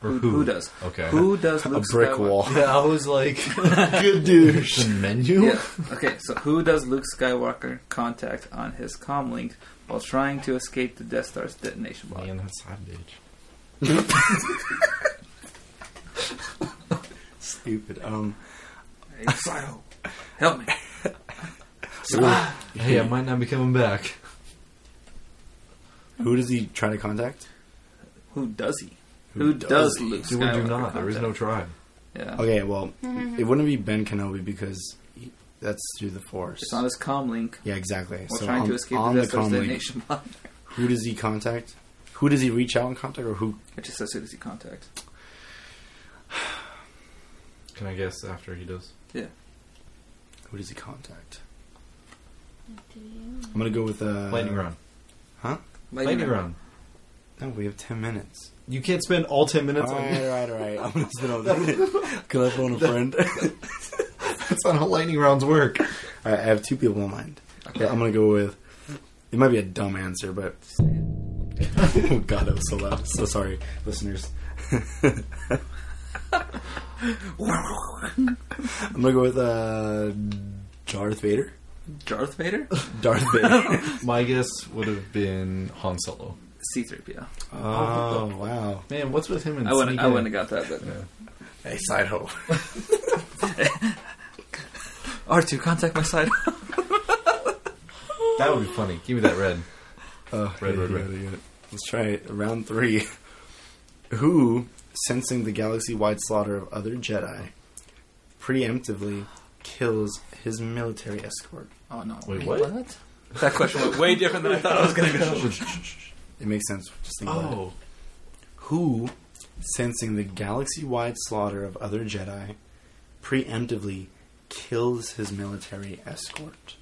Speaker 2: Or
Speaker 4: Who,
Speaker 2: who?
Speaker 4: who does?
Speaker 2: Okay.
Speaker 4: Who does Luke
Speaker 1: a brick
Speaker 4: Skywalker?
Speaker 1: wall.
Speaker 2: Yeah, I was like,
Speaker 1: Good douche.
Speaker 2: the menu.
Speaker 4: Yeah. Okay, so who does Luke Skywalker contact on his comlink while trying to escape the Death Star's detonation blow?
Speaker 2: Man, that's savage.
Speaker 1: Stupid. Um.
Speaker 4: Hey, Fido, help me.
Speaker 2: Hey, I might not be coming back.
Speaker 1: Who does he try to contact?
Speaker 4: Who does he?
Speaker 1: Who
Speaker 4: Who,
Speaker 1: does
Speaker 4: does,
Speaker 1: he?
Speaker 4: Luke
Speaker 2: Do
Speaker 4: Skywalker
Speaker 2: or do not. There is no tribe.
Speaker 4: Yeah.
Speaker 1: Okay, well, it wouldn't be Ben Kenobi because he, that's through the Force.
Speaker 4: It's on his comlink
Speaker 1: yeah, exactly.
Speaker 4: while
Speaker 1: so
Speaker 4: trying
Speaker 1: on,
Speaker 4: to escape
Speaker 1: on
Speaker 4: the
Speaker 1: the
Speaker 4: Death Star's
Speaker 1: comm link,
Speaker 4: detonation blow.
Speaker 1: who does he contact? Who does he reach out and contact, or who?
Speaker 4: It just says who does he contact?
Speaker 2: Can I guess after he does?
Speaker 1: Who does he contact? I'm gonna go with uh,
Speaker 2: Lightning round.
Speaker 4: Lightning
Speaker 2: Lightning
Speaker 4: round.
Speaker 2: round.
Speaker 1: No, we have ten minutes.
Speaker 2: You can't spend all ten minutes
Speaker 1: all
Speaker 2: on
Speaker 1: right, all right, all right. I'm gonna spin on that. Can I phone a friend?
Speaker 2: That's not how lightning rounds work.
Speaker 1: all right, I have two people in mind. Okay, I'm gonna go with. It might be a dumb answer, but oh god, that was so loud. So sorry, listeners. I'm gonna go with uh, Darth Vader.
Speaker 4: Darth Vader?
Speaker 1: Darth Vader.
Speaker 2: My guess would have been Han Solo.
Speaker 4: C3PO.
Speaker 1: oh wow!
Speaker 2: Man, what's with him and
Speaker 4: I wouldn't,
Speaker 2: sneaking
Speaker 4: I
Speaker 2: in?
Speaker 4: wouldn't have got that, but
Speaker 1: Hey, side hoe.
Speaker 4: R2, contact my side.
Speaker 2: That would be funny. Give me that red.
Speaker 1: Oh,
Speaker 2: Red, red, red.
Speaker 1: Let's try it. Round three. Who, sensing the galaxy wide slaughter of other Jedi, preemptively kills his military escort?
Speaker 4: oh no!
Speaker 2: Wait, what?
Speaker 4: That question went way different than I thought it was going to go.
Speaker 1: It makes sense. Just think about it.
Speaker 2: Oh,
Speaker 1: Who, sensing the galaxy wide slaughter of other Jedi, preemptively kills his military escort?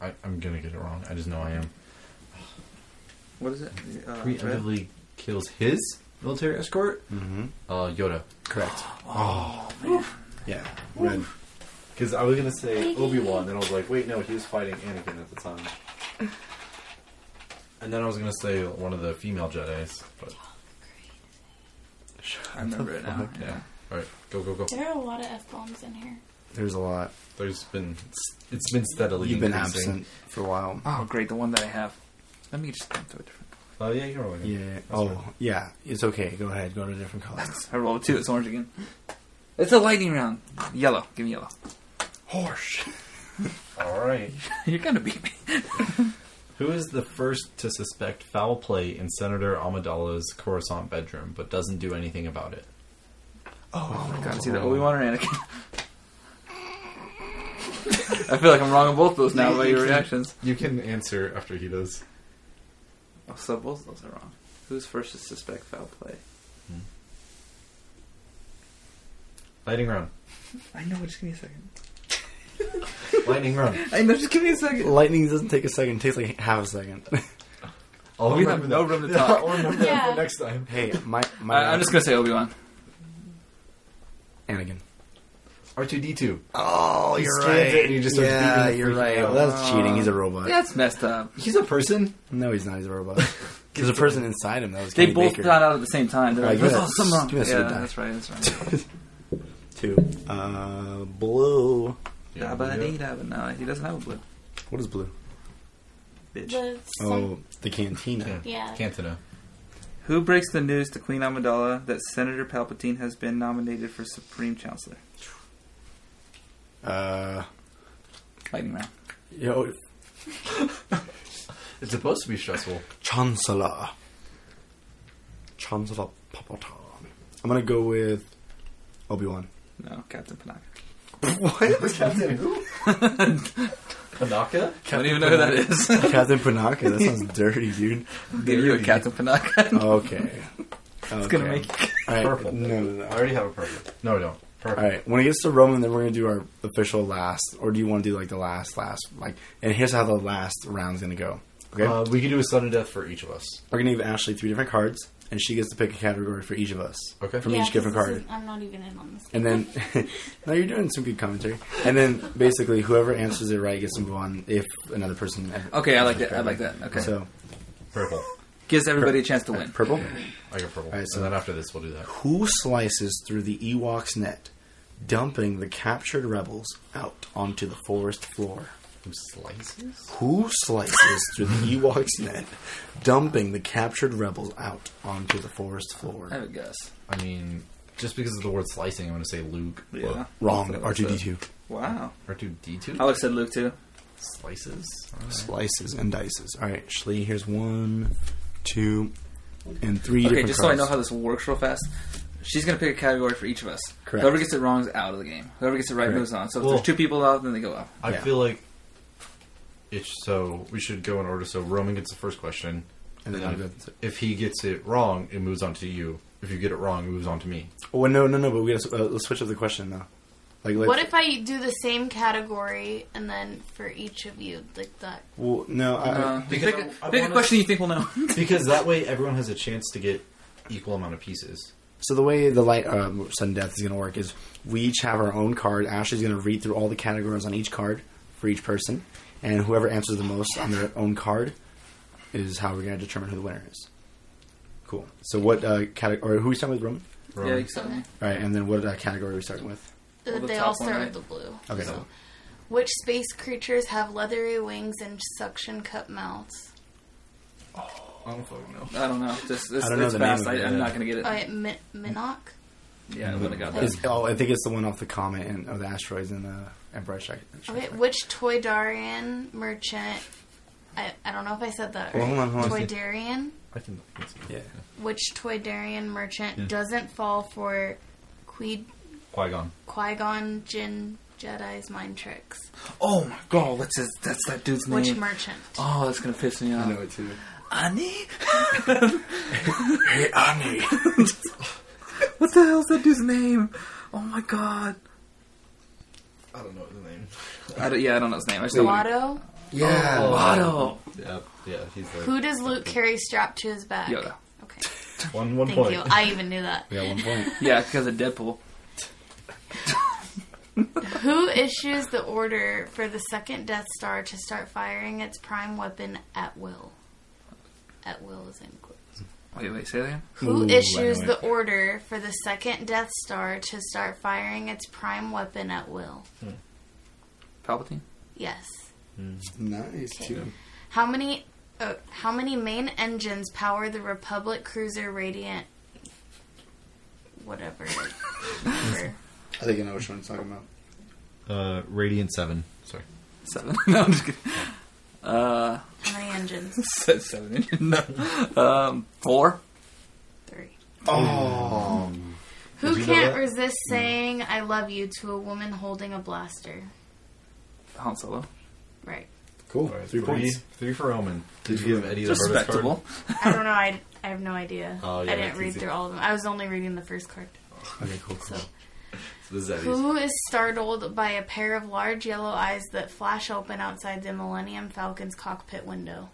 Speaker 2: I, I'm gonna get it wrong. I just know I am.
Speaker 4: What is it? Uh, red?
Speaker 2: Preemptively kills his military escort.
Speaker 1: Mm-hmm.
Speaker 2: Uh, Yoda.
Speaker 1: Correct.
Speaker 2: Oh,
Speaker 1: Yeah. Red.
Speaker 2: because I was gonna say Obi Wan, and I was like, wait, no, he was fighting Anakin at the time. And then I was gonna say one of the female Jedi's, but
Speaker 4: I remember it now.
Speaker 2: yeah. All right, go go go.
Speaker 3: There are a lot of f bombs in here.
Speaker 1: There's a lot.
Speaker 2: There's been it's been steadily.
Speaker 1: You've been
Speaker 2: increasing.
Speaker 1: absent for a while.
Speaker 4: Oh, great, the one that I have. Let me just go to a different.
Speaker 2: Oh yeah, you're rolling.
Speaker 1: Yeah. oh, yeah. It's okay. Go ahead. Go to a different color.
Speaker 4: I rolled two. It's orange again. It's a lightning round. Yellow. Give me yellow.
Speaker 1: Horse.
Speaker 2: All right.
Speaker 4: You're gonna beat me.
Speaker 2: Who is the first to suspect foul play in Senator Amidala's Coruscant bedroom, but doesn't do anything about it?
Speaker 4: Oh my god, it's either Obi Wan or Anakin. I feel like I'm wrong on both those now by your reactions.
Speaker 2: You can answer after he does.
Speaker 4: Oh, so both of those are wrong. Who's first to suspect foul play?
Speaker 2: Lightning round.
Speaker 4: I know. Just give me a second.
Speaker 2: Lightning round.
Speaker 4: I know. Just give me a second.
Speaker 1: Lightning doesn't take a second. It takes like half a second.
Speaker 2: I'll
Speaker 4: We have no room to talk.
Speaker 2: I'll remember that
Speaker 3: Yeah.
Speaker 2: for next time.
Speaker 1: hey, my my.
Speaker 4: I, I'm just gonna say Obi Wan.
Speaker 1: Anakin.
Speaker 2: R two D two.
Speaker 1: Oh,
Speaker 2: He scans it and he just starts
Speaker 1: yeah,
Speaker 2: beeping and
Speaker 1: you're
Speaker 2: freaking
Speaker 1: right. Oh.
Speaker 2: out.
Speaker 1: Well, that's cheating. He's a robot.
Speaker 4: That's messed up.
Speaker 2: He's a person.
Speaker 1: No, he's not. He's a robot. There's a person inside him. That was
Speaker 4: They
Speaker 1: Kenny
Speaker 4: both
Speaker 1: Baker.
Speaker 4: found out at the same time. They're
Speaker 1: Right, you
Speaker 4: like, "There's
Speaker 1: gotta-
Speaker 4: oh, something wrong."
Speaker 1: you gotta
Speaker 4: Yeah,
Speaker 1: sit down.
Speaker 4: that's right. That's right.
Speaker 1: two. Uh, blue.
Speaker 2: Ah,
Speaker 4: Yeah, but I need that, but no, he doesn't have a blue.
Speaker 1: What is blue?
Speaker 4: Bitch.
Speaker 3: The some,
Speaker 1: Oh, the cantina.
Speaker 2: Yeah.
Speaker 3: Yeah.
Speaker 2: Cantina.
Speaker 4: Who breaks the news to Queen Amidala that Senator Palpatine has been nominated for Supreme Chancellor?
Speaker 1: Uh,
Speaker 4: Lightning round.
Speaker 1: yo,
Speaker 2: It's supposed to be stressful.
Speaker 1: Chancellor. Chancellor Palpatine. I'm gonna go with Obi Wan.
Speaker 4: No, Captain Panaka.
Speaker 1: What?
Speaker 2: Captain who? Panaka.
Speaker 4: I don't even know who that is.
Speaker 1: Captain Panaka. That sounds dirty, dude.
Speaker 4: Give you a Captain Panaka.
Speaker 1: Okay.
Speaker 4: It's gonna make
Speaker 1: All right.
Speaker 2: Purple.
Speaker 1: No, no, no.
Speaker 2: I already have a purple. No, I don't. Purple.
Speaker 1: All right. When it gets to Roman, then we're gonna do our official last, or do you want to do like the last, last, like? And here's how the last round's gonna go. Okay.
Speaker 2: Uh, we can do a sudden death for each of us.
Speaker 1: we're gonna give Ashley three different cards, and she gets to pick a category for each of us.
Speaker 2: Okay.
Speaker 1: From
Speaker 3: yeah,
Speaker 1: each different
Speaker 3: 'cause
Speaker 1: card.
Speaker 3: this is- I'm not even in on this.
Speaker 1: And then, now you're doing some good commentary. And then basically, whoever answers it right gets to move on. If another person,
Speaker 4: Okay, I like that. I like that. Okay.
Speaker 1: So
Speaker 2: Purple.
Speaker 4: Gives everybody a chance to win.
Speaker 1: purple.
Speaker 2: I got purple.
Speaker 1: All right, so-
Speaker 2: and then after this, we'll do that.
Speaker 1: Who slices through the Ewok's net, dumping the captured rebels out onto the forest floor?
Speaker 2: Who slices?
Speaker 1: Who slices through the Ewok's net, dumping the captured rebels out onto the forest
Speaker 4: I have
Speaker 1: floor?
Speaker 4: a guess.
Speaker 2: I mean, just because of the word slicing, I'm going to say Luke.
Speaker 4: Yeah.
Speaker 1: Wrong.
Speaker 4: That's what I
Speaker 1: R two D two
Speaker 4: Wow.
Speaker 2: Or two D two
Speaker 4: I would have said Luke too.
Speaker 2: slices. All right.
Speaker 1: slices and dices. All right, Schley. Here's one, two, and three.
Speaker 4: Okay,
Speaker 1: different
Speaker 4: just so I
Speaker 1: cards.
Speaker 4: know how this works real fast. She's gonna pick a category for each of us.
Speaker 1: Correct.
Speaker 4: Whoever gets it wrong is out of the game. Whoever gets it right
Speaker 1: Correct.
Speaker 4: moves on. So if
Speaker 2: Well-
Speaker 4: there's two people out, then they go out.
Speaker 2: I
Speaker 1: Yeah.
Speaker 2: feel like it's so we should go in order. So Roman gets the first question.
Speaker 1: And then I'll
Speaker 4: Mm-hmm.
Speaker 1: go.
Speaker 2: If he gets it wrong, it moves on to you. If you get it wrong, it moves on to me.
Speaker 1: Oh no, no, no! But we gotta, uh, let's switch up the question now. Like, let's,
Speaker 3: What if I do the same category and then for each of you, like that?
Speaker 1: Well, no, I,
Speaker 4: Uh, pick
Speaker 2: because
Speaker 4: a,
Speaker 2: I- I
Speaker 4: pick a
Speaker 2: wanna-
Speaker 4: question you think we'll know.
Speaker 2: Because that way, everyone has a chance to get equal amount of pieces.
Speaker 1: so the way the light um, sudden death is gonna work is we each have our own card. Ashley's gonna read through all the categories on each card for each person, and whoever answers the most on their own card is how we're gonna determine who the winner is. Cool. So what uh, category? Or who are we starting with, Roman?
Speaker 4: yeah,
Speaker 2: Roman.
Speaker 4: you said me.
Speaker 1: All right, and then what uh, category are we starting with?
Speaker 4: Well, the
Speaker 3: they
Speaker 4: top
Speaker 3: all
Speaker 4: one,
Speaker 3: start
Speaker 4: right?
Speaker 3: with the blue.
Speaker 1: Okay.
Speaker 3: So. Which space creatures have leathery wings and suction cup mouths?
Speaker 2: I don't fucking know.
Speaker 4: I don't know. Just this,
Speaker 1: I don't know
Speaker 4: it's
Speaker 1: the name
Speaker 4: fast.
Speaker 1: of
Speaker 4: I,
Speaker 1: it, uh,
Speaker 4: I'm
Speaker 1: yeah.
Speaker 4: not gonna get it.
Speaker 3: Oh, yeah, Min- Minoc?
Speaker 4: yeah, I would have got that.
Speaker 1: Is, oh, I think it's the one off the comet and oh, the asteroids and the Empire Strike.
Speaker 3: Okay, which Toydarian merchant? I, I don't know if I said that
Speaker 1: Well,
Speaker 3: right.
Speaker 1: hold on, hold on.
Speaker 3: Toydarian?
Speaker 2: I can. I can see
Speaker 1: Yeah.
Speaker 3: Which Toydarian merchant doesn't fall for Qui
Speaker 2: Qui Gon.
Speaker 3: Gon Jinn Jedi's mind tricks?
Speaker 4: Oh my god, what's his, that's that dude's name?
Speaker 3: Which merchant?
Speaker 4: oh, that's gonna piss me off.
Speaker 1: it too.
Speaker 4: Ani?
Speaker 1: Hey, Ani.
Speaker 4: What the hell's that dude's name? Oh my god.
Speaker 2: I don't know the name.
Speaker 4: I don't- yeah, I don't know his name. I just know
Speaker 3: Watto?
Speaker 1: Yeah.
Speaker 4: Oh. Watto.
Speaker 2: Yeah, yeah, he's the
Speaker 3: Who does Luke carry strapped to his back?
Speaker 4: Yoda.
Speaker 3: Okay,
Speaker 2: one one
Speaker 3: thank
Speaker 2: point.
Speaker 3: you. I even knew that.
Speaker 1: We got one point.
Speaker 4: Yeah, because of Deadpool.
Speaker 3: Who issues the order for the second Death Star to start firing its prime weapon at will? at will is included.
Speaker 6: Wait, wait, say that again?
Speaker 1: Ooh,
Speaker 3: Who
Speaker 1: I
Speaker 3: issues
Speaker 1: know it.
Speaker 3: the order for the second Death Star to start firing its prime weapon at will?
Speaker 6: Palpatine?
Speaker 3: Yes.
Speaker 1: Nice too.
Speaker 3: How many? Uh, how many main engines power the Republic cruiser Radiant? Whatever. Or-
Speaker 1: I think I know which one I'm talking about.
Speaker 2: Uh, Radiant Seven. Sorry.
Speaker 6: Seven. no, I'm just kidding. Uh,
Speaker 3: how many engines?
Speaker 6: said seven. no. Um, four?
Speaker 3: Three.
Speaker 1: Oh,
Speaker 3: Who
Speaker 2: Did you know
Speaker 3: can't
Speaker 2: that?
Speaker 3: resist saying "I love you" to a woman holding a blaster?
Speaker 6: Mm. Han Solo.
Speaker 3: Right.
Speaker 1: cool.
Speaker 2: All right,
Speaker 1: Three points.
Speaker 2: Three for Omen. Did
Speaker 1: Three
Speaker 2: you
Speaker 1: for
Speaker 2: give Eddie the verdict
Speaker 6: Respectable.
Speaker 3: I don't know. I, I have no idea.
Speaker 2: Oh, yeah,
Speaker 3: I didn't
Speaker 2: that's
Speaker 3: read
Speaker 2: easy.
Speaker 3: through all of them. I was only reading the first card.
Speaker 1: Okay, cool, cool.
Speaker 2: card? This is Eddie's.
Speaker 3: Who is startled by a pair of large yellow eyes that flash open outside the Millennium Falcon's cockpit window?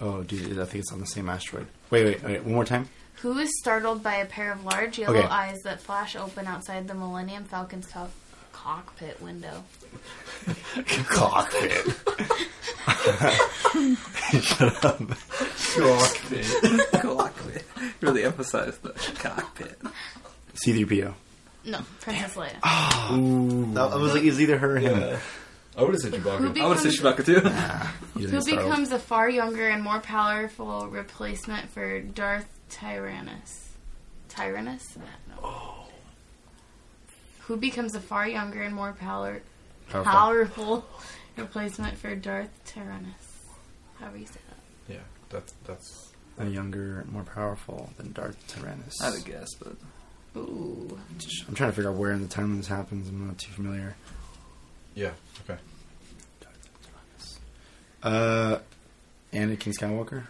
Speaker 1: Oh, dude, I think it's on the same asteroid. Wait, wait, wait. One more time.
Speaker 3: Who is startled by a pair of large yellow
Speaker 1: Okay.
Speaker 3: eyes that flash open outside the Millennium Falcon's co- cockpit window?
Speaker 1: Cockpit. Shut up.
Speaker 6: Cockpit. really emphasized the cockpit.
Speaker 1: C3PO.
Speaker 3: No, Princess Leia.
Speaker 1: That I was like, it's either her or him.
Speaker 2: I would have said
Speaker 3: Who
Speaker 2: Chewbacca.
Speaker 6: I want to say
Speaker 3: becomes,
Speaker 6: Chewbacca too.
Speaker 1: He doesn't
Speaker 3: who
Speaker 1: get Star Wars.
Speaker 3: becomes a far younger and more powerful replacement for Darth Tyrannus? Tyrannus? Oh. Who becomes a far younger and more power,
Speaker 1: Powerful.
Speaker 3: powerful replacement for Darth Tyrannus. However you say that.
Speaker 2: Yeah, that's that's.
Speaker 1: A younger, more powerful than Darth Tyrannus.
Speaker 6: I would guess, but
Speaker 3: Ooh.
Speaker 1: I'm trying to figure out where in the timeline this happens. I'm not too familiar.
Speaker 2: Yeah. Okay.
Speaker 1: Uh, Anakin Skywalker.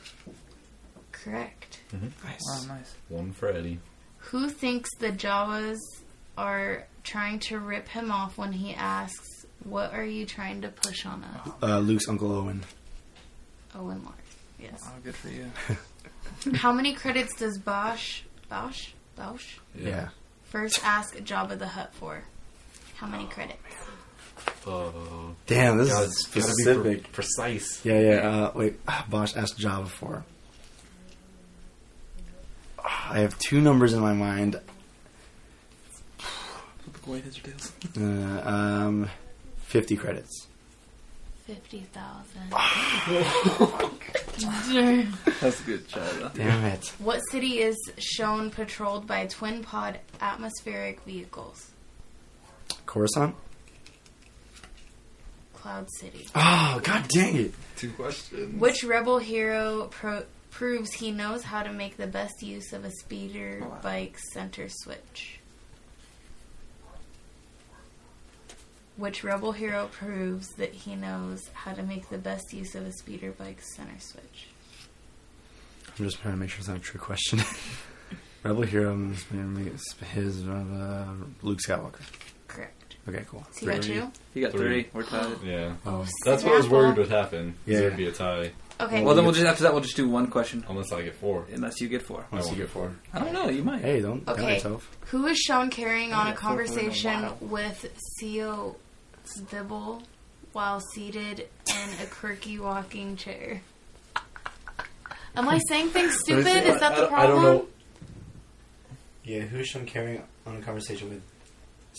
Speaker 3: Correct.
Speaker 6: oh,
Speaker 1: Nice.
Speaker 6: nice.
Speaker 2: One for Eddie.
Speaker 3: Who thinks the Jawas are trying to rip him off when he asks, What are you trying to push on us?
Speaker 1: Uh, Luke's Uncle Owen.
Speaker 3: Owen Lord. Yes.
Speaker 6: Oh, good for you.
Speaker 3: How many credits does Bosch, Bosch, Bosch
Speaker 1: Yeah.
Speaker 3: first ask Jabba the Hutt for? How many credits?
Speaker 2: Uh,
Speaker 1: Damn, this
Speaker 2: gotta,
Speaker 1: is
Speaker 2: gotta be
Speaker 1: specific.
Speaker 2: pre- precise.
Speaker 1: yeah, yeah. Uh, wait, ah, Bosch asked Java for. Ah, I have two numbers in my mind.
Speaker 6: Boy, these are deals.
Speaker 1: Uh, um, fifty credits.
Speaker 3: 50,000. Darn.
Speaker 6: That's a good try, though.
Speaker 1: Damn it.
Speaker 3: What city is shown patrolled by twin pod atmospheric vehicles?
Speaker 1: Coruscant.
Speaker 3: Cloud City.
Speaker 1: Oh, god dang it.
Speaker 2: Two questions.
Speaker 3: Which rebel hero pro- proves he knows how to make the best use of a speeder bike center switch? Which rebel hero proves that he knows how to make the best use of a speeder bike center switch?
Speaker 1: I'm just trying to make sure it's not a trick question. Rebel hero. I'm just gonna make it sp- His uh, Luke Skywalker.
Speaker 3: Correct.
Speaker 1: Okay, cool.
Speaker 3: So you got
Speaker 2: Three.
Speaker 3: two?
Speaker 6: You got
Speaker 2: Three.
Speaker 6: three. We're tied.
Speaker 2: Yeah.
Speaker 1: Oh,
Speaker 2: That's what I was worried
Speaker 3: Snapple.
Speaker 2: would happen.
Speaker 1: Yeah.
Speaker 2: Yeah. There'd be a tie.
Speaker 3: Okay.
Speaker 6: Well, then we'll just after that we'll just do one question,
Speaker 2: Unless I get four.
Speaker 6: unless you get four.
Speaker 1: What's
Speaker 2: I
Speaker 1: he
Speaker 2: won't
Speaker 1: get for?
Speaker 6: I don't know. You might.
Speaker 1: Hey, don't tell
Speaker 3: Okay.
Speaker 1: yourself.
Speaker 3: Who is shown carrying on
Speaker 6: Yeah,
Speaker 3: a
Speaker 6: four for in a
Speaker 3: conversation
Speaker 6: while.
Speaker 3: with C.O. Bibble while seated in a quirky walking chair? Am I saying things stupid? Is that the problem?
Speaker 1: Yeah, who's Sean carrying on a conversation with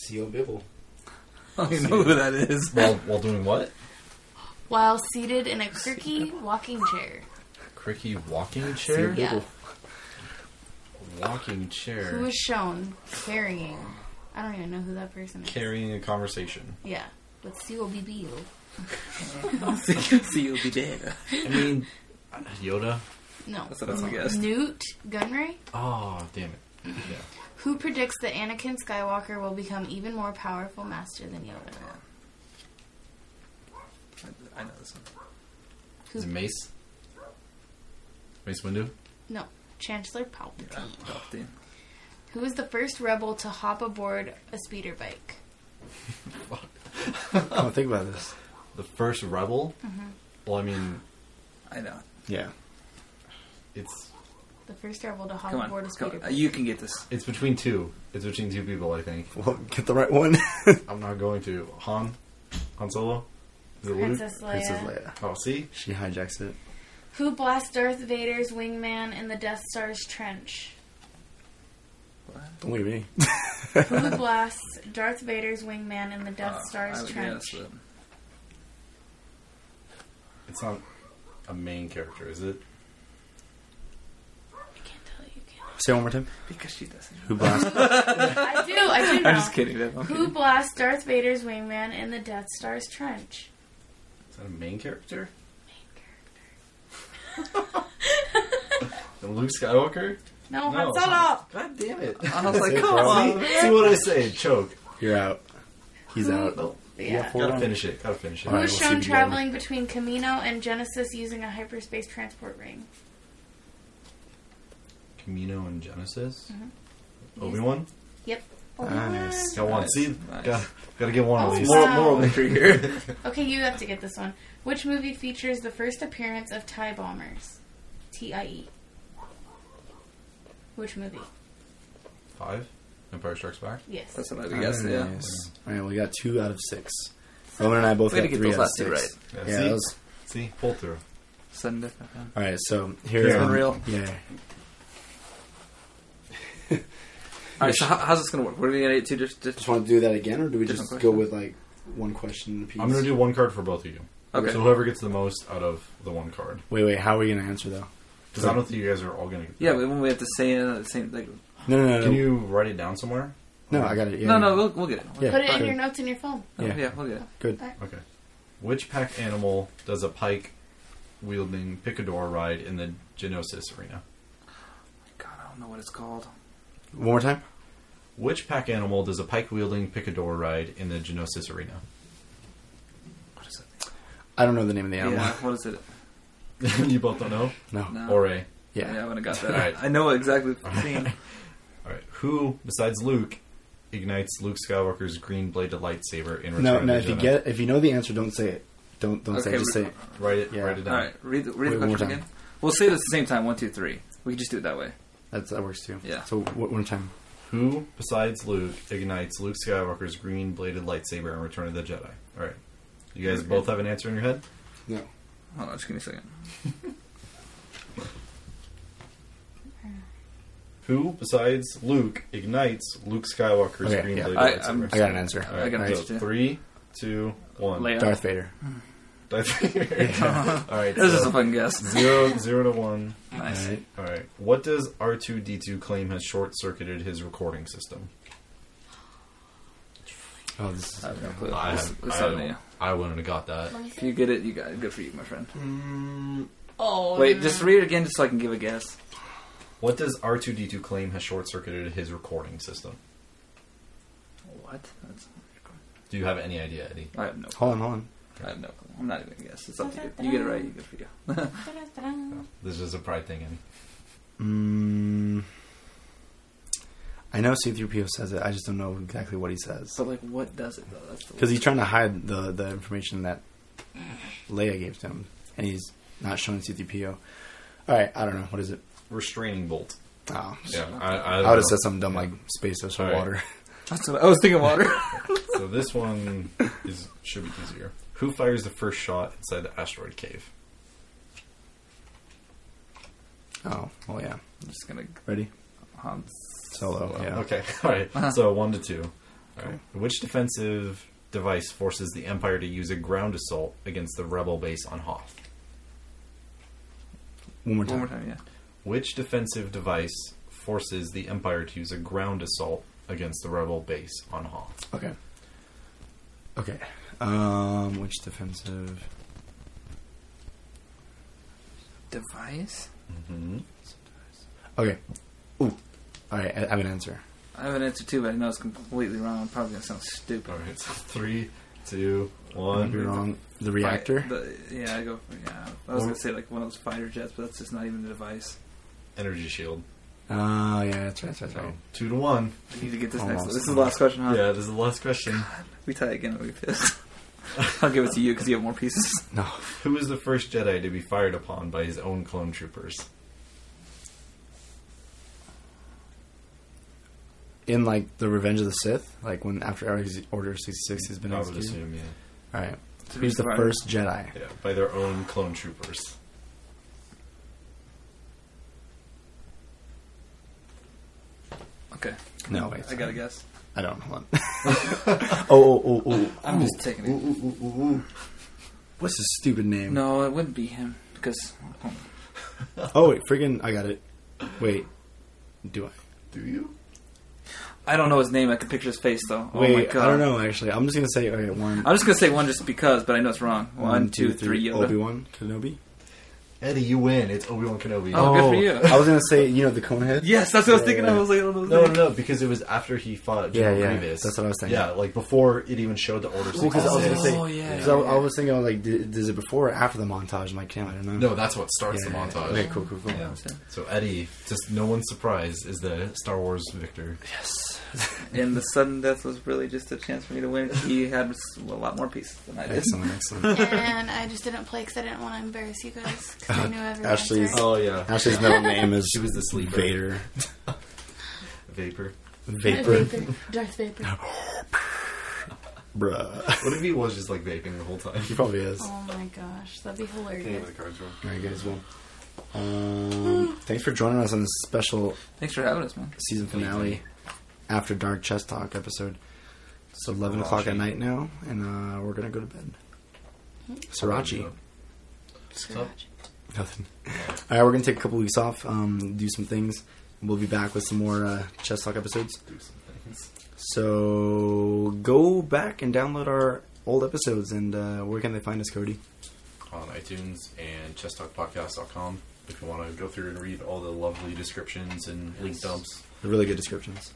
Speaker 1: C.O. Bibble?
Speaker 6: I don't even know who that is.
Speaker 2: While, while doing what?
Speaker 3: While seated in a quirky walking chair.
Speaker 2: Cricky walking chair?
Speaker 3: Yeah.
Speaker 2: Walking chair.
Speaker 3: Who is shown carrying? I don't even know who that person is.
Speaker 2: Carrying a conversation.
Speaker 3: Yeah, with C.O. Bibble.
Speaker 6: See, you'll be dead.
Speaker 2: I mean, Yoda.
Speaker 3: No.
Speaker 6: That's what I was guessed.
Speaker 3: Newt Gunray?
Speaker 2: Oh, damn it. Yeah.
Speaker 3: Who predicts that Anakin Skywalker will become even more powerful master than Yoda?
Speaker 6: I, I know this one.
Speaker 2: Is it Mace? Mace Windu?
Speaker 3: No, Chancellor Palpatine.
Speaker 6: Palpatine.
Speaker 3: Who was the first rebel to hop aboard a speeder bike?
Speaker 1: I don't think about this.
Speaker 2: The first rebel?
Speaker 3: Mm-hmm.
Speaker 2: Well, I mean,
Speaker 6: I know.
Speaker 1: Yeah.
Speaker 2: it's
Speaker 3: The first rebel to hop
Speaker 6: Come
Speaker 3: aboard
Speaker 6: on.
Speaker 3: a
Speaker 6: Come
Speaker 3: speeder
Speaker 6: on. Uh,
Speaker 3: bike.
Speaker 6: You can get this.
Speaker 2: it's between two. It's between two people, I think.
Speaker 1: Well, get the right one.
Speaker 2: I'm not going to. Han? Han Solo? Is it Luke?
Speaker 3: Princess Leia.
Speaker 1: Princess Leia.
Speaker 2: Oh, see?
Speaker 1: She hijacks it.
Speaker 3: Who blasts Darth Vader's wingman in the Death Star's trench?
Speaker 1: Don't look at me.
Speaker 3: Who blasts Darth Vader's wingman in the Death
Speaker 4: Uh, I
Speaker 3: Star's
Speaker 4: would
Speaker 3: trench?
Speaker 4: guess that-
Speaker 2: It's not a main character, is it?
Speaker 3: I can't tell you. can't.
Speaker 1: Say it one more time.
Speaker 4: Because she doesn't.
Speaker 1: Who blasts?
Speaker 3: I do. I do know.
Speaker 4: I'm just kidding. Deb, I'm
Speaker 3: Who
Speaker 4: kidding.
Speaker 3: blasts Darth Vader's wingman in the Death Star's trench?
Speaker 2: Is that a main character? The Luke Skywalker? No,
Speaker 3: No, Han
Speaker 2: it's
Speaker 3: Solo.
Speaker 2: God damn it.
Speaker 4: I was like,
Speaker 1: That's it,
Speaker 4: come
Speaker 1: bro.
Speaker 4: on.
Speaker 2: See, see what I say? Choke.
Speaker 1: You're out. He's out.
Speaker 2: Nope.
Speaker 3: Yeah.
Speaker 1: Hold
Speaker 2: Gotta
Speaker 1: on.
Speaker 2: finish it. Gotta finish it.
Speaker 1: All right,
Speaker 3: Who's
Speaker 1: we'll see
Speaker 3: shown
Speaker 1: if you
Speaker 3: traveling between Camino and Genesis using a hyperspace transport ring?
Speaker 2: Camino and Genesis?
Speaker 3: Mhm.
Speaker 2: Obi Wan?
Speaker 1: Nice.
Speaker 2: Got one.
Speaker 4: Nice,
Speaker 2: See?
Speaker 4: nice.
Speaker 2: Gotta, gotta get one
Speaker 3: Oh,
Speaker 2: of these.
Speaker 3: wow.
Speaker 4: Moral, moral victory here.
Speaker 3: Okay, you have to get this one. Which movie features the first appearance of TIE bombers? T I E. Which movie?
Speaker 2: Five? Empire Strikes Back?
Speaker 3: Yes.
Speaker 4: That's what I would guess, yeah.
Speaker 1: Nice. All right, we got two out of six. Roman and I both
Speaker 4: Way to
Speaker 1: got
Speaker 4: get
Speaker 1: three out of
Speaker 4: those last two
Speaker 1: six.
Speaker 4: right.
Speaker 1: Yeah,
Speaker 2: see?
Speaker 1: that was-
Speaker 2: see? Pull through.
Speaker 4: Sudden death. okay.
Speaker 1: all right. So here's
Speaker 2: Yeah.
Speaker 4: Unreal.
Speaker 1: Yeah,
Speaker 4: All right, so how, how's this going to work? We're going to get two just, just
Speaker 1: just want to do that again, or do we
Speaker 4: Different
Speaker 1: just go
Speaker 4: question.
Speaker 1: with like one question apiece?
Speaker 2: I'm gonna do one card for both of you.
Speaker 4: Okay.
Speaker 2: So whoever gets the most out of the one card.
Speaker 1: Wait, wait. How are we gonna answer though?
Speaker 2: Because I don't think you guys are all gonna get
Speaker 4: Yeah,
Speaker 2: that.
Speaker 4: but when we have to say it at the same like
Speaker 1: No, no, no.
Speaker 2: Can you write it down somewhere?
Speaker 1: No, I got it. Yeah,
Speaker 4: No, no, we'll, we'll get it. We'll-
Speaker 1: Yeah,
Speaker 3: Put it in
Speaker 1: good.
Speaker 3: your notes in your phone.
Speaker 1: Yeah.
Speaker 4: yeah, we'll get it.
Speaker 1: Good.
Speaker 2: Okay. Which pack animal does a pike wielding picador ride in the Genosis arena?
Speaker 4: God, I don't know what it's called.
Speaker 1: One more time.
Speaker 2: Which pack animal does a pike wielding picador ride in the Genosis arena?
Speaker 4: What is it?
Speaker 1: I don't know the name of the
Speaker 4: Yeah,
Speaker 1: animal.
Speaker 4: what is it?
Speaker 2: you both don't know?
Speaker 1: No.
Speaker 4: No.
Speaker 2: Ore.
Speaker 1: Yeah.
Speaker 4: yeah. I wouldn't have got that.
Speaker 2: All right.
Speaker 4: I know exactly what you're saying.
Speaker 2: Alright. Who, besides Luke, ignites Luke Skywalker's green bladed lightsaber in Return
Speaker 1: No,
Speaker 2: of
Speaker 1: no.
Speaker 2: the
Speaker 1: If you
Speaker 2: Jedi?
Speaker 1: get, if you know the answer, don't say it. Don't, don't say
Speaker 4: Okay,
Speaker 1: it. Just
Speaker 4: we-
Speaker 1: say it.
Speaker 2: Write it
Speaker 1: Yeah.
Speaker 2: write it down.
Speaker 4: All right, read the, read
Speaker 1: Wait,
Speaker 4: the
Speaker 1: one more
Speaker 4: question
Speaker 1: time.
Speaker 4: again. We'll say it at the same time. One, two, three. We can just do it that way.
Speaker 1: That's, that works too.
Speaker 4: Yeah.
Speaker 1: So wh- one more time.
Speaker 2: Who, besides Luke, ignites Luke Skywalker's green bladed lightsaber in Return of the Jedi? Alright. You guys both have an answer in your head?
Speaker 1: No.
Speaker 4: Hold on, just give me a second.
Speaker 2: Who, besides Luke, ignites Luke Skywalker's
Speaker 1: Okay,
Speaker 2: green
Speaker 1: yeah.
Speaker 2: bladed
Speaker 4: I-
Speaker 2: lightsaber?
Speaker 4: I'm-
Speaker 1: I got an answer.
Speaker 4: I got
Speaker 2: Alright,
Speaker 4: an
Speaker 2: so
Speaker 4: answer.
Speaker 2: Three, two, one.
Speaker 4: Leia.
Speaker 1: Darth Vader.
Speaker 2: Darth Vader. Alright,
Speaker 4: This is
Speaker 2: so
Speaker 4: a fun guess.
Speaker 2: zero, zero to one.
Speaker 4: Nice.
Speaker 1: All right.
Speaker 2: Alright. What does R2D2 claim has short circuited his recording system?
Speaker 1: Oh, this is,
Speaker 4: I have no clue.
Speaker 2: I,
Speaker 4: This-
Speaker 2: have,
Speaker 4: this
Speaker 2: I,
Speaker 4: on
Speaker 2: don't-
Speaker 4: you.
Speaker 2: I wouldn't have got that.
Speaker 3: Let me
Speaker 4: If
Speaker 3: see.
Speaker 4: you get it, you got it. Good for you, my friend.
Speaker 3: Oh.
Speaker 4: Wait, just read it again just so I can give a guess.
Speaker 2: What does R2D2 claim has short circuited his recording system?
Speaker 4: What? That's,
Speaker 2: Do you have any idea, Eddie?
Speaker 4: I have no clue.
Speaker 1: hold on, hold on.
Speaker 4: I have no clue. I'm not even going to guess. It's up to you. You get it right, you good for you.
Speaker 2: This is a pride thing, Eddie.
Speaker 1: Mm, I know C-3PO says it. I just don't know exactly what he says
Speaker 4: So, like, what does it, though? That's the
Speaker 1: because he's trying to hide the the information that Leia gave to him, and he's not showing C-3PO. All right, I don't know what is it.
Speaker 2: Restraining bolt.
Speaker 1: Oh,
Speaker 2: Yeah, I, I,
Speaker 1: I would have said something dumb like space ocean
Speaker 2: All right.
Speaker 1: water.
Speaker 4: That's what I was thinking water.
Speaker 2: So this one is should be easier. Who fires the first shot inside the asteroid cave?
Speaker 1: Oh, well, yeah.
Speaker 4: I'm just going to
Speaker 1: Ready?
Speaker 4: um,
Speaker 1: Solo. yeah.
Speaker 2: Okay. All right. So one to two. All right. Which defensive device forces the Empire to use a ground assault against the Rebel base on Hoth?
Speaker 1: One more
Speaker 4: One
Speaker 1: time.
Speaker 4: more time, yeah.
Speaker 2: Which defensive device forces the Empire to use a ground assault against the Rebel base on Hoth?
Speaker 1: Okay. Okay. Um, which defensive?
Speaker 4: Device?
Speaker 2: Mm-hmm.
Speaker 1: Okay. Ooh. All right. I, I have an answer.
Speaker 4: I have an answer too, but I know it's completely wrong. I'm probably going to sound stupid.
Speaker 2: All right. So three, two,
Speaker 1: Might
Speaker 2: one.
Speaker 1: be wrong. The reactor.
Speaker 4: Fi- the- yeah, I go. for- Yeah, I was
Speaker 1: Or-
Speaker 4: gonna say like one of those fighter jets, but that's just not even the device.
Speaker 2: Energy shield.
Speaker 1: Oh yeah, that's right. That's
Speaker 2: So
Speaker 1: right.
Speaker 2: two to one.
Speaker 4: I need to get this
Speaker 1: Almost.
Speaker 4: next. This is the last question, huh?
Speaker 2: Yeah, this is the last question.
Speaker 4: We tie again, I'll be pissed. I'll give it to you because you have more pieces.
Speaker 1: No.
Speaker 2: Who was the first Jedi to be fired upon by his own clone troopers?
Speaker 1: In like the Revenge of the Sith, like when after Order 66 has been
Speaker 2: I would
Speaker 1: executed.
Speaker 2: assume, yeah.
Speaker 1: All right.
Speaker 4: To
Speaker 1: Who's
Speaker 4: be
Speaker 1: the
Speaker 4: smart.
Speaker 1: first Jedi?
Speaker 2: Yeah, by their own clone troopers.
Speaker 4: Okay,
Speaker 1: No, wait.
Speaker 4: I gotta guess.
Speaker 1: I don't. Hold on. oh, oh, oh, oh.
Speaker 4: I'm
Speaker 1: Ooh.
Speaker 4: just taking it.
Speaker 1: Ooh, ooh, ooh, ooh, ooh. What's his stupid name?
Speaker 4: No, it wouldn't be him because
Speaker 1: Oh, wait. Friggin', I got it. Wait. Do I?
Speaker 2: Do you?
Speaker 4: I don't know his name. I can picture his face though. oh my
Speaker 1: Wait,
Speaker 4: god!
Speaker 1: I don't know, actually. I'm just going to say, okay, one.
Speaker 4: I'm just gonna say one just because, but I know it's wrong. One, two, three. Yoda.
Speaker 1: Obi Wan Kenobi.
Speaker 2: Eddie, you win. It's Obi Wan Kenobi.
Speaker 4: Oh, good for you.
Speaker 1: I was going to say, you know, the cone head?
Speaker 4: Yes, that's what I was
Speaker 1: Yeah,
Speaker 4: thinking.
Speaker 1: yeah.
Speaker 4: of. I was like, I don't know. His
Speaker 2: No,
Speaker 4: name.
Speaker 2: no, no, because it was after he fought
Speaker 1: Yeah,
Speaker 2: General
Speaker 1: yeah,
Speaker 2: Grievous.
Speaker 1: that's what I was thinking.
Speaker 2: Yeah, like before it even showed the Order
Speaker 1: Because I was going to
Speaker 2: 66.
Speaker 1: say,
Speaker 4: Oh, yeah,
Speaker 1: so
Speaker 4: yeah,
Speaker 1: I, I was thinking, I was like, did, is it before or after the montage? I'm like, damn, I don't know.
Speaker 2: No, that's what starts
Speaker 1: Yeah,
Speaker 2: the
Speaker 1: yeah,
Speaker 2: montage.
Speaker 1: Okay, cool, cool, cool.
Speaker 2: Yeah. So Eddie, just no one's surprised, is the Star Wars victor.
Speaker 1: Yes.
Speaker 4: And the sudden death was really just a chance for me to win. He had s- a lot more pieces than I did.
Speaker 1: Excellent, excellent.
Speaker 3: and I just didn't play because I didn't want to embarrass you guys. 'cause I knew every
Speaker 1: Ashley's-
Speaker 3: answer.
Speaker 2: Oh yeah,
Speaker 1: Ashley's middle name is
Speaker 2: She was the sleeper.
Speaker 1: Vader.
Speaker 2: vapor.
Speaker 1: Vapor.
Speaker 3: Vapor. Darth Vapor.
Speaker 1: Bruh.
Speaker 2: What if he was just like vaping the whole time?
Speaker 1: He probably is.
Speaker 3: Oh my gosh, that'd be hilarious.
Speaker 1: All right, guys. Well, um, thanks for joining us on this special
Speaker 4: Thanks for having us, man.
Speaker 1: season finale after dark chess talk episode. It's eleven o'clock at
Speaker 2: Sriracha. Hmm?
Speaker 1: night now, and uh, we're gonna go to bed. Sriracha.
Speaker 3: Sriracha.
Speaker 1: Nothing. All right, we're gonna take a couple weeks off, um, do some things. We'll be back with some more uh, chess talk episodes.
Speaker 2: Do some things.
Speaker 1: So go back and download our old episodes. And uh, where can they find us, Cody?
Speaker 2: on iTunes and chesstalkpodcast.com if you want to go through and read all the lovely descriptions and link dumps.
Speaker 1: The really good descriptions.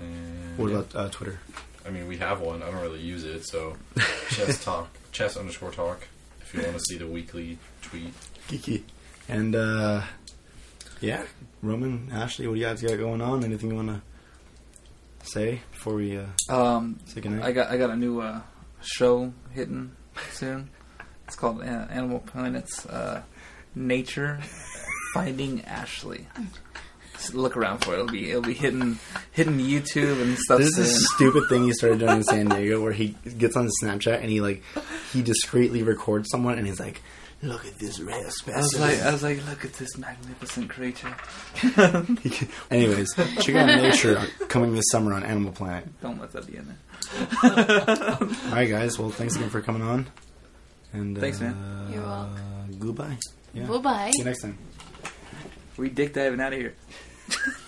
Speaker 2: And
Speaker 1: What
Speaker 2: yeah.
Speaker 1: about uh, Twitter?
Speaker 2: I mean, we have one. I don't really use it, so chess talk, chess underscore talk. If you want to see the weekly tweet,
Speaker 1: Geeky. And uh, yeah, Roman, Ashley, what do you guys got going on? Anything you want to say before we uh,
Speaker 4: Um,
Speaker 1: say goodnight?
Speaker 4: I got I got a new uh, show hitting soon. It's called uh, Animal Planet's uh, Nature Finding Ashley. Just look around for it. It'll be it'll be hitting hitting YouTube and stuff
Speaker 1: This is
Speaker 4: soon.
Speaker 1: this stupid thing he started doing in San Diego where he gets on Snapchat and he like he discreetly records someone and he's like, "Look at this rare
Speaker 4: I was
Speaker 1: specimen."
Speaker 4: like, I was like, look at this magnificent creature. uh,
Speaker 1: Anyways, check out Nature coming this summer on Animal Planet.
Speaker 4: Don't let that be in there.
Speaker 1: All right, guys. Well, thanks again for coming on. And
Speaker 4: Thanks,
Speaker 1: uh,
Speaker 4: man.
Speaker 3: You're welcome.
Speaker 1: Goodbye. Yeah.
Speaker 3: Bye bye.
Speaker 1: See you next time.
Speaker 4: We dick diving out of here.